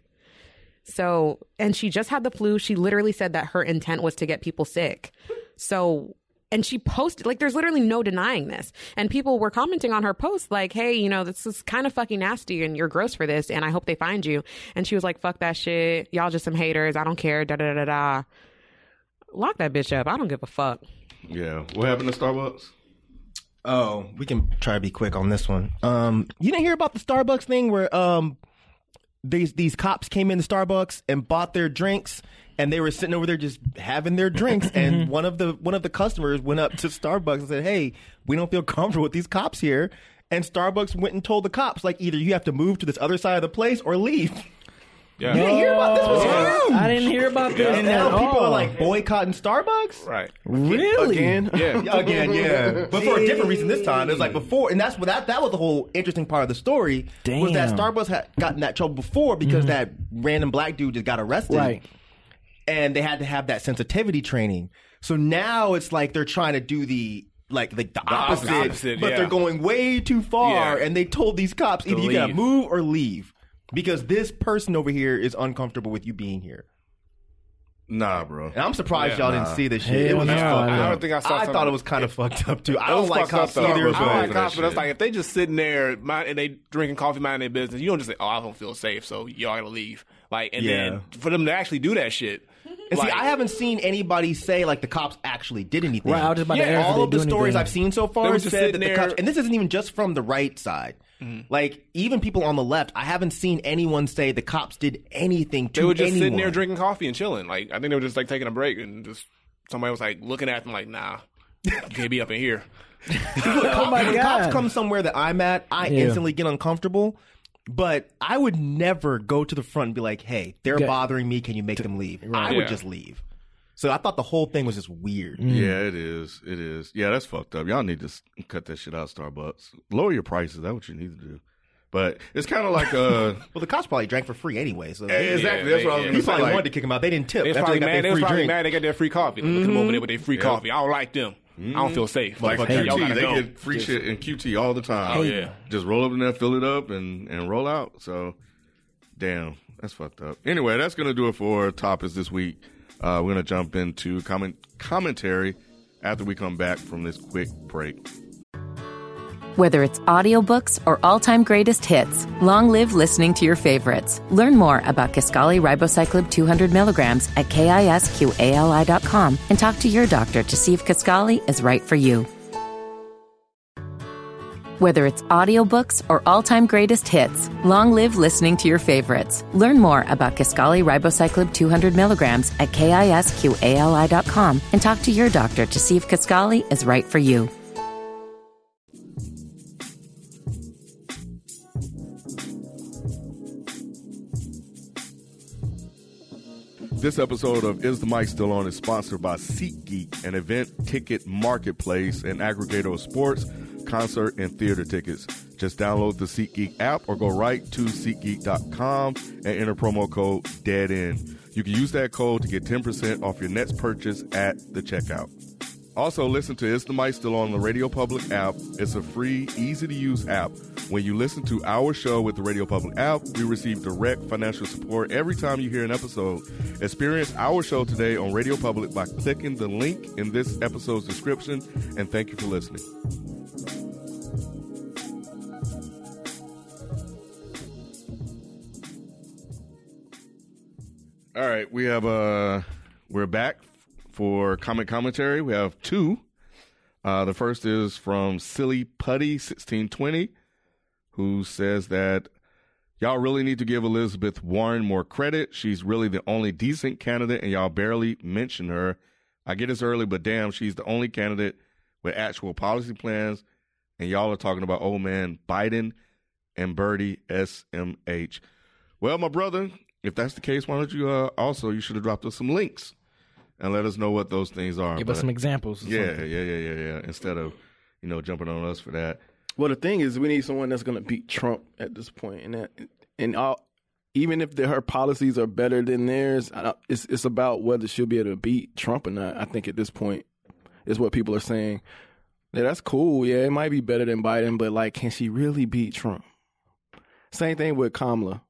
Speaker 6: So, and she just had the flu. She literally said that her intent was to get people sick. So, and she posted, like, there's literally no denying this. And people were commenting on her post, like, hey, you know, this is kind of fucking nasty and you're gross for this. And I hope they find you. And she was like, fuck that shit. Y'all just some haters. I don't care. Da da da da da. Lock that bitch up. I don't give a fuck.
Speaker 3: Yeah. What happened to Starbucks?
Speaker 9: Oh, we can try to be quick on this one. Um, you didn't hear about the Starbucks thing where um, these these cops came into Starbucks and bought their drinks, and they were sitting over there just having their drinks, and one of the one of the customers went up to Starbucks and said, "Hey, we don't feel comfortable with these cops here." And Starbucks went and told the cops, like, either you have to move to this other side of the place or leave.
Speaker 4: Yeah.
Speaker 9: You didn't hear about this? It was huge.
Speaker 2: I didn't hear about this
Speaker 9: And
Speaker 2: at
Speaker 9: now people are
Speaker 2: all.
Speaker 9: like boycotting Starbucks.
Speaker 4: Right.
Speaker 2: Really?
Speaker 9: Again?
Speaker 4: Yeah.
Speaker 9: Again, yeah. But for a different reason this time. It was like before, and that's what that, that was the whole interesting part of the story was that
Speaker 2: Damn. Mm-hmm.
Speaker 9: Starbucks had gotten that trouble before because that random black dude just got arrested.
Speaker 2: Right.
Speaker 9: And they had to have that sensitivity training. So now it's like they're trying to do the like like the,
Speaker 4: opposite,
Speaker 9: opposite,
Speaker 4: opposite,
Speaker 9: but
Speaker 4: yeah.
Speaker 9: they're going way too far.
Speaker 4: Yeah.
Speaker 9: And they told these cops either you gotta
Speaker 4: leave.
Speaker 9: move or leave because this person over here is uncomfortable with you being here.
Speaker 3: Nah, bro.
Speaker 9: And I'm surprised
Speaker 3: Yeah,
Speaker 9: y'all
Speaker 3: nah.
Speaker 9: didn't see this
Speaker 2: Hell
Speaker 9: shit. it was
Speaker 2: no,
Speaker 9: just fucked
Speaker 2: I
Speaker 9: up.
Speaker 4: don't think I saw something-
Speaker 9: thought it was kind of fucked up too. I
Speaker 4: That
Speaker 9: don't
Speaker 4: was
Speaker 9: like
Speaker 4: fucked up,
Speaker 9: cops
Speaker 4: though.
Speaker 9: either.
Speaker 4: I don't like
Speaker 9: but-
Speaker 4: cops, but it's like if they just sitting there mind, and they drinking coffee, minding their business, you don't just say, "Oh, I don't feel safe, so y'all gotta leave." Like, and then for them to actually do that shit,
Speaker 9: And see,
Speaker 4: like-
Speaker 9: I haven't seen anybody say like the cops actually did anything.
Speaker 2: Right, I was just about to ask if
Speaker 9: all
Speaker 2: they
Speaker 9: of the
Speaker 2: do
Speaker 9: stories
Speaker 2: anything.
Speaker 9: I've seen so
Speaker 4: They
Speaker 9: far
Speaker 4: was just
Speaker 9: said that
Speaker 4: sitting
Speaker 9: the
Speaker 4: there- Mm-hmm.
Speaker 9: cops, and this isn't even just from the right side. Like even people on the left, I haven't seen anyone say the cops did anything to
Speaker 4: they were just
Speaker 9: anyone.
Speaker 4: sitting there drinking coffee and chilling. Like, I think they were just like taking a break, and just somebody was like looking at them, like, "Nah, you can't be up in here."
Speaker 9: Cop-
Speaker 2: my
Speaker 9: when
Speaker 2: God.
Speaker 9: cops come somewhere that I'm at, I
Speaker 2: Yeah.
Speaker 9: instantly get uncomfortable. But I would never go to the front and be like, "Hey, they're
Speaker 2: Yeah.
Speaker 9: bothering me. Can you make them leave?" I would
Speaker 4: Yeah.
Speaker 9: just leave. So I thought the whole thing was just weird.
Speaker 2: Mm-hmm.
Speaker 3: Yeah, it is. It is. Yeah, that's fucked up. Y'all need to s- cut that shit out, Starbucks. Lower your prices. That's what you need to do. But it's kind of like uh
Speaker 9: Well, the cops probably drank for free anyway. So
Speaker 3: exactly.
Speaker 4: Yeah,
Speaker 3: that's what I was
Speaker 4: they-
Speaker 3: gonna
Speaker 9: he
Speaker 3: say.
Speaker 9: probably
Speaker 3: like-
Speaker 9: wanted to kick them out. They didn't tip.
Speaker 4: They was
Speaker 9: after
Speaker 4: probably
Speaker 9: they got
Speaker 4: mad. They
Speaker 9: their
Speaker 4: was
Speaker 9: free
Speaker 4: probably
Speaker 9: drink.
Speaker 4: mad. They got their free coffee. Like, Look at them over there with their free coffee. I don't like them. I don't feel safe.
Speaker 3: Like
Speaker 4: Fuck y'all
Speaker 3: QT,
Speaker 4: gotta
Speaker 3: they
Speaker 4: go.
Speaker 3: get free shit in QT all the time.
Speaker 4: Oh, yeah.
Speaker 3: just roll up in there, fill it up, and and roll out. So, damn, that's fucked up. Anyway, that's gonna do it for topics this week. Uh, we're gonna jump into comment commentary after we come back from this quick break.
Speaker 14: Whether it's audiobooks or all-time greatest hits, long live listening to your favorites. Learn more about Kaskali Ribocyclib 200 milligrams at kisqali.com and talk to your doctor to see if Kaskali is right for you. Whether it's audiobooks or all-time greatest hits, long live listening to your favorites. Learn more about Kaskali Ribocyclib 200 milligrams at kisqali.com and talk to your doctor to see if Kaskali is right for you.
Speaker 3: This episode of Is the Mic Still On is sponsored by SeatGeek, an event ticket marketplace and aggregator of sports, concert, and theater tickets. Just download the SeatGeek app or go right to SeatGeek.com and enter promo code DEADEND. You can use that code to get 10% off your next purchase at the checkout. Also, listen to It's the Mic Still on the Radio Public app. It's a free, easy to use app. When you listen to our show with the Radio Public app, we receive direct financial support every time you hear an episode. Experience our show today on Radio Public by clicking the link in this episode's description. And thank you for listening. All right, we have uh we're back for comic commentary. We have two. Uh the first is from Silly Putty 1620 who says that y'all really need to give Elizabeth Warren more credit. She's really the only decent candidate and y'all barely mention her. I get this early, but damn, she's the only candidate with actual policy plans and y'all are talking about old man Biden and Birdie SMH. Well, my brother, if that's the case, why don't you uh, also you should have dropped us some links and let us know what those things are.
Speaker 2: Give us some examples or
Speaker 3: Yeah,
Speaker 2: something.
Speaker 3: yeah, yeah, yeah, yeah. Instead of you know jumping on us for that.
Speaker 8: Well, the thing is, we need someone that's going to beat Trump at this point, and that, and all, even if the, her policies are better than theirs, I don't, it's it's about whether she'll be able to beat Trump or not. I think at this point is what people are saying. Yeah, that's cool. Yeah, it might be better than Biden, but like, can she really beat Trump? Same thing with Kamala.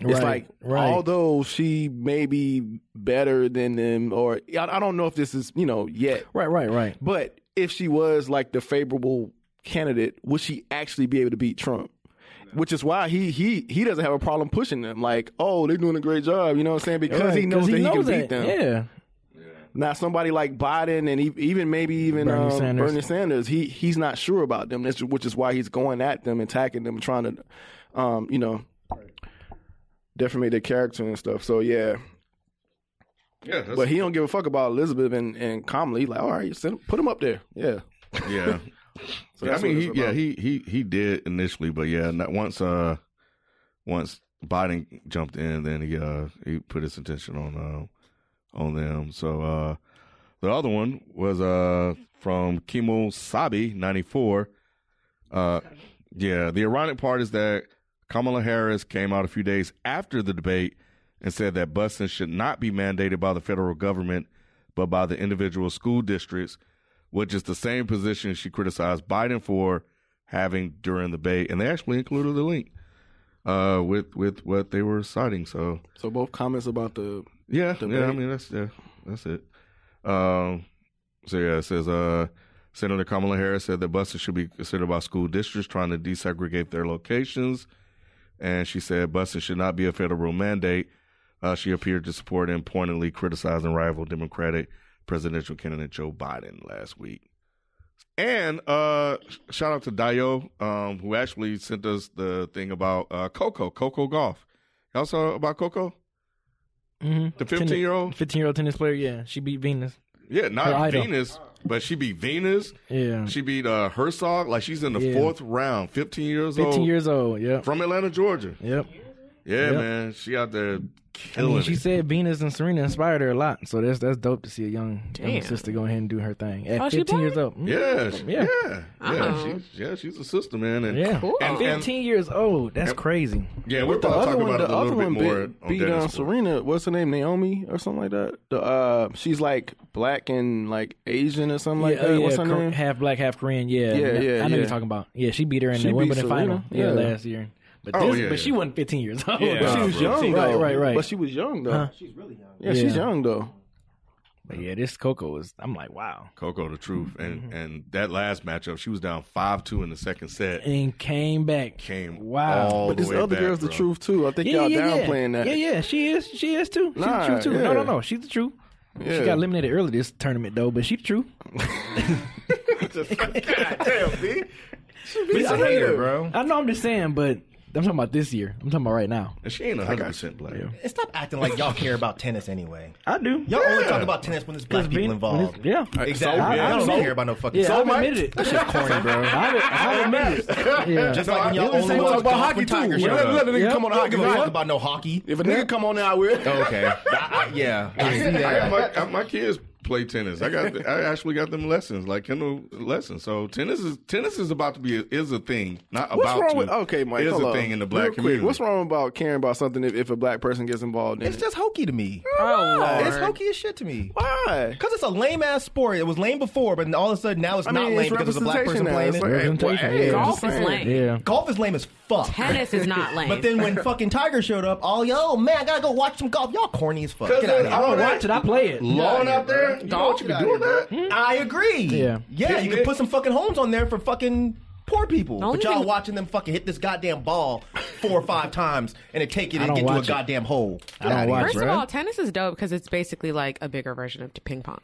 Speaker 8: It's
Speaker 2: Right,
Speaker 8: like,
Speaker 2: right.
Speaker 8: although she may be better than them, or I, I don't know if this is, you know, yet.
Speaker 2: Right, right, right.
Speaker 8: But if she was like the favorable candidate, would she actually be able to beat Trump? Which is why he he he doesn't have a problem pushing them. Like, oh, they're doing a great job, you know what I'm saying? Because he
Speaker 2: Right,
Speaker 8: knows
Speaker 2: 'cause
Speaker 8: that he can
Speaker 2: knows
Speaker 8: beat them.
Speaker 2: Yeah.
Speaker 8: Now somebody like Biden and e- even maybe even
Speaker 2: Bernie
Speaker 8: um,
Speaker 2: Sanders.
Speaker 8: Bernie Sanders, he he's not sure about them. That's which is why he's going at them, attacking them, trying to, um, you know, defamate their character and stuff. So yeah,
Speaker 3: Yeah, that's-
Speaker 8: but he don't give a fuck about Elizabeth and and Kamala. He like, all right, send him, put him up there. Yeah,
Speaker 3: Yeah.
Speaker 8: So
Speaker 3: Yeah, I
Speaker 8: that's
Speaker 3: mean,
Speaker 8: what
Speaker 3: he,
Speaker 8: it's
Speaker 3: yeah,
Speaker 8: about.
Speaker 3: he he he did initially, but yeah, not once uh once Biden jumped in, then he uh he put his attention on uh on them. So uh the other one was uh from Kimo Sabi ninety four. Uh yeah, the ironic part is that Kamala Harris came out a few days after the debate and said that busing should not be mandated by the federal government but by the individual school districts, which is the same position she criticized Biden for having during the debate. And they actually included the link uh, with with what they were citing. So
Speaker 8: So both comments about the
Speaker 3: yeah,
Speaker 8: the
Speaker 3: yeah. I
Speaker 8: debate.
Speaker 3: mean, that's yeah, that's it. Um, so yeah, it says uh, Senator Kamala Harris said that buses should be considered by school districts trying to desegregate their locations, and she said buses should not be a federal mandate. Uh, she appeared to support and pointedly criticizing rival Democratic presidential candidate Joe Biden last week. And uh, sh- shout out to Dio, um, who actually sent us the thing about uh, Coco, Coco Golf. Y'all saw about Coco?
Speaker 2: hmm
Speaker 3: The 15-year-old?
Speaker 2: fifteen year old tennis player. Yeah, she beat Venus.
Speaker 3: Yeah,
Speaker 2: Her
Speaker 3: not
Speaker 2: idol.
Speaker 3: Venus, but she beat Venus.
Speaker 2: Yeah.
Speaker 3: She beat uh, Herzog. Like she's in the
Speaker 2: Yeah.
Speaker 3: fourth round, 15 years old.
Speaker 2: Fifteen years old. Yeah.
Speaker 3: From Atlanta, Georgia.
Speaker 2: Yep.
Speaker 3: Yeah,
Speaker 2: Yep.
Speaker 3: man. She out there
Speaker 2: I
Speaker 3: killing
Speaker 2: mean, she
Speaker 3: it.
Speaker 2: said Venus and Serena inspired her a lot, so that's that's dope to see a young,
Speaker 3: Damn.
Speaker 2: young sister go ahead and do her thing at
Speaker 3: Oh, she
Speaker 2: fifteen years old. Mm.
Speaker 3: Yeah, she- yeah, yeah.
Speaker 2: Uh-oh.
Speaker 3: She, yeah, she's a sister, man. And,
Speaker 2: Uh-huh. Yeah,
Speaker 3: and, and-
Speaker 2: fifteen years old. That's crazy.
Speaker 3: yeah, we're probably talking about it a little bit more.
Speaker 8: beat,
Speaker 3: on
Speaker 8: beat
Speaker 3: Dennis.
Speaker 8: um, Serena. What's her name? Naomi or something like that. The, uh, she's like black and like Asian or something like
Speaker 2: yeah,
Speaker 8: that.
Speaker 2: yeah,
Speaker 8: uh, What's her
Speaker 2: Kor-
Speaker 8: name?
Speaker 2: half black, half Korean. Yeah,
Speaker 8: Yeah,
Speaker 2: I-
Speaker 8: yeah,
Speaker 2: I know
Speaker 8: yeah.
Speaker 2: you're talking about. Yeah, she beat her in
Speaker 8: She
Speaker 2: the
Speaker 8: beat
Speaker 2: women's final.
Speaker 8: Serena,
Speaker 2: Yeah,
Speaker 8: yeah.
Speaker 2: last year. But
Speaker 8: Oh,
Speaker 2: this,
Speaker 8: yeah,
Speaker 2: but she
Speaker 8: yeah.
Speaker 2: wasn't fifteen years old.
Speaker 8: Yeah, but she was young
Speaker 2: Right,
Speaker 8: though.
Speaker 2: right, right.
Speaker 8: But she was young though.
Speaker 2: Huh?
Speaker 8: She's really young. Yeah, she's young though.
Speaker 2: But yeah, this Coco is. I'm like, wow.
Speaker 3: Coco, the truth, and
Speaker 8: Mm-hmm.
Speaker 3: and that last matchup, she was down five two in the second set.
Speaker 2: And came back.
Speaker 3: Came
Speaker 2: Wow.
Speaker 3: all
Speaker 8: But
Speaker 3: the
Speaker 8: this
Speaker 3: way
Speaker 8: other
Speaker 3: back,
Speaker 8: girl's the
Speaker 3: bro.
Speaker 8: truth too. I think
Speaker 2: yeah,
Speaker 8: y'all
Speaker 2: yeah,
Speaker 8: downplaying
Speaker 2: yeah.
Speaker 8: that.
Speaker 2: Yeah, yeah, she is. She is too. She's
Speaker 8: Nah,
Speaker 2: the truth too.
Speaker 8: yeah.
Speaker 2: No, no, no. She's the truth.
Speaker 8: Yeah.
Speaker 2: She got eliminated early this tournament though, but she the truth.
Speaker 8: She's a hater,
Speaker 3: bro.
Speaker 2: I know. I'm just saying, but I'm talking about this year. I'm talking about right now.
Speaker 3: And she ain't 100 percent black.
Speaker 9: Stop acting like y'all care about tennis anyway.
Speaker 2: I do.
Speaker 9: Y'all only talk about tennis when there's black people involved.
Speaker 2: Yeah,
Speaker 9: Exactly. I, don't care about no fucking.
Speaker 2: Yeah,
Speaker 9: So
Speaker 2: I
Speaker 9: Mike-
Speaker 2: admitted it.
Speaker 9: That shit's corny, bro.
Speaker 2: I admitted it. Yeah.
Speaker 9: Just like when y'all
Speaker 8: It's the
Speaker 9: only
Speaker 8: Uh, same
Speaker 9: talk
Speaker 8: about
Speaker 9: golf
Speaker 8: hockey
Speaker 9: and
Speaker 8: too.
Speaker 9: Tiger
Speaker 8: Let-
Speaker 9: Show.
Speaker 8: let a nigga
Speaker 9: Yep.
Speaker 8: come on
Speaker 9: I don't give a
Speaker 8: hockey,
Speaker 9: fuck
Speaker 8: right?
Speaker 9: about no hockey.
Speaker 8: If a nigga come on there, I will.
Speaker 9: Okay. I- I- yeah. I see
Speaker 3: I
Speaker 9: that.
Speaker 3: got my, I- my kids play tennis. I got I actually got them lessons, like Kendall lessons. So tennis is tennis is about to be a, is a thing, not
Speaker 8: What's
Speaker 3: about
Speaker 8: wrong
Speaker 3: to.
Speaker 8: with okay, Mike?
Speaker 3: is
Speaker 8: hold
Speaker 3: a
Speaker 8: on.
Speaker 3: thing in the
Speaker 8: Real
Speaker 3: black
Speaker 8: quick,
Speaker 3: community.
Speaker 8: What's wrong about caring about something if, if a black person gets involved in
Speaker 9: It's
Speaker 8: it?
Speaker 9: just hokey to me.
Speaker 8: Oh, Lord.
Speaker 9: It's hokey as shit to me.
Speaker 8: Why?
Speaker 9: Because it's a lame ass sport. It was lame before, but all of a sudden now it's
Speaker 8: I
Speaker 9: not
Speaker 8: mean,
Speaker 9: lame
Speaker 8: it's
Speaker 9: because there's a black person playing
Speaker 8: representation now. It's
Speaker 9: it.
Speaker 8: like, Representation, hey, yeah. well,
Speaker 6: Golf is lame.
Speaker 2: Yeah.
Speaker 9: Golf is lame as fuck.
Speaker 6: Tennis is not lame.
Speaker 9: But then when fucking Tiger showed up, all yo man, I gotta go watch some golf. Y'all corny as fuck.
Speaker 3: 'Cause
Speaker 9: Get out of
Speaker 3: I
Speaker 9: here.
Speaker 3: don't watch
Speaker 2: it. I play it.
Speaker 3: Lawn out there, you know what you
Speaker 9: Get
Speaker 3: can
Speaker 9: out
Speaker 3: do with
Speaker 9: of
Speaker 3: that?
Speaker 9: here, bro. I agree.
Speaker 2: Yeah.
Speaker 9: yeah. You can put some fucking homes on there for fucking poor people,
Speaker 6: only
Speaker 9: but y'all
Speaker 6: thing-
Speaker 9: watching them fucking hit this goddamn ball four or five times and it take you
Speaker 6: I
Speaker 9: to
Speaker 6: don't
Speaker 9: get to a
Speaker 6: watch it.
Speaker 9: goddamn hole. Get outta here.
Speaker 6: First of all, tennis is dope because it's basically like a bigger version of ping pong.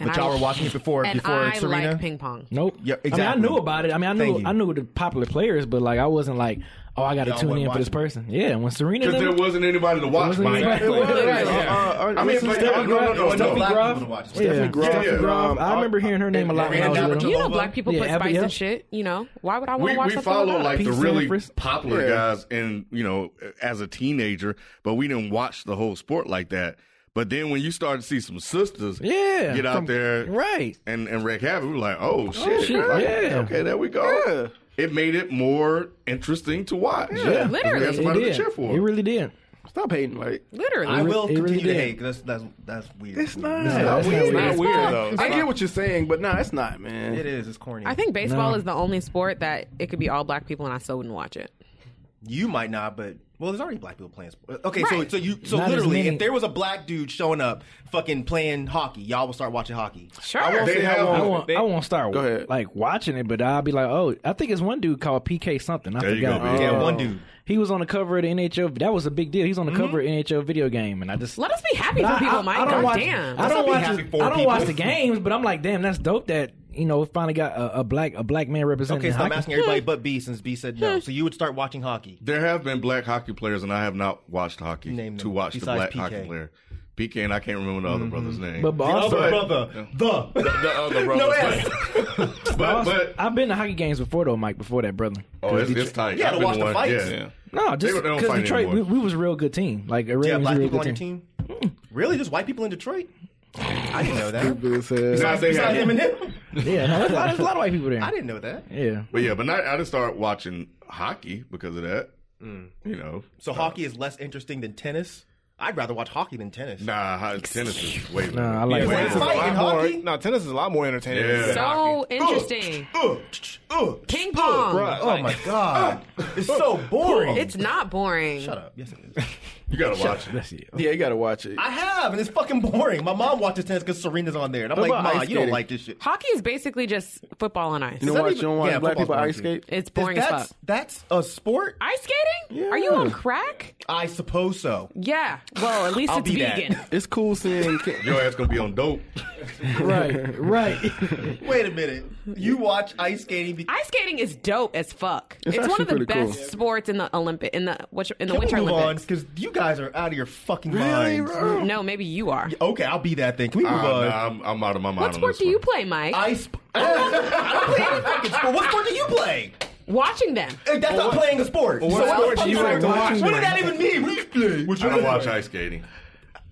Speaker 9: But y'all were watching it before-
Speaker 6: and
Speaker 9: before
Speaker 6: I
Speaker 9: Serena?
Speaker 6: like ping pong.
Speaker 2: Nope.
Speaker 9: Yeah,
Speaker 2: I mean,
Speaker 9: exactly.
Speaker 2: I knew about it. I mean, I
Speaker 9: Thank
Speaker 2: knew
Speaker 9: you.
Speaker 2: I knew the popular players, but like I wasn't like, oh, I got to
Speaker 3: Y'all
Speaker 2: tune
Speaker 3: wasn't
Speaker 2: in for this
Speaker 3: watching.
Speaker 2: person. Yeah, when Serena,
Speaker 3: Because there
Speaker 2: did it,
Speaker 3: wasn't anybody to watch,
Speaker 2: wasn't
Speaker 3: Mike.
Speaker 2: anybody.
Speaker 3: It
Speaker 2: Yeah,
Speaker 3: wasn't. Uh,
Speaker 2: yeah.
Speaker 3: uh,
Speaker 2: I
Speaker 3: I
Speaker 2: mean,
Speaker 3: mean, but-
Speaker 2: Steffi
Speaker 3: no, no,
Speaker 2: Graf-
Speaker 3: no, no.
Speaker 2: Steffi
Speaker 3: Black
Speaker 2: Graf-
Speaker 3: people to watch.
Speaker 2: yeah.
Speaker 3: Steffi Graf.
Speaker 2: Steffi
Speaker 3: Yeah.
Speaker 2: Graf. I
Speaker 3: Um,
Speaker 8: uh,
Speaker 2: remember hearing her name a lot when I was
Speaker 3: Ariana
Speaker 2: little.
Speaker 6: You know, black people
Speaker 2: Yeah,
Speaker 6: put
Speaker 2: Abby
Speaker 6: spice
Speaker 2: F.
Speaker 6: and shit. You know, why would I want
Speaker 3: we,
Speaker 6: to watch
Speaker 3: we
Speaker 6: something
Speaker 3: follow
Speaker 6: without
Speaker 3: like the
Speaker 2: Pete
Speaker 3: really
Speaker 2: Sampras.
Speaker 3: popular
Speaker 2: Yeah.
Speaker 3: guys and you know as a teenager but we didn't watch the whole sport like that but then when you start to see some sisters
Speaker 2: Yeah,
Speaker 3: get out
Speaker 2: from-
Speaker 3: there
Speaker 2: right
Speaker 3: and and wreck havoc we were like oh shit,
Speaker 2: shit,
Speaker 3: Like,
Speaker 2: yeah.
Speaker 3: okay there we go it made it more interesting to watch
Speaker 2: Yeah,
Speaker 3: 'Cause we
Speaker 2: it
Speaker 3: had somebody to
Speaker 2: did.
Speaker 3: cheer for
Speaker 2: It really did.
Speaker 8: Stop hating, like
Speaker 6: literally.
Speaker 9: I will
Speaker 2: It really
Speaker 9: continue to
Speaker 2: did.
Speaker 9: hate 'cause that's that's that's weird.
Speaker 8: It's
Speaker 2: No,
Speaker 8: not.
Speaker 2: that's not weird.
Speaker 8: It's not
Speaker 2: It's
Speaker 8: weird
Speaker 2: not.
Speaker 8: though.
Speaker 2: It's
Speaker 8: I
Speaker 2: not.
Speaker 8: get what you're saying, but nah, it's not, man.
Speaker 9: It is. It's corny.
Speaker 6: I think baseball
Speaker 2: No.
Speaker 6: is the only sport that it could be all black people and I still wouldn't watch it.
Speaker 9: You might not, but well, there's already black people playing sports. Okay,
Speaker 6: Right.
Speaker 9: so so you so
Speaker 2: Not as
Speaker 9: literally,
Speaker 2: many.
Speaker 9: if there was a black dude showing up, fucking playing hockey, y'all will start watching hockey.
Speaker 6: Sure.
Speaker 8: I won't say how
Speaker 2: I
Speaker 8: long.
Speaker 2: won't. I won't start like watching it, but I'll be like, oh, I think it's one dude called PK something. I
Speaker 3: There you go,
Speaker 2: forgot.
Speaker 3: B. Yeah,
Speaker 9: one dude.
Speaker 2: He was on the cover of the NHL. That was a big deal. He's on the cover of
Speaker 9: Mm-hmm.
Speaker 2: NHL video game, and I just
Speaker 6: Let us be happy
Speaker 2: I-
Speaker 6: for people,
Speaker 2: I-
Speaker 6: Mike.
Speaker 2: I don't
Speaker 6: God
Speaker 2: watch.
Speaker 6: damn.
Speaker 2: I
Speaker 9: Let's not
Speaker 2: don't
Speaker 9: be
Speaker 2: watch. the-
Speaker 9: happy for
Speaker 2: I don't
Speaker 9: people.
Speaker 2: watch the games, but I'm like, damn, that's dope. That you know, it finally got a, a black a black man representing.
Speaker 9: Okay, so I'm
Speaker 2: hockey.
Speaker 9: asking everybody but B since B said no. So you would start watching hockey.
Speaker 3: there have been black hockey players and i have not watched hockey
Speaker 9: Name
Speaker 3: to
Speaker 9: them.
Speaker 3: watch the
Speaker 9: Besides Mm-hmm.
Speaker 3: black
Speaker 9: PK.
Speaker 3: hockey player PK and I can't remember the other brother's name.
Speaker 2: But- but also-
Speaker 9: brother,
Speaker 3: the,
Speaker 9: the.
Speaker 3: the other brother's
Speaker 9: S.
Speaker 3: name. but, but
Speaker 2: I've been to hockey games before though, Mike. Before that, brother.
Speaker 3: Oh, it's, it's tight.
Speaker 9: You gotta
Speaker 3: I've been
Speaker 9: watch the
Speaker 3: one-
Speaker 9: fights.
Speaker 3: Yeah.
Speaker 2: No,
Speaker 3: They
Speaker 2: just
Speaker 3: don't- they don't
Speaker 2: because
Speaker 3: fight
Speaker 2: Detroit, we,
Speaker 3: anymore.
Speaker 2: we was a real good team. Like, a
Speaker 9: Do you
Speaker 2: real,
Speaker 9: have black
Speaker 2: real
Speaker 9: people on
Speaker 2: good
Speaker 9: your team? Really, just white people in Detroit? I didn't know that.
Speaker 3: Nah, they have-
Speaker 9: Besides him and him,
Speaker 2: Yeah, no, there's, a lot, there's a lot of white people there.
Speaker 9: I didn't know that.
Speaker 2: Yeah,
Speaker 3: But yeah, but not, I didn't start watching hockey because of that.
Speaker 9: Mm.
Speaker 3: You know,
Speaker 9: So hockey is less interesting than tennis. I'd rather watch hockey than tennis.
Speaker 3: nah, ho- tennis is way better.
Speaker 2: Nah, I like
Speaker 4: Yeah,
Speaker 2: that.
Speaker 4: tennis is a
Speaker 9: Fight in
Speaker 4: lot
Speaker 9: hockey?
Speaker 4: more. No, tennis is a lot more entertaining.
Speaker 3: Yeah.
Speaker 4: than
Speaker 6: so
Speaker 4: hockey.
Speaker 6: interesting.
Speaker 3: Uh,
Speaker 9: Ugh, ugh,
Speaker 6: Ping pong.
Speaker 9: Oh my god,
Speaker 3: Uh,
Speaker 9: it's so boring.
Speaker 6: It's not boring.
Speaker 9: Shut up. Yes, it is.
Speaker 3: you gotta watch it.
Speaker 2: That's it.
Speaker 8: Yeah, you gotta watch it.
Speaker 9: I have, and it's fucking boring. My mom watches tennis because Serena's on there, and I'm
Speaker 8: What
Speaker 9: like,
Speaker 8: about
Speaker 9: Ma,
Speaker 8: ice
Speaker 9: you don't
Speaker 8: skating?
Speaker 9: like this shit.
Speaker 6: Hockey is basically just football on ice.
Speaker 8: You don't
Speaker 9: that
Speaker 8: watch. You
Speaker 9: even-
Speaker 8: don't watch
Speaker 9: Yeah,
Speaker 8: black people
Speaker 9: football's
Speaker 8: ice
Speaker 9: boring,
Speaker 8: skate.
Speaker 6: it's boring as
Speaker 9: that's
Speaker 6: fuck.
Speaker 9: that's a sport.
Speaker 6: Ice skating? Are you on crack?
Speaker 9: I suppose so.
Speaker 6: Yeah. Well, at least
Speaker 9: I'll
Speaker 6: it's
Speaker 9: be that.
Speaker 6: vegan.
Speaker 8: It's cool seeing. ki-
Speaker 3: Your ass gonna be on dope.
Speaker 2: right, right.
Speaker 9: Wait a minute. You watch ice skating? Because
Speaker 6: Ice skating is dope as fuck. It's, one
Speaker 8: actually
Speaker 6: of the
Speaker 8: pretty cool.
Speaker 6: best sports in the Olympic in the what in the
Speaker 9: Can we
Speaker 6: Winter
Speaker 9: move on?
Speaker 6: Olympics.
Speaker 9: Because you guys are out of your fucking
Speaker 8: Really,
Speaker 9: minds.
Speaker 8: bro?
Speaker 6: No, maybe you are.
Speaker 9: Okay, I'll be that thing. Can we
Speaker 3: Uh,
Speaker 9: move on?
Speaker 3: nah, I'm, I'm out of my mind.
Speaker 6: What
Speaker 3: on
Speaker 6: sport
Speaker 3: this
Speaker 6: do you
Speaker 3: one.
Speaker 6: play, Mike?
Speaker 9: Ice. I don't play any fucking sport. What sport do you play?
Speaker 6: Watching them.
Speaker 9: Hey, That's not playing a sport.
Speaker 3: what
Speaker 9: the
Speaker 3: sport
Speaker 9: fuck
Speaker 3: do you like to
Speaker 9: What
Speaker 3: watch?
Speaker 9: does that even mean? What do you play? What
Speaker 3: I don't watch ice skating.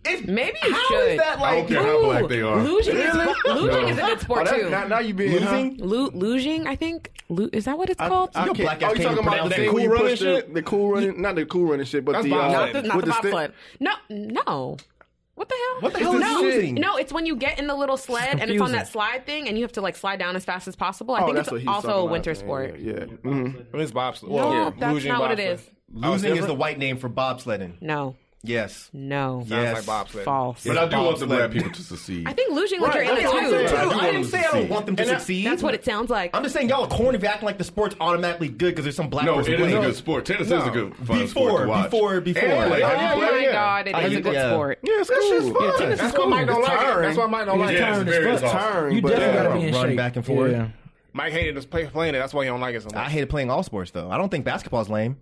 Speaker 9: It's,
Speaker 6: Maybe you
Speaker 9: how
Speaker 6: should.
Speaker 9: is that
Speaker 3: I
Speaker 9: like?
Speaker 3: don't care how black they are.
Speaker 6: Luging, is, luging is a good
Speaker 8: Oh,
Speaker 6: sport
Speaker 8: that-
Speaker 6: too.
Speaker 8: now, now you being
Speaker 9: Losing?
Speaker 6: Lu- luging, I think. Lu- is that what it's called?
Speaker 8: I
Speaker 9: Your
Speaker 8: can't-
Speaker 9: black ass
Speaker 8: oh, you talking
Speaker 9: can't even
Speaker 8: about
Speaker 9: pronounce
Speaker 8: the
Speaker 9: that.
Speaker 8: cool
Speaker 9: You
Speaker 8: running
Speaker 9: pushed
Speaker 8: shit? The cool running, not the cool running shit, but
Speaker 4: That's
Speaker 8: the, uh,
Speaker 4: bobsled.
Speaker 6: not the, not
Speaker 8: with
Speaker 6: the
Speaker 8: the stick.
Speaker 6: bobsled. No, no. What the hell?
Speaker 9: What the hell is
Speaker 6: no,
Speaker 9: losing?
Speaker 6: No, it's when you get in the little sled and it's on
Speaker 2: confusing.
Speaker 6: that slide thing, and you have to like slide down as fast as possible. I
Speaker 8: Oh,
Speaker 6: think
Speaker 8: that's what
Speaker 6: it's
Speaker 8: he's talking
Speaker 6: also a
Speaker 8: about.
Speaker 6: winter
Speaker 8: Yeah,
Speaker 6: sport.
Speaker 8: Yeah, Mhm.
Speaker 4: I mean, it's bobsled.
Speaker 6: No,
Speaker 4: Well, yeah,
Speaker 6: that's
Speaker 4: luge and
Speaker 6: not what it
Speaker 4: bobsled.
Speaker 6: is.
Speaker 9: Losing is the white name for bobsledding.
Speaker 6: No,
Speaker 9: Yes.
Speaker 6: no,
Speaker 9: Yes.
Speaker 4: Like bobsled.
Speaker 6: false.
Speaker 3: But I do want the black
Speaker 9: Bobsled.
Speaker 3: people to succeed.
Speaker 6: I think losing like
Speaker 9: Right,
Speaker 6: you're
Speaker 9: that's what
Speaker 6: in
Speaker 9: I'm
Speaker 6: it
Speaker 9: saying,
Speaker 6: too.
Speaker 9: too.
Speaker 3: I do
Speaker 9: I
Speaker 3: want
Speaker 9: didn't
Speaker 3: them to
Speaker 9: say I don't
Speaker 3: succeed.
Speaker 9: want them to
Speaker 3: And I-
Speaker 9: succeed.
Speaker 6: That's what it sounds like.
Speaker 9: I'm just saying y'all are corny for acting like the sport's automatically good because there's some black
Speaker 3: no, it
Speaker 9: person
Speaker 3: is a
Speaker 9: playing.
Speaker 3: good sport. Tennis is a good fun sport
Speaker 9: Before,
Speaker 3: to watch.
Speaker 9: before, before.
Speaker 3: And play.
Speaker 9: Yeah.
Speaker 6: oh
Speaker 3: Have you
Speaker 6: my
Speaker 3: played?
Speaker 6: god, it
Speaker 9: I
Speaker 6: is a
Speaker 9: think-
Speaker 6: good
Speaker 9: yeah.
Speaker 6: sport.
Speaker 8: yeah, it's cool.
Speaker 2: Yeah, tennis is
Speaker 4: That's why
Speaker 2: cool.
Speaker 4: Mike don't like it. That's why Mike don't like
Speaker 2: It's
Speaker 4: it.
Speaker 3: Yeah,
Speaker 2: tiring
Speaker 3: it's
Speaker 2: as
Speaker 3: very
Speaker 2: fuck.
Speaker 3: exhausting.
Speaker 8: Tiring,
Speaker 2: You
Speaker 8: but
Speaker 2: definitely got
Speaker 8: yeah.
Speaker 2: to be in
Speaker 9: Run
Speaker 2: shape.
Speaker 9: back and forth.
Speaker 2: Yeah.
Speaker 4: Mike hated us play, playing it. That's why he don't like it so much.
Speaker 9: I hated playing all sports though. I don't think basketball's lame.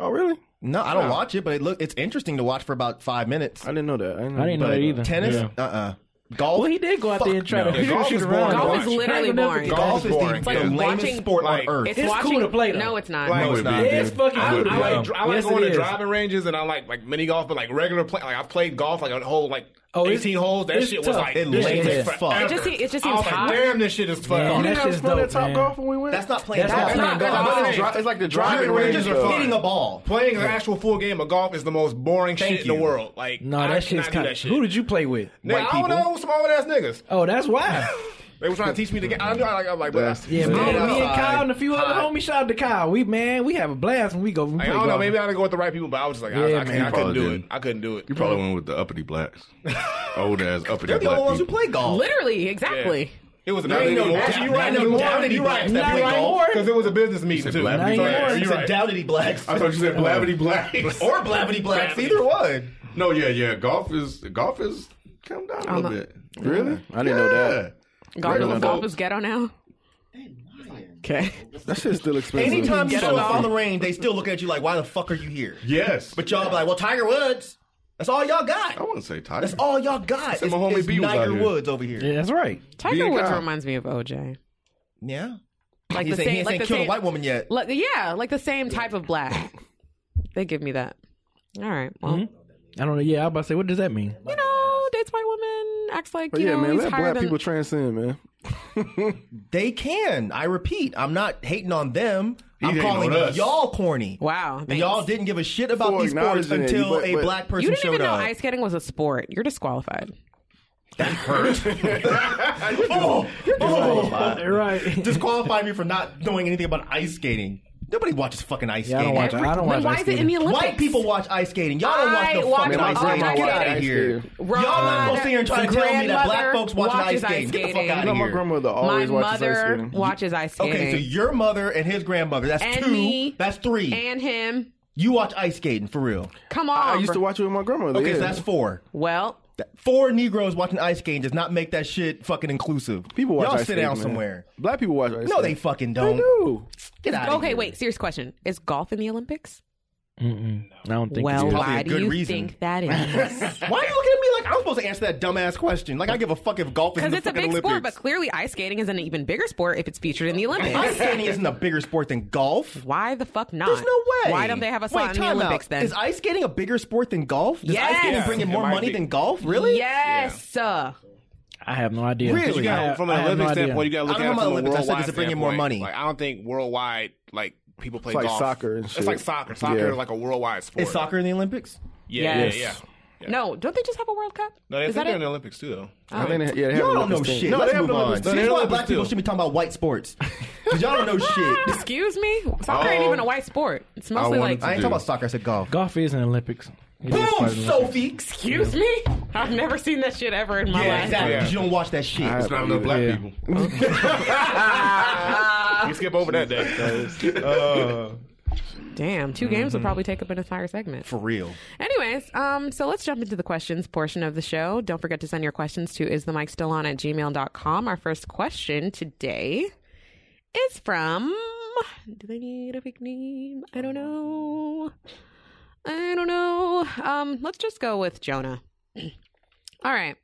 Speaker 8: Oh, really?
Speaker 9: No, I don't watch it, but it look it's interesting to watch for about five minutes.
Speaker 8: I didn't know that. I didn't know,
Speaker 2: I didn't know
Speaker 9: But
Speaker 2: that either.
Speaker 9: tennis,
Speaker 2: Yeah.
Speaker 9: uh, uh golf.
Speaker 2: Well, he did go out there and try
Speaker 9: no.
Speaker 2: to
Speaker 4: Yeah, golf
Speaker 2: shoot
Speaker 4: is
Speaker 2: around.
Speaker 4: boring.
Speaker 6: Golf
Speaker 4: Watch.
Speaker 6: is literally boring.
Speaker 9: Golf
Speaker 4: Golf
Speaker 9: is
Speaker 4: is boring.
Speaker 9: the,
Speaker 4: Yeah.
Speaker 9: the lamest
Speaker 6: Watching-
Speaker 9: sport
Speaker 4: like,
Speaker 9: on earth.
Speaker 6: It's,
Speaker 2: It's
Speaker 6: watching.
Speaker 2: cool to play, though.
Speaker 6: No, it's not.
Speaker 4: Like,
Speaker 9: no, it's
Speaker 3: would
Speaker 9: not.
Speaker 3: be.
Speaker 2: It's
Speaker 9: dude.
Speaker 2: fucking.
Speaker 3: I would-
Speaker 2: I
Speaker 4: I like
Speaker 2: like.
Speaker 4: dr- I like
Speaker 2: Oh. Yes,
Speaker 4: going
Speaker 2: it
Speaker 4: to
Speaker 2: is.
Speaker 4: driving ranges and I like like mini golf, but like regular play. Like I played golf like a whole like
Speaker 2: Oh, it's-
Speaker 4: eighteen holes. That
Speaker 2: it's
Speaker 4: shit was
Speaker 2: tough.
Speaker 4: like
Speaker 9: It
Speaker 4: this
Speaker 9: lame
Speaker 4: shit
Speaker 2: as
Speaker 4: takes
Speaker 9: fuck.
Speaker 4: forever.
Speaker 6: It just se- it just
Speaker 4: I was
Speaker 6: seems
Speaker 4: like,
Speaker 6: hot.
Speaker 4: Damn, this shit is fun.
Speaker 2: Yeah,
Speaker 8: You
Speaker 2: that
Speaker 8: didn't have
Speaker 2: shit's
Speaker 8: fun
Speaker 2: dope,
Speaker 8: at Top
Speaker 2: man.
Speaker 8: Golf when we went.
Speaker 9: That's not playing.
Speaker 2: That's
Speaker 9: golf.
Speaker 2: not
Speaker 9: That's
Speaker 2: playing golf.
Speaker 9: golf.
Speaker 4: That's
Speaker 9: That's
Speaker 4: not-
Speaker 9: dri-
Speaker 8: it's like the
Speaker 9: Driving
Speaker 8: driving
Speaker 9: ranges
Speaker 8: range
Speaker 9: are
Speaker 8: though.
Speaker 9: fun. hitting a ball.
Speaker 4: Playing an actual full game of golf is the most boring
Speaker 9: Thank
Speaker 4: shit in
Speaker 9: you.
Speaker 4: the world. Like
Speaker 2: No,
Speaker 4: I
Speaker 2: that
Speaker 4: cannot
Speaker 2: shit's
Speaker 4: do
Speaker 2: kind
Speaker 4: that
Speaker 2: of.
Speaker 4: shit.
Speaker 2: Who did you play with?
Speaker 4: Nigga,
Speaker 2: White
Speaker 4: I don't
Speaker 2: people.
Speaker 4: know some old ass niggas.
Speaker 2: Oh, that's why.
Speaker 4: They were trying to teach me the game. I knew I, I'm like, but I,
Speaker 2: Yeah,
Speaker 4: I
Speaker 2: man.
Speaker 4: don't know.
Speaker 2: Me and
Speaker 9: outside.
Speaker 2: Kyle and a few other homies. Shout out to Kyle. We man, we have a blast when we go. We
Speaker 4: Like,
Speaker 2: play
Speaker 4: I don't know.
Speaker 2: golf.
Speaker 4: Maybe I didn't go with the right people, but I was just like,
Speaker 2: Yeah,
Speaker 4: I, I,
Speaker 2: man.
Speaker 4: can't- I couldn't do it.
Speaker 3: Probably
Speaker 4: I couldn't do it.
Speaker 3: You probably went with the uppity blacks, old ass uppity
Speaker 9: They're the
Speaker 3: black
Speaker 9: only ones who
Speaker 3: people.
Speaker 9: play golf.
Speaker 6: Literally, exactly.
Speaker 4: It was a
Speaker 7: Not
Speaker 4: meeting. No,
Speaker 7: anymore.
Speaker 4: actually, you're right.
Speaker 7: Not
Speaker 4: You're
Speaker 7: anymore.
Speaker 4: right. You're right.
Speaker 7: Not
Speaker 4: You're
Speaker 7: anymore.
Speaker 4: right. Because it was a business meeting too.
Speaker 7: blavity
Speaker 4: You're
Speaker 7: blacks.
Speaker 4: right.
Speaker 7: You
Speaker 4: You're
Speaker 7: said
Speaker 4: right.
Speaker 7: dowdity blacks.
Speaker 3: I thought you said blavity blacks
Speaker 7: Or blavity blacks, either one.
Speaker 3: No, yeah, yeah. Golf is golf is come down a little bit.
Speaker 8: Really? I didn't know that.
Speaker 6: Golf,
Speaker 8: I didn't know
Speaker 6: golf,
Speaker 8: that.
Speaker 6: is ghetto now.
Speaker 8: Okay. That shit's still expensive.
Speaker 9: Anytime you
Speaker 8: Get
Speaker 9: show
Speaker 8: it
Speaker 9: up on
Speaker 8: off.
Speaker 9: the range, they still look at you like, "Why the fuck are you here?"
Speaker 3: Yes.
Speaker 9: But y'all be like, "Well, Tiger Woods. That's all y'all got.
Speaker 3: Oh, I wouldn't say Tiger.
Speaker 9: That's all y'all got.
Speaker 3: Except my homie B was out
Speaker 9: Tiger
Speaker 3: here.
Speaker 9: Woods over here."
Speaker 2: Yeah, that's right.
Speaker 6: Tiger
Speaker 9: Being
Speaker 6: Woods
Speaker 9: out.
Speaker 6: reminds me of OJ.
Speaker 9: Yeah.
Speaker 6: Like
Speaker 9: he
Speaker 6: the same,
Speaker 9: ain't, he ain't
Speaker 6: like the
Speaker 9: killed
Speaker 6: same,
Speaker 9: a white woman yet.
Speaker 6: Like, yeah, like the same type of black. they give me that. All right. Well,
Speaker 2: Mhm. I don't know. Yeah, I was about to say, what does that mean?
Speaker 6: you know, dates white women, acts like
Speaker 8: But
Speaker 6: you
Speaker 8: Oh, yeah,
Speaker 6: know
Speaker 8: man,
Speaker 6: he's
Speaker 8: let
Speaker 6: higher
Speaker 8: black
Speaker 6: than.
Speaker 8: people transcend, man.
Speaker 9: They can. I repeat, I'm not hating on them.
Speaker 8: He
Speaker 9: I'm
Speaker 8: hating
Speaker 9: calling
Speaker 8: on us.
Speaker 9: y'all corny.
Speaker 6: Wow,
Speaker 9: And y'all didn't give a shit about
Speaker 8: For
Speaker 9: these sports
Speaker 8: acknowledging it,
Speaker 9: until
Speaker 8: but-
Speaker 9: a
Speaker 8: but-
Speaker 9: black person
Speaker 6: you didn't
Speaker 9: showed
Speaker 6: even know
Speaker 9: up.
Speaker 6: ice skating was a sport. You're disqualified.
Speaker 9: oh, oh,
Speaker 2: right.
Speaker 9: Disqualify me for not knowing anything about ice skating. Nobody watches fucking ice
Speaker 2: Yeah, I
Speaker 9: skating.
Speaker 2: don't watch- I don't Then watch why ice is it in skating. the
Speaker 9: White
Speaker 6: Olympics?
Speaker 9: people watch ice skating. Y'all
Speaker 6: I
Speaker 9: don't
Speaker 6: watch
Speaker 9: watch the fucking
Speaker 6: my
Speaker 9: ice skating.
Speaker 6: grandma
Speaker 9: Get
Speaker 6: watch
Speaker 9: out of
Speaker 6: ice
Speaker 9: here.
Speaker 6: skating.
Speaker 9: Y'all not gonna sit here and try to tell me that black
Speaker 6: Grandmother
Speaker 9: folks watch ice
Speaker 6: watches ice
Speaker 9: skating. Get the fuck
Speaker 6: skating.
Speaker 9: out
Speaker 8: No,
Speaker 9: of
Speaker 8: my
Speaker 9: here.
Speaker 8: grandmother always
Speaker 6: My
Speaker 8: watches ice
Speaker 6: mother
Speaker 8: skating.
Speaker 6: watches ice skating.
Speaker 9: Okay, so your mother and his grandmother. That's
Speaker 6: And
Speaker 9: two.
Speaker 6: me.
Speaker 9: That's three.
Speaker 6: and him.
Speaker 9: you watch ice skating for real.
Speaker 6: Come on.
Speaker 8: I used to watch it with my grandmother.
Speaker 9: Okay,
Speaker 8: yeah.
Speaker 9: so that's four.
Speaker 6: Well,
Speaker 9: That- Four Negroes watching ice skating does not make that shit fucking inclusive.
Speaker 8: people watch
Speaker 9: Y'all
Speaker 8: ice
Speaker 9: sit
Speaker 8: skating,
Speaker 9: down
Speaker 8: man.
Speaker 9: somewhere.
Speaker 8: Black people watch ice
Speaker 9: No, they
Speaker 8: skating.
Speaker 9: fucking don't.
Speaker 8: They do.
Speaker 9: Get out.
Speaker 6: okay, wait. Serious question: Is golf in the Olympics?
Speaker 2: Mm-mm. I don't think
Speaker 6: well,
Speaker 2: it is.
Speaker 9: Probably
Speaker 6: why
Speaker 9: a
Speaker 6: do
Speaker 9: good
Speaker 6: you
Speaker 9: reason.
Speaker 6: think that is?
Speaker 9: Why are you looking at me like I'm supposed to answer that dumbass question? Like I give a fuck if golf is in
Speaker 6: Because
Speaker 9: the
Speaker 6: it's a
Speaker 9: fucking
Speaker 6: big sport, but
Speaker 9: Olympics.
Speaker 6: clearly ice skating is an even bigger sport if it's featured in the
Speaker 9: ice
Speaker 6: Olympics.
Speaker 9: skating isn't a bigger sport than golf.
Speaker 6: Why the fuck not?
Speaker 9: There's no way.
Speaker 6: Why don't they have a
Speaker 9: Wait,
Speaker 6: slot in the
Speaker 9: time out.
Speaker 6: Olympics then?
Speaker 9: Is ice skating a bigger sport than golf? Does ice
Speaker 6: Yes.
Speaker 9: skating bring in
Speaker 4: It
Speaker 9: more
Speaker 4: might
Speaker 9: money
Speaker 4: be.
Speaker 9: than golf? Really?
Speaker 6: Yes. Uh,
Speaker 2: I have no idea.
Speaker 9: Really?
Speaker 4: You
Speaker 9: I
Speaker 4: gotta,
Speaker 2: have-
Speaker 4: from an
Speaker 2: I have
Speaker 4: Olympic
Speaker 2: no idea.
Speaker 4: standpoint, you got to
Speaker 9: I
Speaker 4: look at
Speaker 9: don't know
Speaker 4: it from
Speaker 9: about
Speaker 4: a
Speaker 9: Olympics. I said,
Speaker 4: worldwide
Speaker 9: does it bring in
Speaker 4: standpoint.
Speaker 9: more money?
Speaker 4: Like, I don't think worldwide like people play
Speaker 8: It's like
Speaker 4: golf.
Speaker 8: soccer and shit.
Speaker 4: It's like soccer. Soccer
Speaker 8: Yeah.
Speaker 4: is like a worldwide sport.
Speaker 9: Is soccer in the Olympics?
Speaker 4: Yeah, yeah,
Speaker 6: Yes.
Speaker 4: yeah.
Speaker 6: No, don't they just have a World Cup?
Speaker 4: No, they
Speaker 6: is
Speaker 4: think
Speaker 6: that
Speaker 4: they're in
Speaker 6: it? Uh,
Speaker 4: the Olympics too, though.
Speaker 8: I think they, yeah, they have
Speaker 9: y'all don't
Speaker 8: Olympic
Speaker 9: know
Speaker 8: thing.
Speaker 9: shit.
Speaker 8: No,
Speaker 9: Let's
Speaker 8: they have
Speaker 9: move
Speaker 8: Olympic
Speaker 9: on.
Speaker 8: thing.
Speaker 9: See,
Speaker 4: they
Speaker 9: This is
Speaker 4: have
Speaker 9: why
Speaker 4: Olympics
Speaker 9: black people
Speaker 4: too.
Speaker 9: should be talking about white sports. Because y'all don't know shit.
Speaker 6: Excuse me? Soccer ain't
Speaker 3: Oh.
Speaker 6: even a white sport. It's mostly
Speaker 3: wanted
Speaker 6: like.
Speaker 3: to
Speaker 9: I ain't
Speaker 3: do.
Speaker 9: talking about soccer. I said golf.
Speaker 2: Golf is an Olympics. It is part
Speaker 9: Boom,
Speaker 2: of the Olympics.
Speaker 9: Sophie.
Speaker 6: Excuse me? I've never seen that shit ever in my
Speaker 9: Yeah,
Speaker 6: life.
Speaker 9: exactly. 'cause You don't watch that shit.
Speaker 3: It's not enough black
Speaker 2: Yeah.
Speaker 3: people.
Speaker 4: We skip over that day. Uh,
Speaker 6: Damn, 2 games would probably take up an entire segment.
Speaker 9: Mm-hmm. For real.
Speaker 6: Anyways, um, so let's jump into the questions portion of the show. Don't forget to send your questions to is the mic still on at gmail.com. Our first question today is from Do they need a big name? I don't know. I don't know. Um, let's just go with Jonah. All right.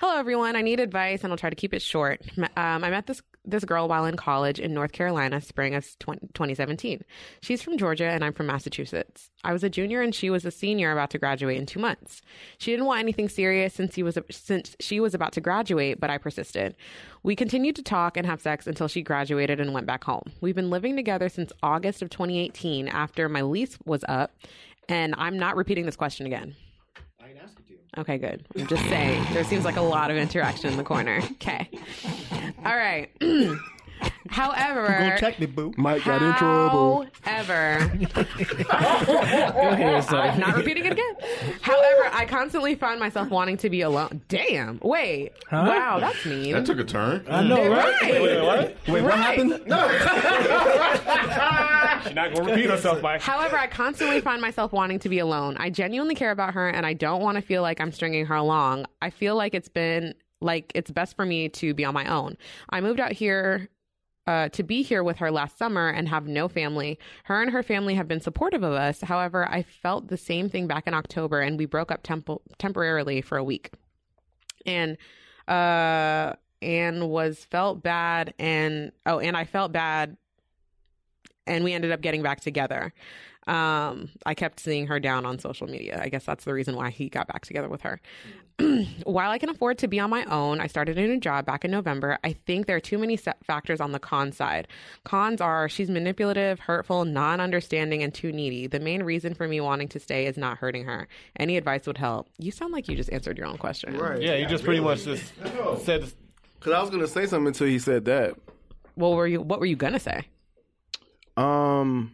Speaker 6: Hello, everyone. I need advice, and I'll try to keep it short. M- Um, I met this this girl while in college in North Carolina, spring of 20, 2017. She's from Georgia, and I'm from Massachusetts. I was a junior, and she was a senior, about to graduate in two months. She didn't want anything serious since he was since she was about to graduate, but I persisted. We continued to talk and have sex until she graduated and went back home. We've been living together since August of 2018, after my lease was up, and I'm not repeating this question again. Okay, good. I'm just saying. There seems like a lot of interaction in the corner. Okay. All right.
Speaker 9: Go
Speaker 6: However,
Speaker 9: check me, boo.
Speaker 8: Mike got in trouble.
Speaker 6: However,
Speaker 2: Go ahead, sorry.
Speaker 6: I'm not repeating it again. However, I constantly find myself wanting to be alone. Damn. Wait.
Speaker 2: Huh?
Speaker 6: Wow, that's mean.
Speaker 3: That took a turn.
Speaker 2: I know, right?
Speaker 6: right.
Speaker 9: Wait, what happened?
Speaker 4: she's not gonna repeat herself, Mike.
Speaker 6: However, I constantly find myself wanting to be alone. I genuinely care about her and I don't want to feel like I'm stringing her along. I feel like it's been like it's best for me to be on my own. I moved out here uh, to be here with her last summer and have no family. Her and her family have been supportive of us. However, I felt the same thing back in October and we broke up tempo- temporarily for a week. And uh and was felt bad and oh and I felt bad and we ended up getting back together. Um, I kept seeing her down on social media. I guess that's the reason why he got back together with her. While I can afford to be on my own, I started a new job back in November. I think there are too many set factors on the con side. Cons are she's manipulative, hurtful, non understanding, and too needy. The main reason for me wanting to stay is not hurting her. Any advice would help. You sound like you just answered your own question.
Speaker 4: Yeah, you just pretty much just said. this-
Speaker 8: Because I was gonna say something until he said that.
Speaker 6: What were you what were you gonna say?
Speaker 8: Um,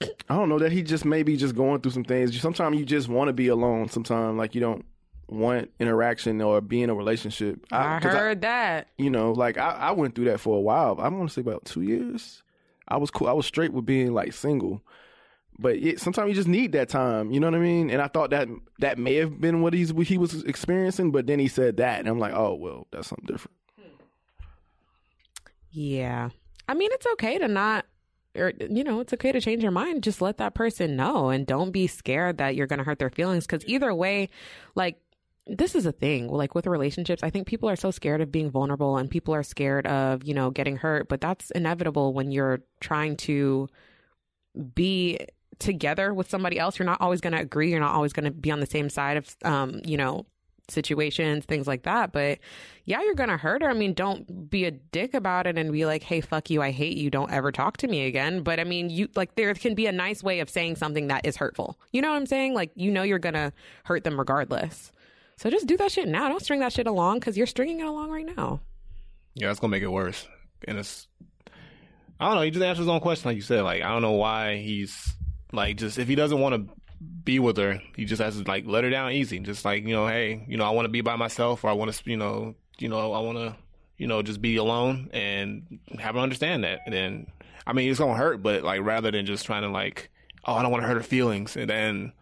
Speaker 8: I don't know that he just maybe just going through some things. Sometimes you just want to be alone. Sometimes like you don't want interaction or be in a relationship.
Speaker 6: I
Speaker 8: Uh, 'cause
Speaker 6: heard that.
Speaker 8: You know, like I, I went through that for a while. I want to say about two years. I was cool. I was straight with being like single, but yeah, sometimes you just need that time. You know what I mean? And I thought that that may have been what he's what he was experiencing, but then he said that, and I'm like, oh well, that's something different.
Speaker 6: Yeah. I mean, it's okay to not, or, you know, it's okay to change your mind. Just let that person know and don't be scared that you're going to hurt their feelings. Cause either way, like, this is a thing like with relationships i think people are so scared of being vulnerable and people are scared of you know getting hurt but that's inevitable when you're trying to be together with somebody else you're not always going to agree you're not always going to be on the same side of um you know situations things like that but yeah you're going to hurt her i mean don't be a dick about it and be like hey fuck you i hate you don't ever talk to me again but i mean you like there can be a nice way of saying something that is hurtful you know what i'm saying like you know you're going to hurt them regardless so just do that shit now don't string that shit along cuz you're stringing it along right now
Speaker 4: Yeah, that's gonna make it worse. And it's I don't know, he just answered his own question like you said. Like I don't know why he's like just if he doesn't want to be with her, he just has to like let her down easy. Just like, you know, hey, you know, I wanna be by myself or I wanna you know, you know, I wanna, you know, just be alone and have her understand that. And then I mean it's gonna hurt, but like rather than just trying to like, oh, I don't wanna hurt her feelings and then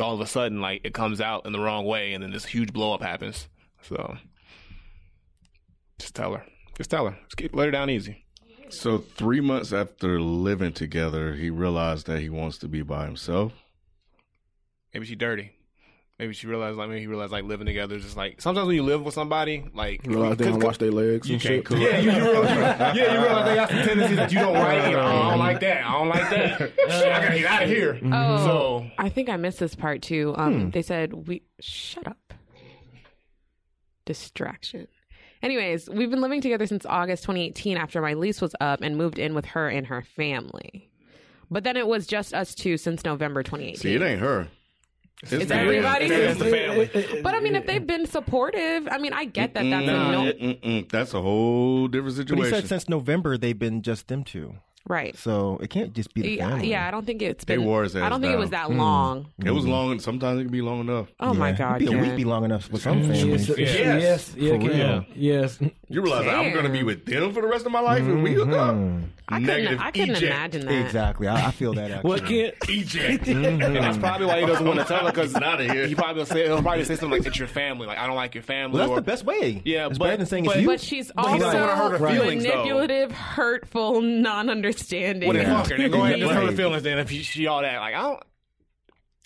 Speaker 4: all of a sudden like it comes out in the wrong way and then this huge blow up happens. So just tell her. Just tell her. Just get, let her down easy.
Speaker 3: So three months after living together, he realized that he wants to be by himself.
Speaker 4: Maybe she dirty. Maybe she realized like maybe he realized like living together is just like sometimes when you live with somebody like
Speaker 8: You realize they
Speaker 4: cause-
Speaker 8: don't wash their legs.
Speaker 4: you
Speaker 8: and
Speaker 4: can't
Speaker 8: shit.
Speaker 4: cook. Yeah, you, you realize, yeah, you realize they got some tendencies that you don't like. You know, I don't like that. I don't like that. Shit, I gotta get out of here.
Speaker 6: Oh,
Speaker 4: So
Speaker 6: I think I missed this part too. Um,
Speaker 4: Hmm.
Speaker 6: They said we shut up. Distraction. Anyways, we've been living together since August 2018 after my lease was up and moved in with her and her family. But then it was just us two since November 2018.
Speaker 3: See, it ain't her. It's,
Speaker 6: It's
Speaker 3: the man.
Speaker 6: everybody. But I mean, if they've been supportive, I mean, I get that. That's a no,
Speaker 3: Mm-mm, that's a whole different
Speaker 9: But he
Speaker 3: situation.
Speaker 9: said since November they've been just them two.
Speaker 6: right.
Speaker 9: So it can't just be the
Speaker 6: Yeah,
Speaker 9: family.
Speaker 6: yeah, I don't think it's
Speaker 3: They
Speaker 6: been.
Speaker 3: wore his ass
Speaker 6: I don't think it
Speaker 3: down.
Speaker 6: was that
Speaker 9: Mm.
Speaker 6: long.
Speaker 3: It was long. Sometimes it can be long enough.
Speaker 6: Oh my God,
Speaker 9: It'd Be a
Speaker 6: Ken.
Speaker 9: week be long enough with some
Speaker 2: Mm,
Speaker 9: families.
Speaker 2: yes, yes, yes, yeah,
Speaker 9: For
Speaker 2: Ken,
Speaker 9: real.
Speaker 2: yes.
Speaker 3: You realize I'm gonna be with them for the rest of my life, and we hook up.
Speaker 6: I couldn't-
Speaker 3: Negative
Speaker 6: I couldn't
Speaker 3: eject.
Speaker 6: imagine that.
Speaker 9: Exactly. I, I feel that. Actually.
Speaker 2: What kid?
Speaker 3: Eject.
Speaker 4: and that's probably why he doesn't want to tell her because
Speaker 3: Get outta here.
Speaker 4: he probably say he'll probably say something like it's your family. Like I don't like your family.
Speaker 9: Well, that's
Speaker 4: or,
Speaker 9: the best way.
Speaker 4: Yeah,
Speaker 9: it's
Speaker 4: but-
Speaker 9: better than saying it's
Speaker 4: but-
Speaker 9: you.
Speaker 6: But she's
Speaker 4: But he
Speaker 6: also
Speaker 4: doesn't wanna hurt her feelings, though.
Speaker 6: manipulative, hurtful, non-understanding.
Speaker 4: Well, then
Speaker 9: Yeah.
Speaker 4: fuck her. Then go ahead and just hurt her
Speaker 9: Right.
Speaker 4: feelings. Then if she, she all that, like I don't.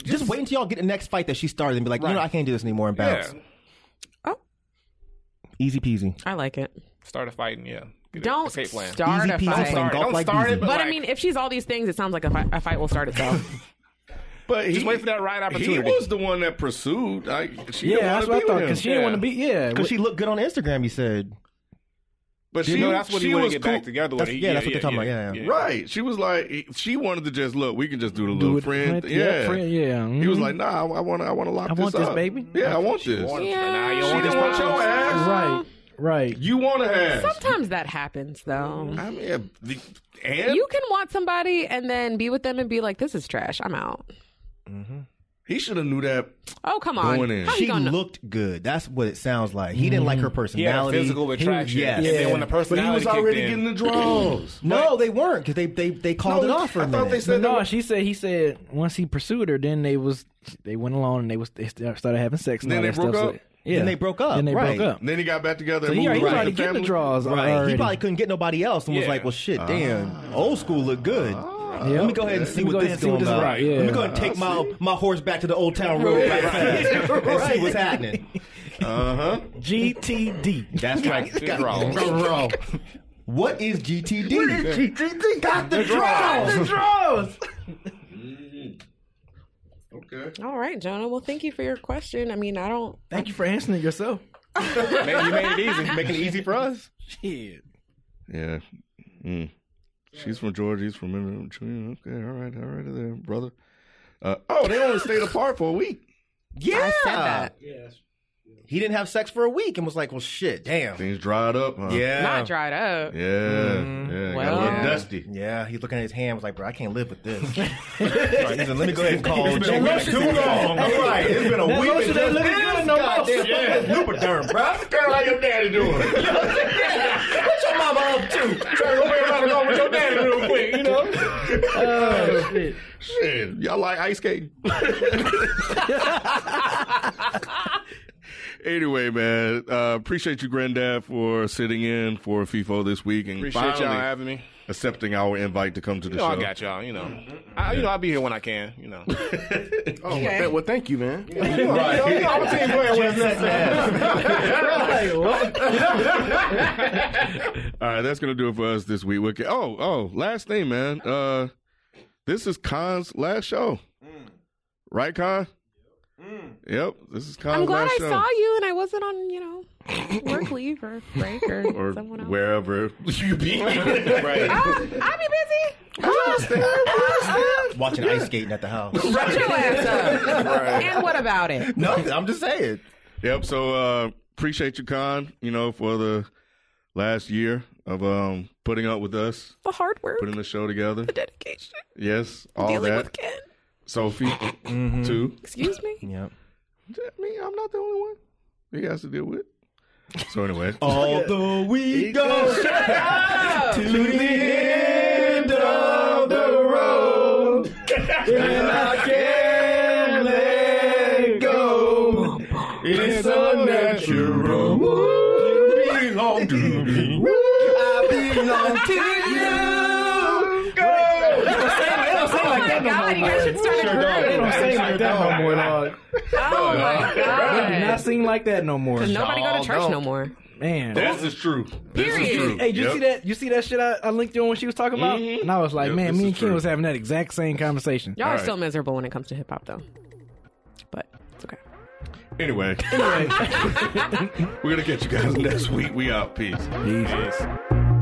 Speaker 9: just, wait until y'all get the next fight that she started and be like, you know, I can't do this anymore and bounce.
Speaker 4: Yeah.
Speaker 9: Easy peasy.
Speaker 6: I like it.
Speaker 4: Start a fight and yeah. Get a
Speaker 6: Don't
Speaker 4: escape plan.
Speaker 6: start
Speaker 9: Easy
Speaker 6: a
Speaker 9: peasy
Speaker 6: fight.
Speaker 9: playing Don't golf
Speaker 4: don't
Speaker 9: like
Speaker 4: start
Speaker 9: easy.
Speaker 4: it,
Speaker 6: But,
Speaker 4: but,
Speaker 6: I
Speaker 4: like,
Speaker 6: mean, if she's all these things, it sounds like a fight, a fight will start itself.
Speaker 3: But
Speaker 4: just
Speaker 3: he-
Speaker 4: wait for that right
Speaker 3: He
Speaker 4: opportunity.
Speaker 3: was the one that pursued.
Speaker 2: Yeah,
Speaker 3: I, she didn't want
Speaker 2: that's
Speaker 3: to
Speaker 2: what I
Speaker 3: be
Speaker 2: thought.
Speaker 3: with him.
Speaker 2: Because she didn't want to be. Yeah,
Speaker 9: Because she looked good on Instagram, you said.
Speaker 3: But
Speaker 4: You
Speaker 3: she,
Speaker 4: know, that's what
Speaker 3: she
Speaker 4: he wanted
Speaker 3: was
Speaker 4: to get
Speaker 3: cool.
Speaker 4: back together with.
Speaker 9: That's-
Speaker 4: He-
Speaker 9: yeah, that's what they're talking about. Yeah, yeah.
Speaker 3: Right. She was like, he- she wanted to just look. We can just do the
Speaker 2: Do
Speaker 3: little
Speaker 2: it,
Speaker 3: friend.
Speaker 2: friend-
Speaker 3: yeah,
Speaker 2: yeah, friend, yeah.
Speaker 3: He was like, nah, I want to, I want to lock
Speaker 2: I
Speaker 3: this
Speaker 2: want this
Speaker 3: up.
Speaker 2: baby.
Speaker 3: Yeah, I want this.
Speaker 4: Warn him,
Speaker 6: Yeah.
Speaker 4: "Nah, you
Speaker 6: She
Speaker 4: don't
Speaker 3: She
Speaker 4: want this
Speaker 3: didn't want your
Speaker 4: problem."
Speaker 3: ass.
Speaker 2: right, right.
Speaker 3: You want to have.
Speaker 6: Sometimes that happens, though.
Speaker 3: I mean, the, and
Speaker 6: You can want somebody and then be with them and be like, "This is trash. I'm out."
Speaker 3: he should have knew that.
Speaker 6: Oh, come on.
Speaker 3: Going in.
Speaker 6: How you
Speaker 9: She
Speaker 6: gonna?
Speaker 9: looked good. That's what it sounds like. He didn't like
Speaker 4: He
Speaker 9: her
Speaker 4: had a
Speaker 9: personality.
Speaker 4: Mm. physical
Speaker 9: He-
Speaker 4: attraction.
Speaker 9: yes.
Speaker 4: And then when the
Speaker 3: But
Speaker 4: personality
Speaker 3: he was
Speaker 4: kicked
Speaker 3: already
Speaker 4: in-
Speaker 3: getting the draws.
Speaker 9: No, they weren't because they, they they called
Speaker 3: No,
Speaker 9: it off for a
Speaker 3: I thought
Speaker 9: minute.
Speaker 3: they said
Speaker 2: no,
Speaker 3: that.
Speaker 2: she said he said once he pursued her, then they was they went along and they was they st- started having sex. And
Speaker 3: Then
Speaker 2: all
Speaker 3: they
Speaker 2: that
Speaker 3: broke
Speaker 2: stuff,
Speaker 3: up?
Speaker 2: So, yeah,
Speaker 9: Then they broke up,
Speaker 2: Then they
Speaker 9: right.
Speaker 2: broke up.
Speaker 3: Then he got back together
Speaker 2: So
Speaker 3: and
Speaker 2: he,
Speaker 3: moved
Speaker 2: he was
Speaker 3: right.
Speaker 2: already getting the draws.
Speaker 9: Right.
Speaker 2: Already. Uh-huh.
Speaker 9: He probably couldn't get nobody else and was
Speaker 4: Yeah.
Speaker 9: like, well, shit, damn. Old school look good. Let me go ahead and see
Speaker 2: Let me
Speaker 9: what
Speaker 2: go ahead
Speaker 9: this is
Speaker 2: and see what
Speaker 9: going
Speaker 2: this is
Speaker 9: on.
Speaker 2: about, yeah.
Speaker 9: Let me go ahead and take my, my horse back to the old town road right fast and see what's happening.
Speaker 3: Uh huh.
Speaker 2: GTD.
Speaker 9: That's right.
Speaker 4: Got draws.
Speaker 9: the draw. What is GTD? What is GTD? Got the
Speaker 5: The
Speaker 9: draws.
Speaker 5: draws.
Speaker 3: Okay.
Speaker 6: All right, Jonah. Well, thank you for your question. I mean, I don't.
Speaker 2: Thank you for answering it yourself.
Speaker 4: Man, you made it easy, making it easy for us.
Speaker 2: Shit.
Speaker 3: Yeah. Mm. She's from Georgia. He's from Minnesota. Okay. All right. All right. There, brother. Uh, oh, they only stayed apart for a week.
Speaker 9: Yeah.
Speaker 6: I said that.
Speaker 9: He didn't have sex for a week and was like, "Well, shit, damn."
Speaker 3: Things dried up. Huh?
Speaker 9: Yeah,
Speaker 6: Not dried up.
Speaker 3: Yeah, yeah. Got a little dusty.
Speaker 9: Yeah, he's looking at his hand. Was like, bro, I can't live with this. Right, he said, Let me go ahead and call.
Speaker 7: It's been a
Speaker 9: Jim
Speaker 7: week too
Speaker 9: Jackson.
Speaker 7: long.
Speaker 9: Hey,
Speaker 7: I'm right. It's been a
Speaker 9: that
Speaker 7: week.
Speaker 9: lotion
Speaker 7: and just
Speaker 9: ain't looking
Speaker 7: this
Speaker 9: good no more.
Speaker 7: goddamn
Speaker 9: Yeah.
Speaker 7: Lubriderm, bro. Girl, how your daddy doing? What's your mama up to? Trying to go back and go with your daddy real quick, you know?
Speaker 3: Oh, shit. shit. Y'all like ice skating? anyway, man, uh, appreciate you, Granddad, for sitting in for FIFO this week and
Speaker 4: Appreciate y'all
Speaker 3: finally
Speaker 4: having me.
Speaker 3: accepting our invite to come to the
Speaker 4: You know,
Speaker 3: show.
Speaker 4: I got y'all. You know, I, you know, I'll be here when I can. You know,
Speaker 8: Oh, well, th- well, thank you, man.
Speaker 4: Right.
Speaker 8: You know, I'm a team player when it's
Speaker 3: All right, that's gonna do it for us this week. Wicked. Oh, oh, last thing, man. Uh, this is Khan's last show,
Speaker 4: Mm.
Speaker 3: right, Khan? Yep, this is Khan's
Speaker 6: I'm glad
Speaker 3: last
Speaker 6: I
Speaker 3: show.
Speaker 6: saw you and I wasn't on, you know, work leave or break or,
Speaker 3: or
Speaker 6: someone else.
Speaker 3: wherever you be.
Speaker 6: Ah, I'll be busy.
Speaker 9: Watching ice skating at the house.
Speaker 6: Shut your ass up. And what about it?
Speaker 9: No, I'm just saying.
Speaker 3: Yep. So uh, appreciate you, Khan. You know, for the last year of um, putting up with us,
Speaker 6: The hard work,
Speaker 3: putting the show together.
Speaker 6: the dedication,
Speaker 3: Yes, all
Speaker 6: dealing
Speaker 3: that.
Speaker 6: with Ken.
Speaker 3: Sophie, too.
Speaker 6: Excuse me.
Speaker 9: Yep.
Speaker 3: I mean, I'm not the only one. He has to deal with. So anyway,
Speaker 9: Although we go to the end of the road, and I can't let go. It's unnatural. You belong to me. I belong to you. Go. They don't sing like- they don't
Speaker 6: Oh God,
Speaker 9: sing like that no
Speaker 6: you guys should start a
Speaker 9: Sure don't.
Speaker 6: group.
Speaker 9: They don't
Speaker 2: Same like that no more, dog.
Speaker 6: Oh my
Speaker 2: They do not
Speaker 6: god.
Speaker 2: sing like that no more.
Speaker 6: Does nobody go to church no more?
Speaker 2: Man.
Speaker 3: this is true. This is
Speaker 6: Period.
Speaker 3: true.
Speaker 2: Hey, did you
Speaker 3: Yep.
Speaker 2: see that? You see that shit I, I linked you on when she was talking about?
Speaker 4: mm-hmm.
Speaker 2: And I was like,
Speaker 3: Yep,
Speaker 2: man,
Speaker 3: this
Speaker 2: me
Speaker 3: is
Speaker 2: and Ken
Speaker 3: true.
Speaker 2: was having that exact same conversation.
Speaker 6: Y'all are
Speaker 3: Alright.
Speaker 6: still miserable when it comes to hip hop though. But it's okay.
Speaker 3: Anyway, we're gonna catch you guys next week. We out. Peace.
Speaker 2: Peace.
Speaker 3: Peace.